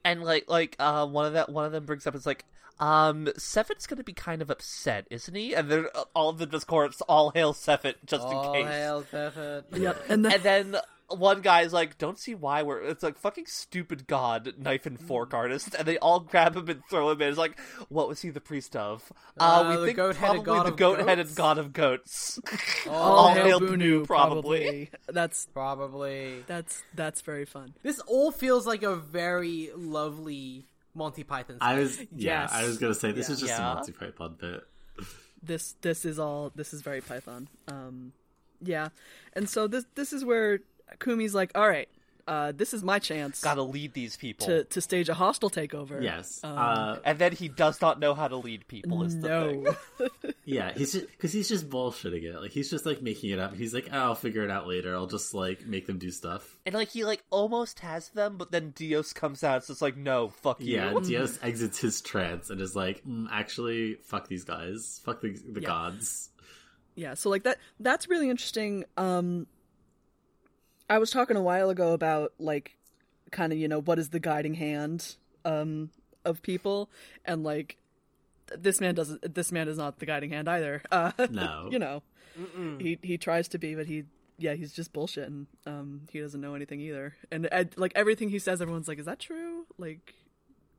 A: and like like uh, one of that one of them brings up is like um Sephit's gonna be kind of upset, isn't he? And then uh, all of the discords all hail Sephit just in case.
D: Yep. And then
A: And then one guy's like, "Don't see why we're." It's like fucking stupid god knife and fork artist, and they all grab him and throw him in. It's like, what was he the priest of? Uh,
C: Uh,
A: we
C: the
A: think probably
C: goat-headed god
A: the
C: of
A: goat-headed
C: goats?
A: god of goats.
D: [LAUGHS] all
A: hail
D: hail
A: Bunu,
D: Bunu, probably. That's
C: Probably.
D: that's that's very fun.
C: This all feels like a very lovely Monty Python.
B: I was. Yeah.
D: Yes.
B: I was gonna say this is just
A: Yeah.
B: a Monty Python bit.
D: This this is all. This is very Python. Um, yeah. And so this this is where Kumi's like, all right, uh, this is my chance
A: Gotta lead these people.
D: to to stage a hostile takeover.
B: Yes. uh,
A: And then he does not know how to lead people. Is the thing.
D: No.
B: yeah. He's just because he's just bullshitting it. Like he's just like making it up. He's like, oh, I'll figure it out later. I'll just like make them do stuff.
A: And like he like almost has them, but then Dios comes out. So it's like, no, fuck you.
B: Yeah, Dios exits his trance and is like, mm, actually, fuck these guys. Fuck the, the gods.
D: yeah so like that that's really interesting um i was talking a while ago about like kind of you know what is the guiding hand um of people and like th- this man doesn't this man is not the guiding hand either [LAUGHS] uh
B: No.
D: you know he he tries to be but he yeah he's just bullshitting um he doesn't know anything either and I, like everything he says everyone's like is that true like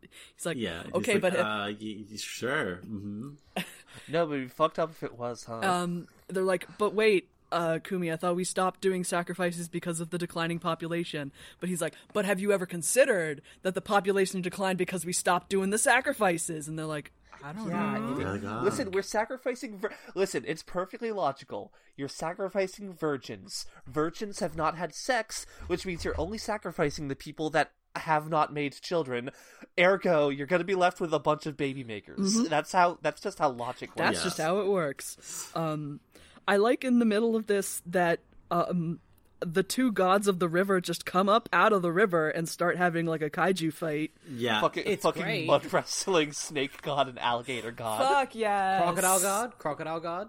D: he's like
B: Yeah. and he's
D: okay
B: like,
D: but
B: uh, y- y- sure. hmm
A: No, but it'd be fucked up if it was, huh?
D: um, they're like, but wait, uh, Kumi, I thought we stopped doing sacrifices because of the declining population. But he's like, but have you ever considered that the population declined because we stopped doing the sacrifices? And they're like, I don't
A: Yeah,
D: know.
A: it-
B: Oh my God.
A: Listen, we're sacrificing. Vir- Listen, it's perfectly logical. You're sacrificing virgins. Virgins have not had sex, which means you're only sacrificing the people that have not made children. Ergo, you're going to be left with a bunch of baby makers.
C: Mm-hmm.
A: That's how. That's just how logic works.
D: That's
B: Yes.
D: just how it works. Um, I like in the middle of this that um, the two gods of the river just come up out of the river and start having like a kaiju fight.
B: yeah,
A: Fucking,
C: It's
A: fucking
C: great.
A: mud wrestling snake god and alligator god.
D: Fuck yeah,
C: Crocodile God, crocodile God,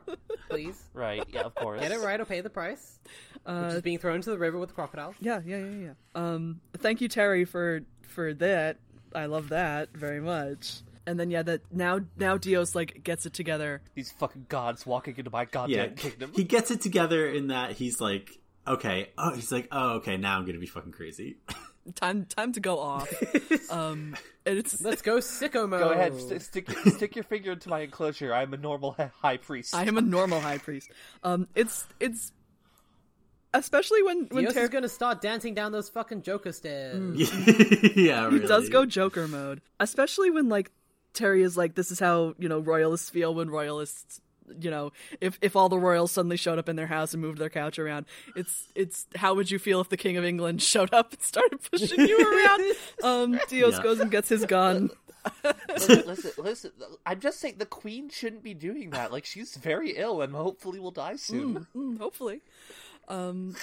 C: please
A: Right? Yeah, of course.
C: [LAUGHS] get it right or pay the price. which is being thrown into the river with crocodiles.
D: Yeah, yeah, yeah, yeah. Um, thank you, Terry, for for that. I love that very much. And then yeah, that now now Dio's like gets it together.
A: These fucking gods walking into my goddamn
B: yeah.
A: kingdom.
B: He gets it together in that he's like, okay, oh, he's like, oh, okay, now I'm gonna be fucking crazy. [LAUGHS]
D: Time time to
C: [LAUGHS]
D: go off. um, and it's
C: Let's go, sicko mode.
A: Go ahead, st- stick [LAUGHS] stick your finger into my enclosure. I'm a normal [LAUGHS] hi- high priest.
D: I am a normal high priest. Um, it's it's especially when when
C: Dios
D: Terry
C: is gonna start dancing down those fucking Joker stairs.
B: yeah, really.
D: He does go Joker mode, especially when like Terry is like, "This is how you know royalists feel when royalists." You know, if if all the royals suddenly showed up in their house and moved their couch around, it's it's how would you feel if the king of England [LAUGHS] showed up and started pushing you [LAUGHS] around? Um, Dios
B: Yeah.
D: goes and gets his gun.
A: listen, listen, listen. I'm just saying the queen shouldn't be doing that. Like she's very ill and hopefully will die soon.
D: [LAUGHS] Mm, hopefully, um,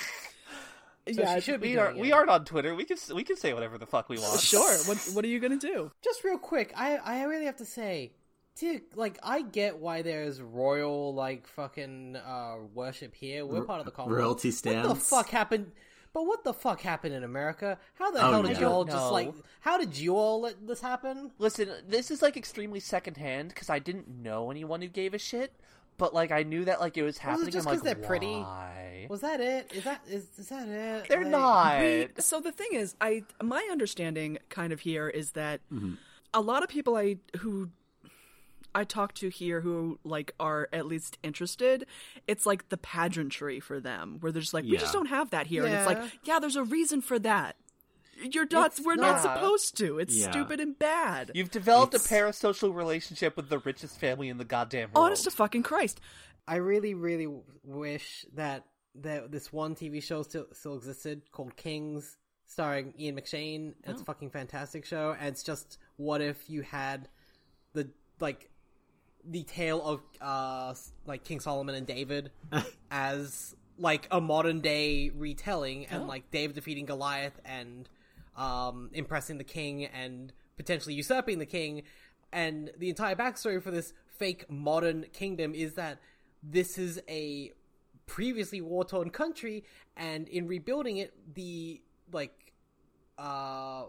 C: So
D: yeah,
C: she should be
A: We
C: doing
A: are
C: it.
A: we aren't on Twitter. We can s- we can say whatever the fuck we want.
D: sure. What what are you gonna do?
C: just real quick, I I really have to say, dude, like I get why there's royal like fucking uh worship here. We're part of the Commonwealth.
B: royalty stands.
C: What the fuck happened? But what the fuck happened in America? How the
B: Oh,
C: hell
B: yeah.
C: did
B: I
C: you
B: don't
C: all just
A: know.
C: like? How did you all let this happen?
A: Listen, this is like extremely secondhand because I didn't know anyone who gave a shit. But like I knew that like it was happening.
C: just
A: I'm
C: 'cause
A: like,
C: they're pretty?
A: Why?
C: Was that it? Is that is, is that it?
A: They're
C: Like-
A: not.
D: Wait, so the thing is, I my understanding kind of here is that
B: Mm-hmm.
D: a lot of people I who I talk to here who like are at least interested, it's like the pageantry for them where they're just like, we
B: Yeah.
D: just don't have that here, and it's like,
C: Yeah.
D: yeah, there's a reason for that. You're not. we're
A: not.
D: not. supposed to. It's
B: Yeah.
D: stupid and bad.
A: You've developed a parasocial relationship with the richest family in the goddamn world.
D: Honest to fucking Christ.
C: I really, really w- wish that that this one TV show still still existed called Kings, starring Ian McShane. It's a fucking fantastic show, and it's just what if you had the like the tale of uh s- like King Solomon and David as like a modern day retelling, and like David defeating Goliath and um impressing the king and potentially usurping the king. And the entire backstory for this fake modern kingdom is that this is a previously war torn country, and in rebuilding it, the like uh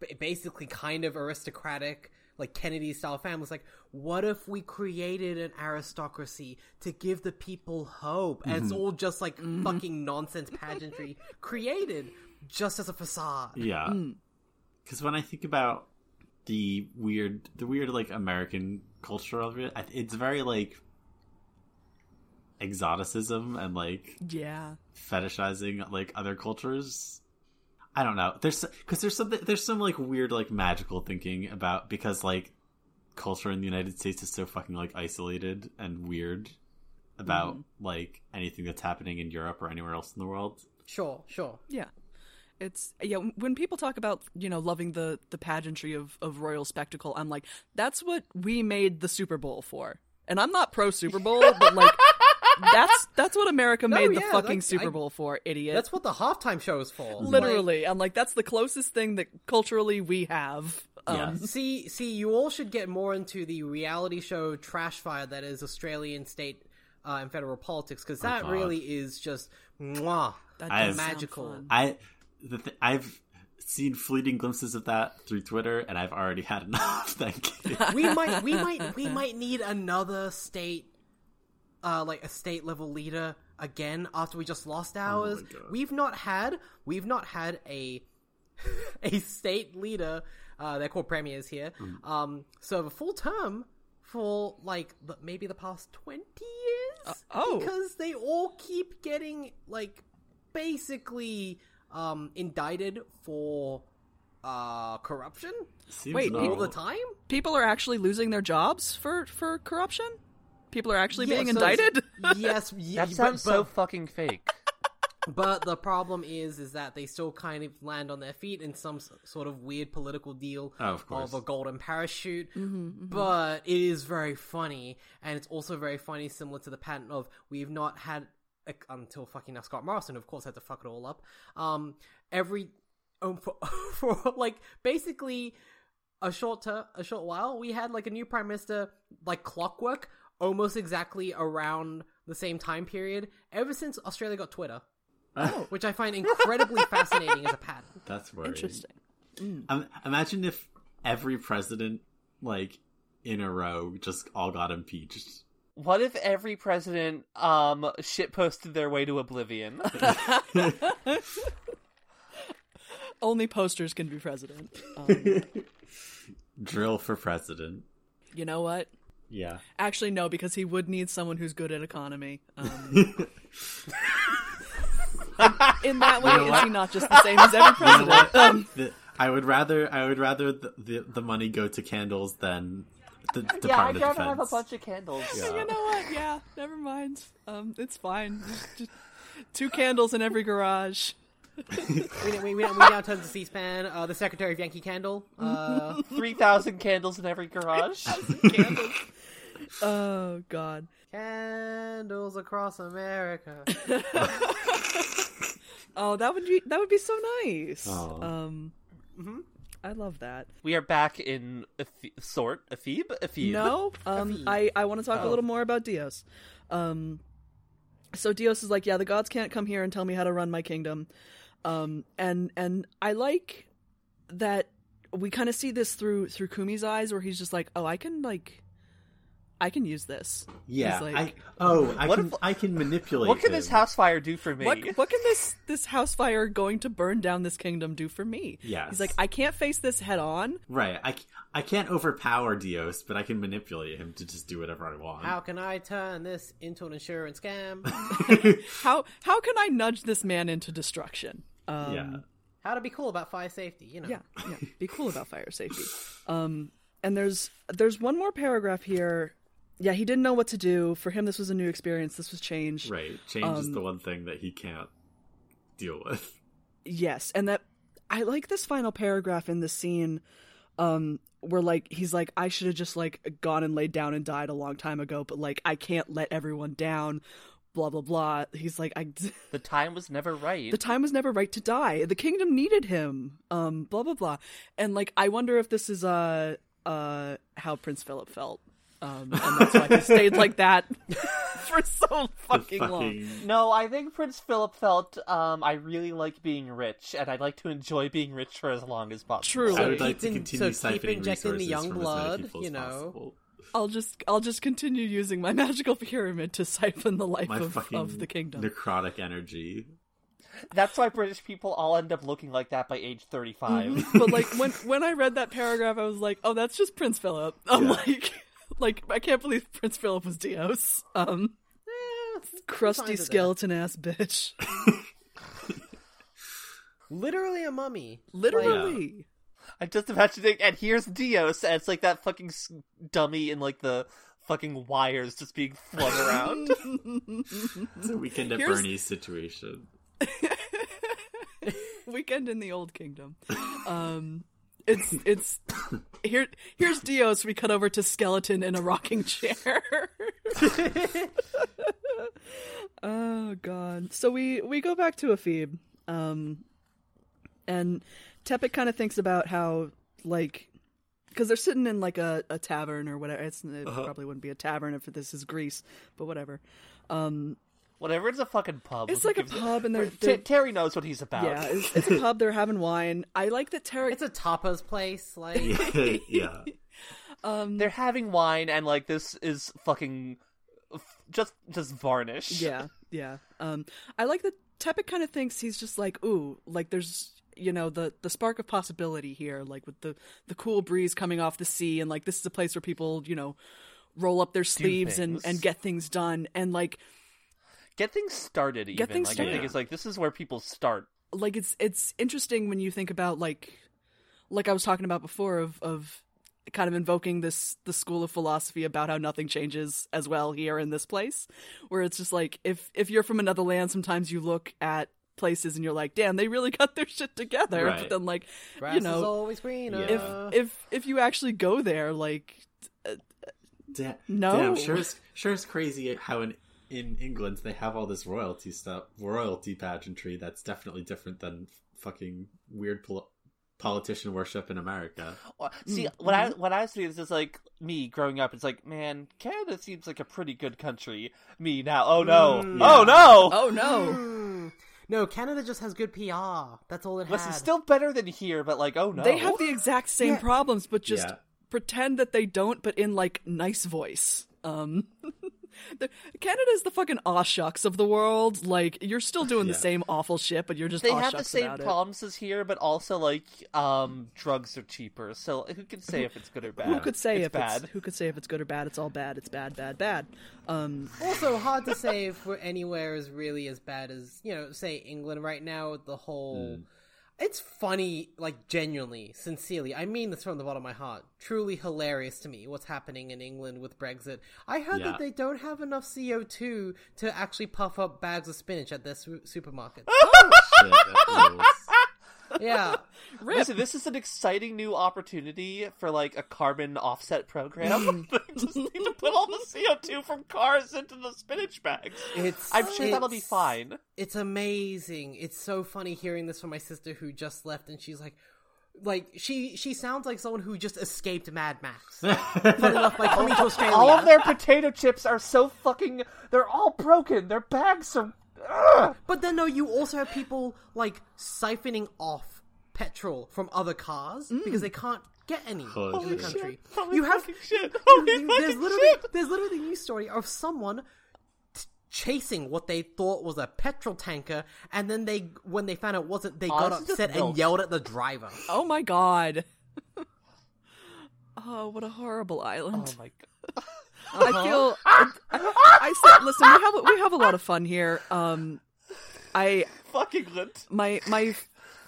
C: ba- basically kind of aristocratic like kennedy style families like what if we created an aristocracy to give the people hope and it's all just like fucking nonsense pageantry created just as a facade
B: Yeah.
D: Mm,
B: Because when I think about the weird, the weird like American culture of it, I- it's very like exoticism and like
D: Yeah.
B: fetishizing like other cultures. I don't know. There's because there's something there's some like weird like magical thinking about because like culture in the United States is so fucking like isolated and weird about like anything that's happening in Europe or anywhere else in the world.
C: sure sure
D: Yeah. It's yeah, when people talk about, you know, loving the the pageantry of of royal spectacle, I'm like, that's what we made the Super Bowl for. And I'm not pro Super Bowl, but
C: [LAUGHS]
D: like that's that's what America made the
C: Oh, yeah,
D: fucking
C: like,
D: Super
C: I-
D: Bowl for, idiot.
C: that's what the halftime show is for Like,
D: literally. I'm like that's the closest thing that culturally we have. Um
B: yes.
C: [LAUGHS] see see you all should get more into the reality show trash fire that is australian state uh, and federal politics because that
B: God.
C: really is just mwah
D: that
B: I-
D: does sound
C: Magical.
D: fun.
B: I the th- I've seen fleeting glimpses of that through Twitter, and I've already had enough. [LAUGHS] Thank you.
C: we might we might we might need another state uh like a state level leader again after we just lost ours
B: God.
C: we've not had we've not had a [LAUGHS] a state leader uh they're called premiers here um serve a full term for like the- maybe the past 20 years
D: oh.
C: because they all keep getting like basically um indicted for uh, corruption
B: Seems
D: Wait,
B: normal.
C: all the time.
D: People are actually losing their jobs for for corruption. People are actually
C: Yeah,
D: being
C: so-
D: indicted.
A: [LAUGHS]
D: [LAUGHS]
C: yes, y-
A: That
C: but-
A: sounds so
C: but-
A: fucking fake.
C: But the problem is, is that they still kind of land on their feet in some s- sort of weird political deal
B: Oh, of course.
C: a golden parachute. But it is very funny, and it's also very funny, similar to the pattern of we've not had like, until fucking now Scott Morrison, of course, had to fuck it all up. Um, every um, for, [LAUGHS] for like basically a short ter- a short while, we had like a new prime minister, like clockwork, almost exactly around the same time period. Ever since Australia got Twitter which I find incredibly fascinating as a pattern.
B: That's worrying.
D: Interesting.
A: Mm.
B: Um, imagine if every president, like in a row, just all got impeached.
A: What if every president um shit posted their way to oblivion?
D: Only posters can be president.
B: Drill for president.
D: You know what?
B: Yeah.
D: Actually, no, because he would need someone who's good at economy. Um, in that way, is he not just the same as every
A: [LAUGHS]
D: president?
B: The- I would rather I would rather the, the, the money go to candles than the
A: yeah, I'd
B: Department
A: rather
B: of Defense.
A: have a bunch of candles.
D: You know what? Yeah, never mind. Um, it's fine. Just, just two candles in every garage.
C: We, we, we, we now turn to C-SPAN, uh, the secretary of Yankee Candle. Uh,
A: [LAUGHS] Three thousand candles in every garage. [LAUGHS]
D: Candles. oh God.
C: candles across America.
D: Oh, that would be that would be so nice.
A: Oh.
B: Aw.
D: Um, I love that.
A: we are back in Eph- sort Ephebe. Ephebe.
D: No, um, I I want to talk a little more about Dios. Um, so Dios is like, yeah, the gods can't come here and tell me how to run my kingdom. Um, and and I like that we kind of see this through through Kumi's eyes, where he's just like, oh, I can like, I can use this.
B: yeah.
D: He's like-
B: I, oh, I
A: What
B: can
A: if-
B: I can manipulate.
A: What can
B: him.
A: this house fire do for me?
D: What what can this this house fire going to burn down this kingdom do for me?
B: Yes.
D: He's like, I can't face this head on.
B: Right. I, c- I can't overpower Dios, but I can manipulate him to just do whatever I want.
C: How can I turn this into an insurance scam?
D: How how can I nudge this man into destruction? Um,
B: yeah.
C: How to be cool about fire safety, you know?
D: yeah, yeah. Be cool about fire safety. Um, and there's there's one more paragraph here. Yeah, he didn't know what to do. For him, this was a new experience. This was change.
B: Right. Change
A: um,
B: is the one thing that he can't deal with.
D: Yes, and that I like this final paragraph in the scene um where like he's like I should have just like gone and laid down and died a long time ago, but like I can't let everyone down, blah blah blah. He's like I
A: The time was never right.
D: the time was never right to die. The kingdom needed him. Um blah blah blah. And like I wonder if this is uh uh how Prince Philip felt. Um and that's why he stayed like that [LAUGHS] for so fucking long.
B: Fucking-
A: no, I think Prince Philip felt um, I really like being rich, and I'd like to enjoy being rich for as long as possible.
D: Truly.
B: I would like to
C: keep in-
B: continue
C: so keep
B: siphoning
C: injecting the
B: resources
C: young
B: from as
C: blood,
B: many people
C: you
B: as
C: know.
B: possible.
D: I'll just I'll just continue using my [LAUGHS] magical pyramid to siphon the life
B: My
D: of,
B: fucking
D: of the kingdom.
B: necrotic energy.
A: That's why British people all end up looking like that by age thirty-five.
D: but like when when I read that paragraph, I was like, oh, that's just Prince Philip. [LAUGHS] I'm
B: Yeah.
D: like, like I can't believe Prince Philip was Dios. Um, crusty
C: signs of that.
D: skeleton ass bitch.
C: Literally a mummy.
D: Literally.
A: I'm just imagining, and here's Dios, and it's like that fucking s- dummy in like the fucking wires just being flung
D: [LAUGHS]
A: around.
B: It's a weekend at
D: Here's-
B: Bernie's situation. [LAUGHS]
D: Weekend in the Old Kingdom. Um, it's it's here. Here's Dios. We cut over to skeleton in a rocking chair. [LAUGHS] oh God! So we we go back to Ephebe, um, and Tepic kind of thinks about how like. Because they're sitting in like a, a tavern or whatever. It's, it
A: Uh-huh.
D: probably wouldn't be a tavern if this is Greece, but whatever.
A: Whatever, it's a fucking pub.
D: It's
A: Who
D: like a
A: gives [LAUGHS]
D: pub, and they're,
A: Ter-
D: they're
A: Terry knows what he's about.
D: yeah, it's,
C: [LAUGHS]
D: it's a pub. They're having wine. I like that Terry.
C: It's a tapas place, like...
B: yeah.
A: They're having wine, and like this is fucking f- just just varnish.
D: [LAUGHS] Yeah, yeah. Um, I like that Tepic kind of thinks he's just like, ooh, like there's you know the the spark of possibility here, like with the the cool breeze coming off the sea, and like this is a place where people you know roll up their sleeves and
A: things.
D: and get things done, and like
A: Get things started. Even
D: things
A: like I
D: started.
A: think it's like this is where people start.
D: like it's it's interesting when you think about like like I was talking about before of of kind of invoking this the school of philosophy about how nothing changes as well here in this place where it's just like if if you're from another land sometimes you look at places and you're like damn they really [LAUGHS] got their shit together
B: Right.
D: but then like
C: Grass
D: you know
C: is always greener. Hmm.
B: Yeah.
D: if if if you actually go there like
B: Da-
D: No.
B: Damn, sure is sure is crazy how in in England they have all this royalty stuff, royalty pageantry that's definitely different than fucking weird pol- politician worship in America.
A: Well, Uh, See,
D: Mm-hmm.
A: when I when I see this is like me growing up, it's like, man, Canada seems like a pretty good country. Me now, oh no, oh no,
D: oh no
C: Hmm. No, Canada just has good PR. That's all it
A: listen,
C: has.
A: still better than here, but like, oh no,
D: they have the exact same
C: Yeah.
D: problems but just
B: Yeah.
D: pretend that they don't but in like nice voice um [LAUGHS] the- Canada's the fucking aw shucks of the world. Like you're still doing
B: Yeah.
D: the same awful shit, but you're just
A: they
D: aw
A: have the
D: shucks
A: same
D: about it.
A: problems as here, but also like, um, drugs are cheaper, so who can say if it's good or bad?
D: Who could say
A: it's
D: if
A: bad?
D: [LAUGHS] it's who could say if it's good or bad? It's all bad. It's bad, bad, bad. Um,
C: also hard to say if we're anywhere is really as bad as you know say england right now with the whole it's funny like genuinely sincerely i mean this from the bottom of my heart truly hilarious to me what's happening in england with brexit i heard
B: Yeah.
C: that they don't have enough co2 to actually puff up bags of spinach at their su- supermarket
D: Oh,
A: [LAUGHS]
B: Shit, that rules.
C: yeah
A: Listen, this is an exciting new opportunity for like a carbon offset
D: [LAUGHS]
A: program. [LAUGHS] they just need to put all the CO two from cars into the spinach bags.
C: it's
A: I'm sure that'll be
C: it's-
A: fine.
C: it's amazing it's so funny hearing this from my sister who just left and she's like like she she sounds like someone who just escaped mad
A: [LAUGHS]
C: max Funny enough, like coming to australia
A: All of their potato chips are so fucking. They're all broken. Their bags are. Ugh.
C: But then, no, you also have people like siphoning off petrol from other cars
A: Mm.
C: because they can't get any
B: Holy
C: in
B: shit.
C: the country.
A: Holy
C: you have
A: fucking shit.
C: you-
A: Holy
C: you- there's
A: fucking
C: literally
A: shit.
C: there's literally a news story of someone t- chasing what they thought was a petrol tanker, and then they when they found it wasn't, they got
A: this is just
C: upset and
A: milk.
C: yelled at the driver.
D: oh my god. [LAUGHS] oh, what a horrible island.
A: Oh my god. Oh, uh-huh.
D: I feel. I, I said, listen, we have a- we have a lot of fun here. Um, I
A: Fucking lint.
D: my my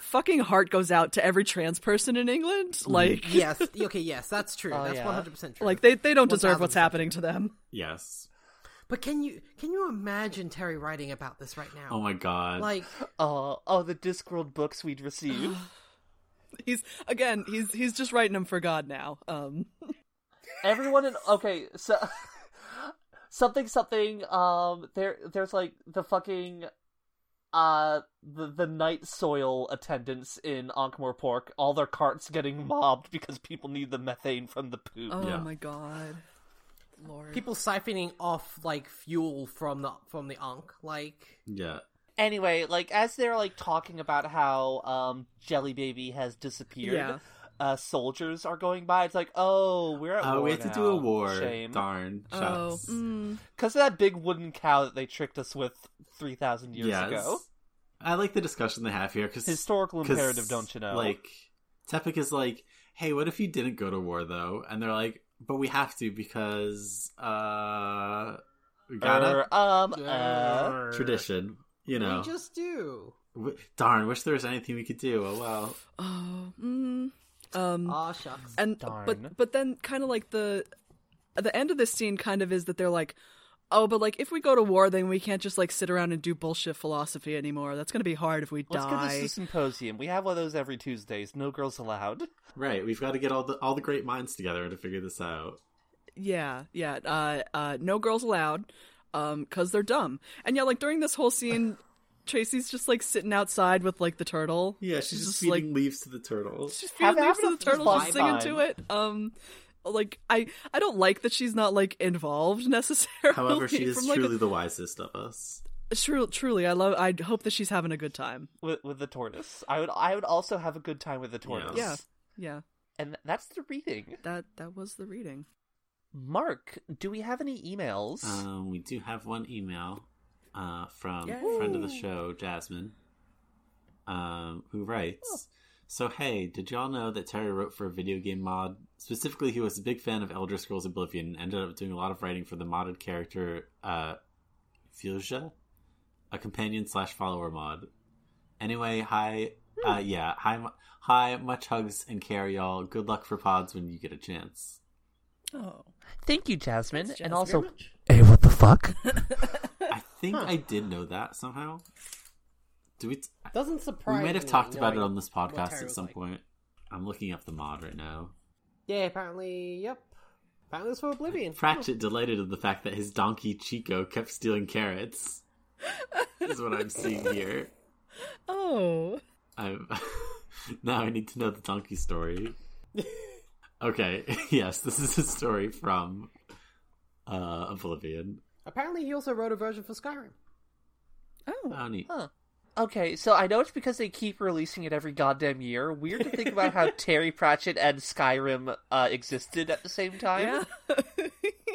D: fucking heart goes out to every trans person in England. Like
C: [LAUGHS] yes, okay, yes, that's true. that's
A: yeah.
C: one hundred percent true.
D: like they they don't deserve
C: 1000%.
D: what's happening to them. [LAUGHS]
B: yes.
C: but can you can you imagine Terry writing about this right now?
B: Oh my god.
C: like
A: Uh, oh, the Discworld books we'd receive.
D: He's again he's he's just writing them for God now. Um,
A: Everyone in okay, so [LAUGHS] something something. Um, there there's like the fucking uh the the night soil attendants in Ankh-Morpork, All their carts getting mobbed because people need the methane from the poop.
D: oh
B: Yeah.
D: my god, Lord.
C: people siphoning off like fuel from the from the Ankh. Like
B: yeah.
A: anyway, like as they're like talking about how um Jelly Baby has disappeared,
D: Yeah.
A: uh soldiers are going by. It's like, oh, we're at
B: Oh,
A: war
B: we have
A: now.
B: to do a war.
A: Shame,
B: Darn.
D: Oh,
B: Shucks.
D: mm.
A: because of that big wooden cow that they tricked us with three thousand years
B: yes.
A: ago.
B: I like the discussion they have here because
A: Historical imperative, don't you know?
B: Like Tepic is like, hey, what if you didn't go to war though? And they're like, but we have to because uh, we gotta
A: Er, um, uh,
C: Er,
B: tradition. You
C: We
B: know,
C: just do.
B: W- darn. Wish there was anything we could do. Oh well.
D: Oh, mm, um,
C: Ah shucks.
D: and
A: darn.
D: but but then kind of like the the end of this scene kind of is that they're like, oh, but like if we go to war, then we can't just like sit around and do bullshit philosophy anymore. That's gonna be hard if we
A: let's get this to
D: die.
A: symposium. We have one of those every Tuesdays. No girls allowed.
B: Right. We've got to get all the all the great minds together to figure this out.
D: Yeah, yeah. Uh, uh, no girls allowed, um, cause they're dumb. And yeah, like during this whole scene,
B: [LAUGHS]
D: Tracy's just like sitting outside with like the turtle.
B: Yeah, she's, just,
D: just
B: feeding
D: like-
B: leaves to
A: [LAUGHS]
B: the turtles.
D: just feeding
A: Have-
D: leaves
A: have
D: to the
A: enough to
D: turtles
A: vibe
D: just singing
A: on.
D: to it. Um, like I, I don't like that she's not like involved [LAUGHS] necessarily.
B: However, she is
D: from, like, a-
B: truly the wisest of us.
D: True, truly, I love. I hope that she's having a good time.
A: With, with the tortoise, I would. I would also have a good time with the tortoise.
D: Yeah, yeah.
A: and that's the reading.
D: That that was the reading.
A: Mark, do we have any emails?
B: Um, we do have one email uh, from
D: Yay.
B: friend of the show, Jasmine, um, who writes So, hey, did y'all know that Terry wrote for a video game mod? Specifically, he was a big fan of Elder Scrolls Oblivion and ended up doing a lot of writing for the modded character uh, Fuchsia, a companion slash follower mod. Anyway, hi. Uh, yeah. Hi, mu- hi. Much hugs and care, y'all. Good luck for pods when you get a chance.
D: Oh,
A: Thank you, Jasmine.
D: Jasmine
A: and also,
D: very much.
A: hey, what the fuck?
B: I think I did know that somehow. Do we? T-
C: Doesn't
B: we
C: surprise.
B: might have
C: me,
B: talked about
C: like,
B: it on this
C: what
B: podcast
C: Tyra
B: at
C: was
B: some
C: like.
B: point. I'm looking up the mod right now.
C: Yeah, apparently, yep. Apparently, it's for Oblivion.
B: Pratchett delighted in the fact that his donkey Chico kept stealing carrots. is what I'm seeing
C: [LAUGHS]
B: here.
D: oh,
B: I'm... [LAUGHS] now I need to know the donkey story. Okay, [LAUGHS] yes, this is a story from uh, Oblivion.
C: Apparently, he also wrote a version for Skyrim.
D: oh,
B: Oh, neat.
A: Okay, so I know it's because they keep releasing it every goddamn year. Weird to think about
D: [LAUGHS]
A: how Terry Pratchett and Skyrim uh, existed at the same time.
D: yeah. [LAUGHS]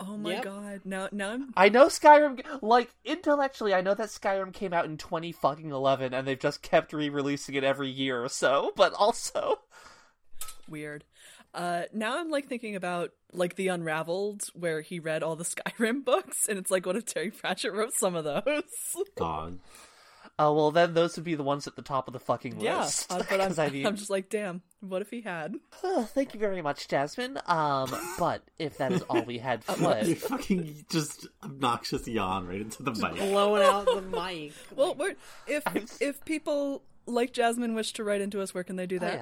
D: oh my
C: Yep.
D: god! Now, now I'm
A: I know Skyrim, like intellectually, I know that Skyrim came out in twenty fucking eleven, and they've just kept re-releasing it every year or so. But also, [LAUGHS]
D: weird. Uh, now I'm like thinking about like the Unraveled, where he read all the [LAUGHS] Skyrim books, and it's like, what if Terry Pratchett wrote some
A: [LAUGHS]
D: of those?
B: God.
A: uh, well, then those would be the ones at the top of the fucking
D: yeah,
A: list.
D: uh,
A: [LAUGHS]
D: but I'm, [LAUGHS]
A: 'Cause I mean-
D: I'm just like, damn, what if he had?
A: Oh, thank you very much, Jasmine. Um, but if that is all we had
D: [LAUGHS]
A: for
B: You
A: it,
B: fucking just obnoxious yawn right into the mic.
C: Blowing out the [LAUGHS] mic.
D: Well, we're, if [LAUGHS] if people like Jasmine wish to write into us, where can they do that?
A: Oh,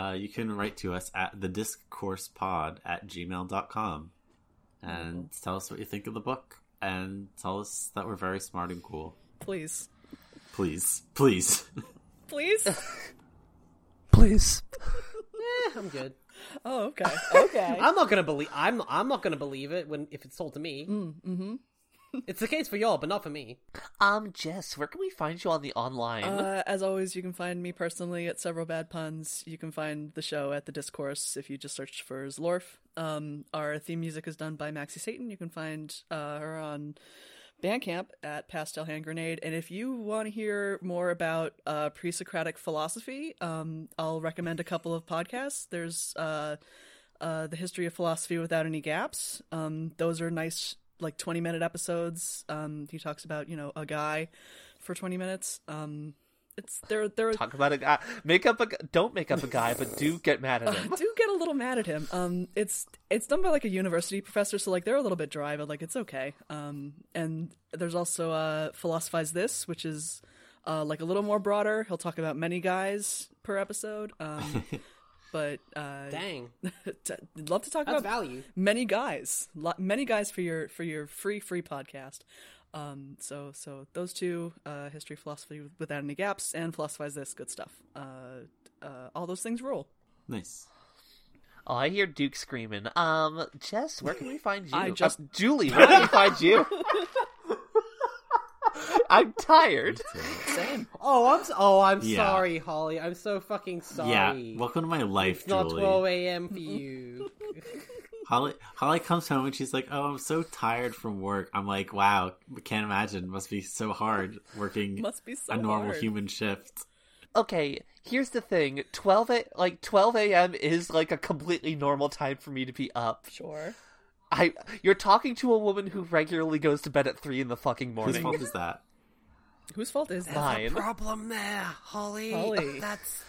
A: yeah,
B: Uh, you can write to us at the discoursepod at gmail.com and tell us what you think of the book and tell us that we're very smart and cool.
D: Please,
B: Please. Please. [LAUGHS]
A: [LAUGHS]
D: please.
A: please.
C: Eh, I'm good.
D: Oh, okay, [LAUGHS] okay.
C: I'm not gonna believe. I'm. I'm not gonna believe it when if it's sold to me. Mm, [LAUGHS] hmm it's the case for y'all, but not for me.
A: Um, Jess, where can we find you on the online?
D: Uh, as always, you can find me personally at several bad puns. You can find the show at the Discourse if you just search for Zlorf. Um, our theme music is done by Maxie Satan. You can find uh, her on Bandcamp at Pastel Hand Grenade. And if you want to hear more about uh, pre-Socratic philosophy, um, I'll recommend a couple of podcasts. There's uh, uh, the history of philosophy without any gaps. Um, those are nice, like twenty minute episodes. Um, he talks about you know a guy for twenty minutes. Um, it's there. There are
A: Talk about a guy. Make up a. gu- Don't make up a guy, but do get mad at him.
D: I do get a little mad at him. Um, it's it's done by like a university professor, so like they're a little bit dry, but like it's okay. Um, and there's also uh, philosophize this, which is uh, like a little more broader. He'll talk about many guys per episode. Um, but uh,
C: Dang,
D: t- love to talk
C: that's
D: about
C: value.
D: many guys, Lo- many guys for your for your free free podcast. Um, so so those two, uh, history philosophy without any gaps, and philosophize this good stuff. Uh, uh, all those things rule.
B: nice.
A: Oh, I hear Duke screaming. Um, Jess, where can we find you?
D: I
A: Uh,
D: just-
A: Julie, where can we find you? I'm tired.
D: Same.
C: Oh, I'm. s- Oh, I'm
B: Yeah.
C: sorry, Holly. I'm so fucking sorry.
B: Yeah. Welcome to my life,
C: it's not
B: Julie.
C: 12 a.m. for [LAUGHS] you.
B: Holly Holly comes home and she's like, "Oh, I'm so tired from work." I'm like, "Wow, can't imagine. Must be so hard working
D: Must be so
B: a normal
D: hard.
B: human shift."
A: Okay, here's the thing. Twelve a- like twelve a.m. is like a completely normal time for me to be up.
D: Sure.
A: I you're talking to a woman who regularly goes to bed at three in the fucking
B: Whose
A: morning.
B: fault is that?
D: Whose fault is that?
A: Fine.
C: Problem there, Holly. [LAUGHS]
D: Holly.
C: That's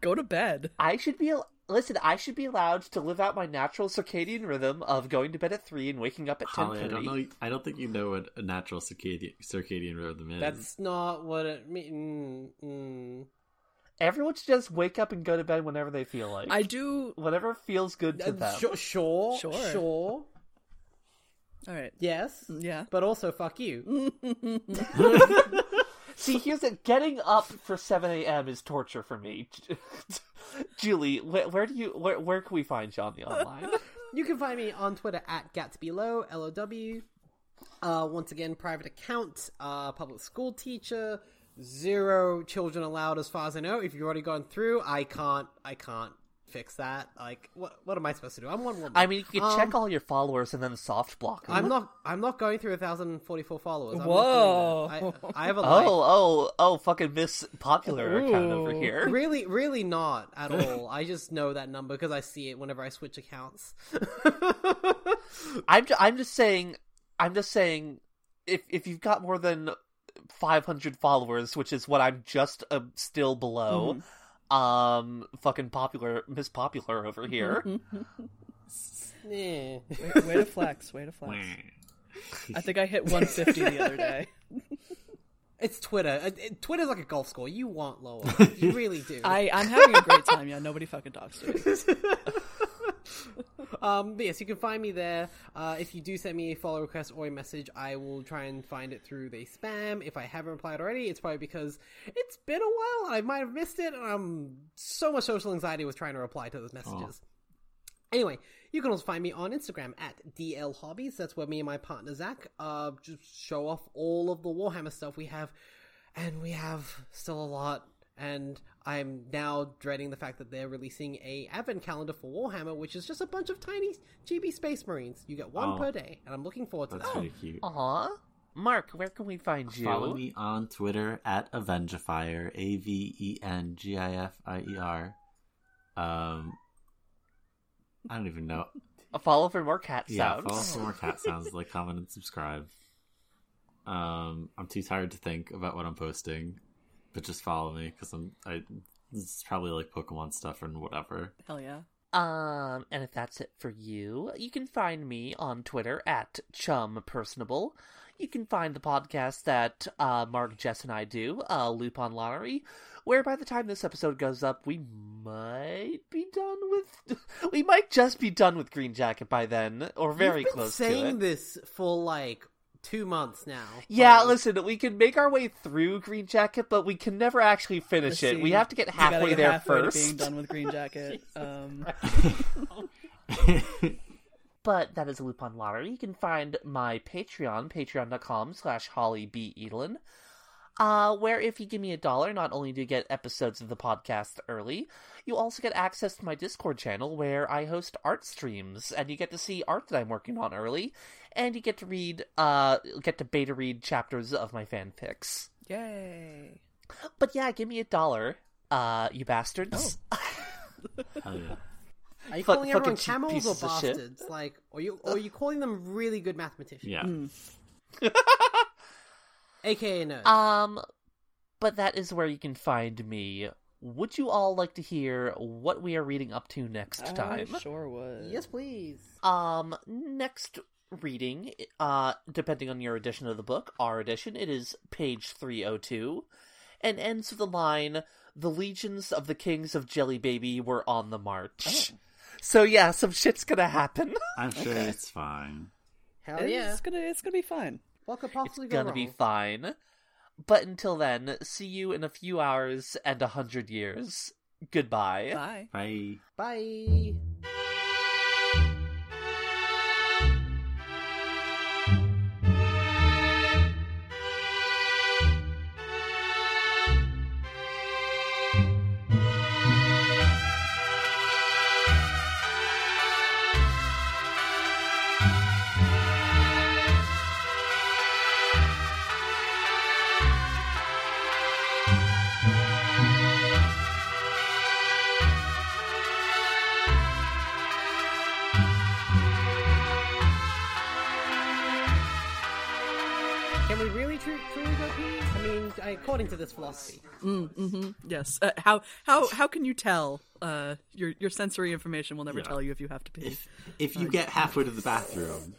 D: Go to bed.
A: I should be al- listen. I should be allowed to live out my natural circadian rhythm of going to bed at three and waking up at ten
B: Holly, I don't
A: thirty.
B: know. I don't think you know what a natural circadian circadian rhythm is.
C: that's not what it means. Mm, mm.
A: Everyone should just wake up and go to bed whenever they feel like.
D: I do.
A: whatever feels good to
C: Uh,
A: them.
C: sure, sure,
D: Sure.
C: sure.
D: All right.
C: Yes.
D: Yeah.
C: But also, fuck you.
A: See, here's it. Getting up for seven a.m. is torture for me. [LAUGHS] Julie, where, where do you where where can we find you on the online?
C: You can find me on Twitter at GatsbyLow, L-O-W. Uh, once again, private account, uh, public school teacher, zero children allowed as far as I know. If you've already gone through, I can't, I can't fix that. Like, what, what am I supposed to do? I'm one woman.
A: I mean, you can check all your followers and then soft block them.
C: Um, I'm not. I'm not going through 1,044 followers. I'm
D: Whoa.
C: Not doing that. I,
A: [LAUGHS]
C: I have a life.
A: Oh, oh, oh! Fucking Miss Popular account over here.
C: Really, really not
A: [LAUGHS]
C: at all. I just know that number because I see it whenever I switch accounts. [LAUGHS]
A: I'm, ju- I'm just saying. I'm just saying. If if you've got more than 500 followers, which is what I'm just uh, still below.
C: Mm-hmm.
A: Um, fucking popular, Miss Popular over
C: Mm-hmm,
A: here.
C: Yeah.
D: Way, way to flex. Way
A: [LAUGHS]
D: to flex. I think I hit 150 the other day.
C: It's Twitter. Uh, it- Twitter's like a golf score. You want lower. You really do.
D: I, I'm having a great time. Yeah, nobody fucking talks to me.
C: Um, but yes, you can find me there. Uh, if you do send me a follow request or a message, I will try and find it through the spam. If I haven't replied already, it's probably because it's been a while and I might have missed it, and I'm so much social anxiety with trying to reply to those messages. Anyway, you can also find me on Instagram at DL Hobbies. That's where me and my partner Zach uh, just show off all of the Warhammer stuff we have, and we have still a lot. And I'm now dreading the fact that they're releasing a advent calendar for Warhammer, which is just a bunch of tiny GB Space Marines. You get one
B: Oh.
C: per day, and I'm looking forward to
B: That's
C: that.
B: pretty cute.
A: Aw. Mark, where can we find you?
B: Follow me on Twitter at Avengifier, A V E N G I F I E R. Um, I don't even know.
A: A follow for more cat
B: Yeah,
A: sounds.
B: follow for more cat sounds. Like, comment, and subscribe. Um, I'm too tired to think about what I'm posting, but just follow me because I'm. I this is probably like Pokemon stuff and whatever.
D: Hell yeah.
A: Um, and if that's it for you, you can find me on Twitter at chumpersonable. You can find the podcast that uh, Mark, Jess, and I do, uh, Loop on Lottery, where by the time this episode goes up, we might be done with. [LAUGHS] we might just be done with Green Jacket by then, or very
C: We've Oh, been
A: close to
C: saying
A: it.
C: this for like two months now.
A: Yeah,
C: Um,
A: listen, we can make our way through Green Jacket, but we can never actually finish it. We
D: See,
A: have to get
D: you gotta
A: halfway
D: get
A: there
D: halfway to
A: first.
D: Being done with
A: [LAUGHS]
D: Green Jacket. Um,
A: but that is a loop on lottery. You can find my Patreon, patreon.com slash Holly B. Edelin, uh, where if you give me a dollar, not only do you get episodes of the podcast early, you also get access to my Discord channel where I host art streams, and you get to see art that I'm working on early, and you get to read, uh, get to beta read chapters of my fanfics.
D: yay.
A: But yeah, give me a dollar, uh, you bastards.
B: Hell yeah.
C: Are you
A: Fuck-
C: calling
A: fucking
C: everyone
A: cheap
C: camels or
A: pieces of shit.
C: bastards? Like, or you, or are you calling them really good mathematicians?
D: Mm.
B: Yeah.
C: AKA nerds.
A: Um, but that is where you can find me. Would you all like to hear what we are reading up to
D: Uh,
A: next time?
D: I sure would.
C: yes, please.
A: Um, next reading, uh, depending on your edition of the book, our edition, it is page 302, and ends with the line, The legions of the kings of Jelly Baby were on the
D: Oh,
A: march. So yeah, some shit's gonna happen.
B: I'm sure it's fine.
C: Hell
D: it's
C: yeah.
D: gonna it's gonna be fine.
C: What could possibly
A: it's
C: go
A: gonna
C: wrong?
A: be fine. But until then, see you in a few hours and a hundred years. Goodbye.
D: Bye.
B: Bye.
C: Bye. Can we really tru- truly go pee? I mean, according to this philosophy.
D: Yes. Uh, how how how can you tell? Uh, your your sensory information will never
B: Yeah.
D: tell you if you have to pee.
B: If if you get halfway to the bathroom,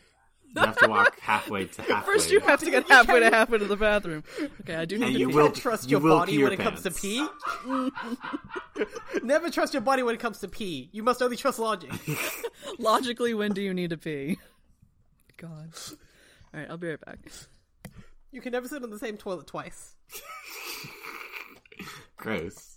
B: you have to walk halfway to halfway.
D: [LAUGHS] [LAUGHS] First, you have to get halfway to halfway to the bathroom. Okay, I do need
B: And
D: to
B: you
D: pee.
B: will-
C: Never trust
B: you
C: your
B: will
C: body
B: pee your
C: when it comes
B: pants.
C: to pee. [LAUGHS] Never trust your body when it comes to pee. You must only trust logic.
B: [LAUGHS]
D: Logically, when do you need to pee? [LAUGHS] God. All right, I'll be right back.
C: You can never sit on the same toilet twice.
B: Gross.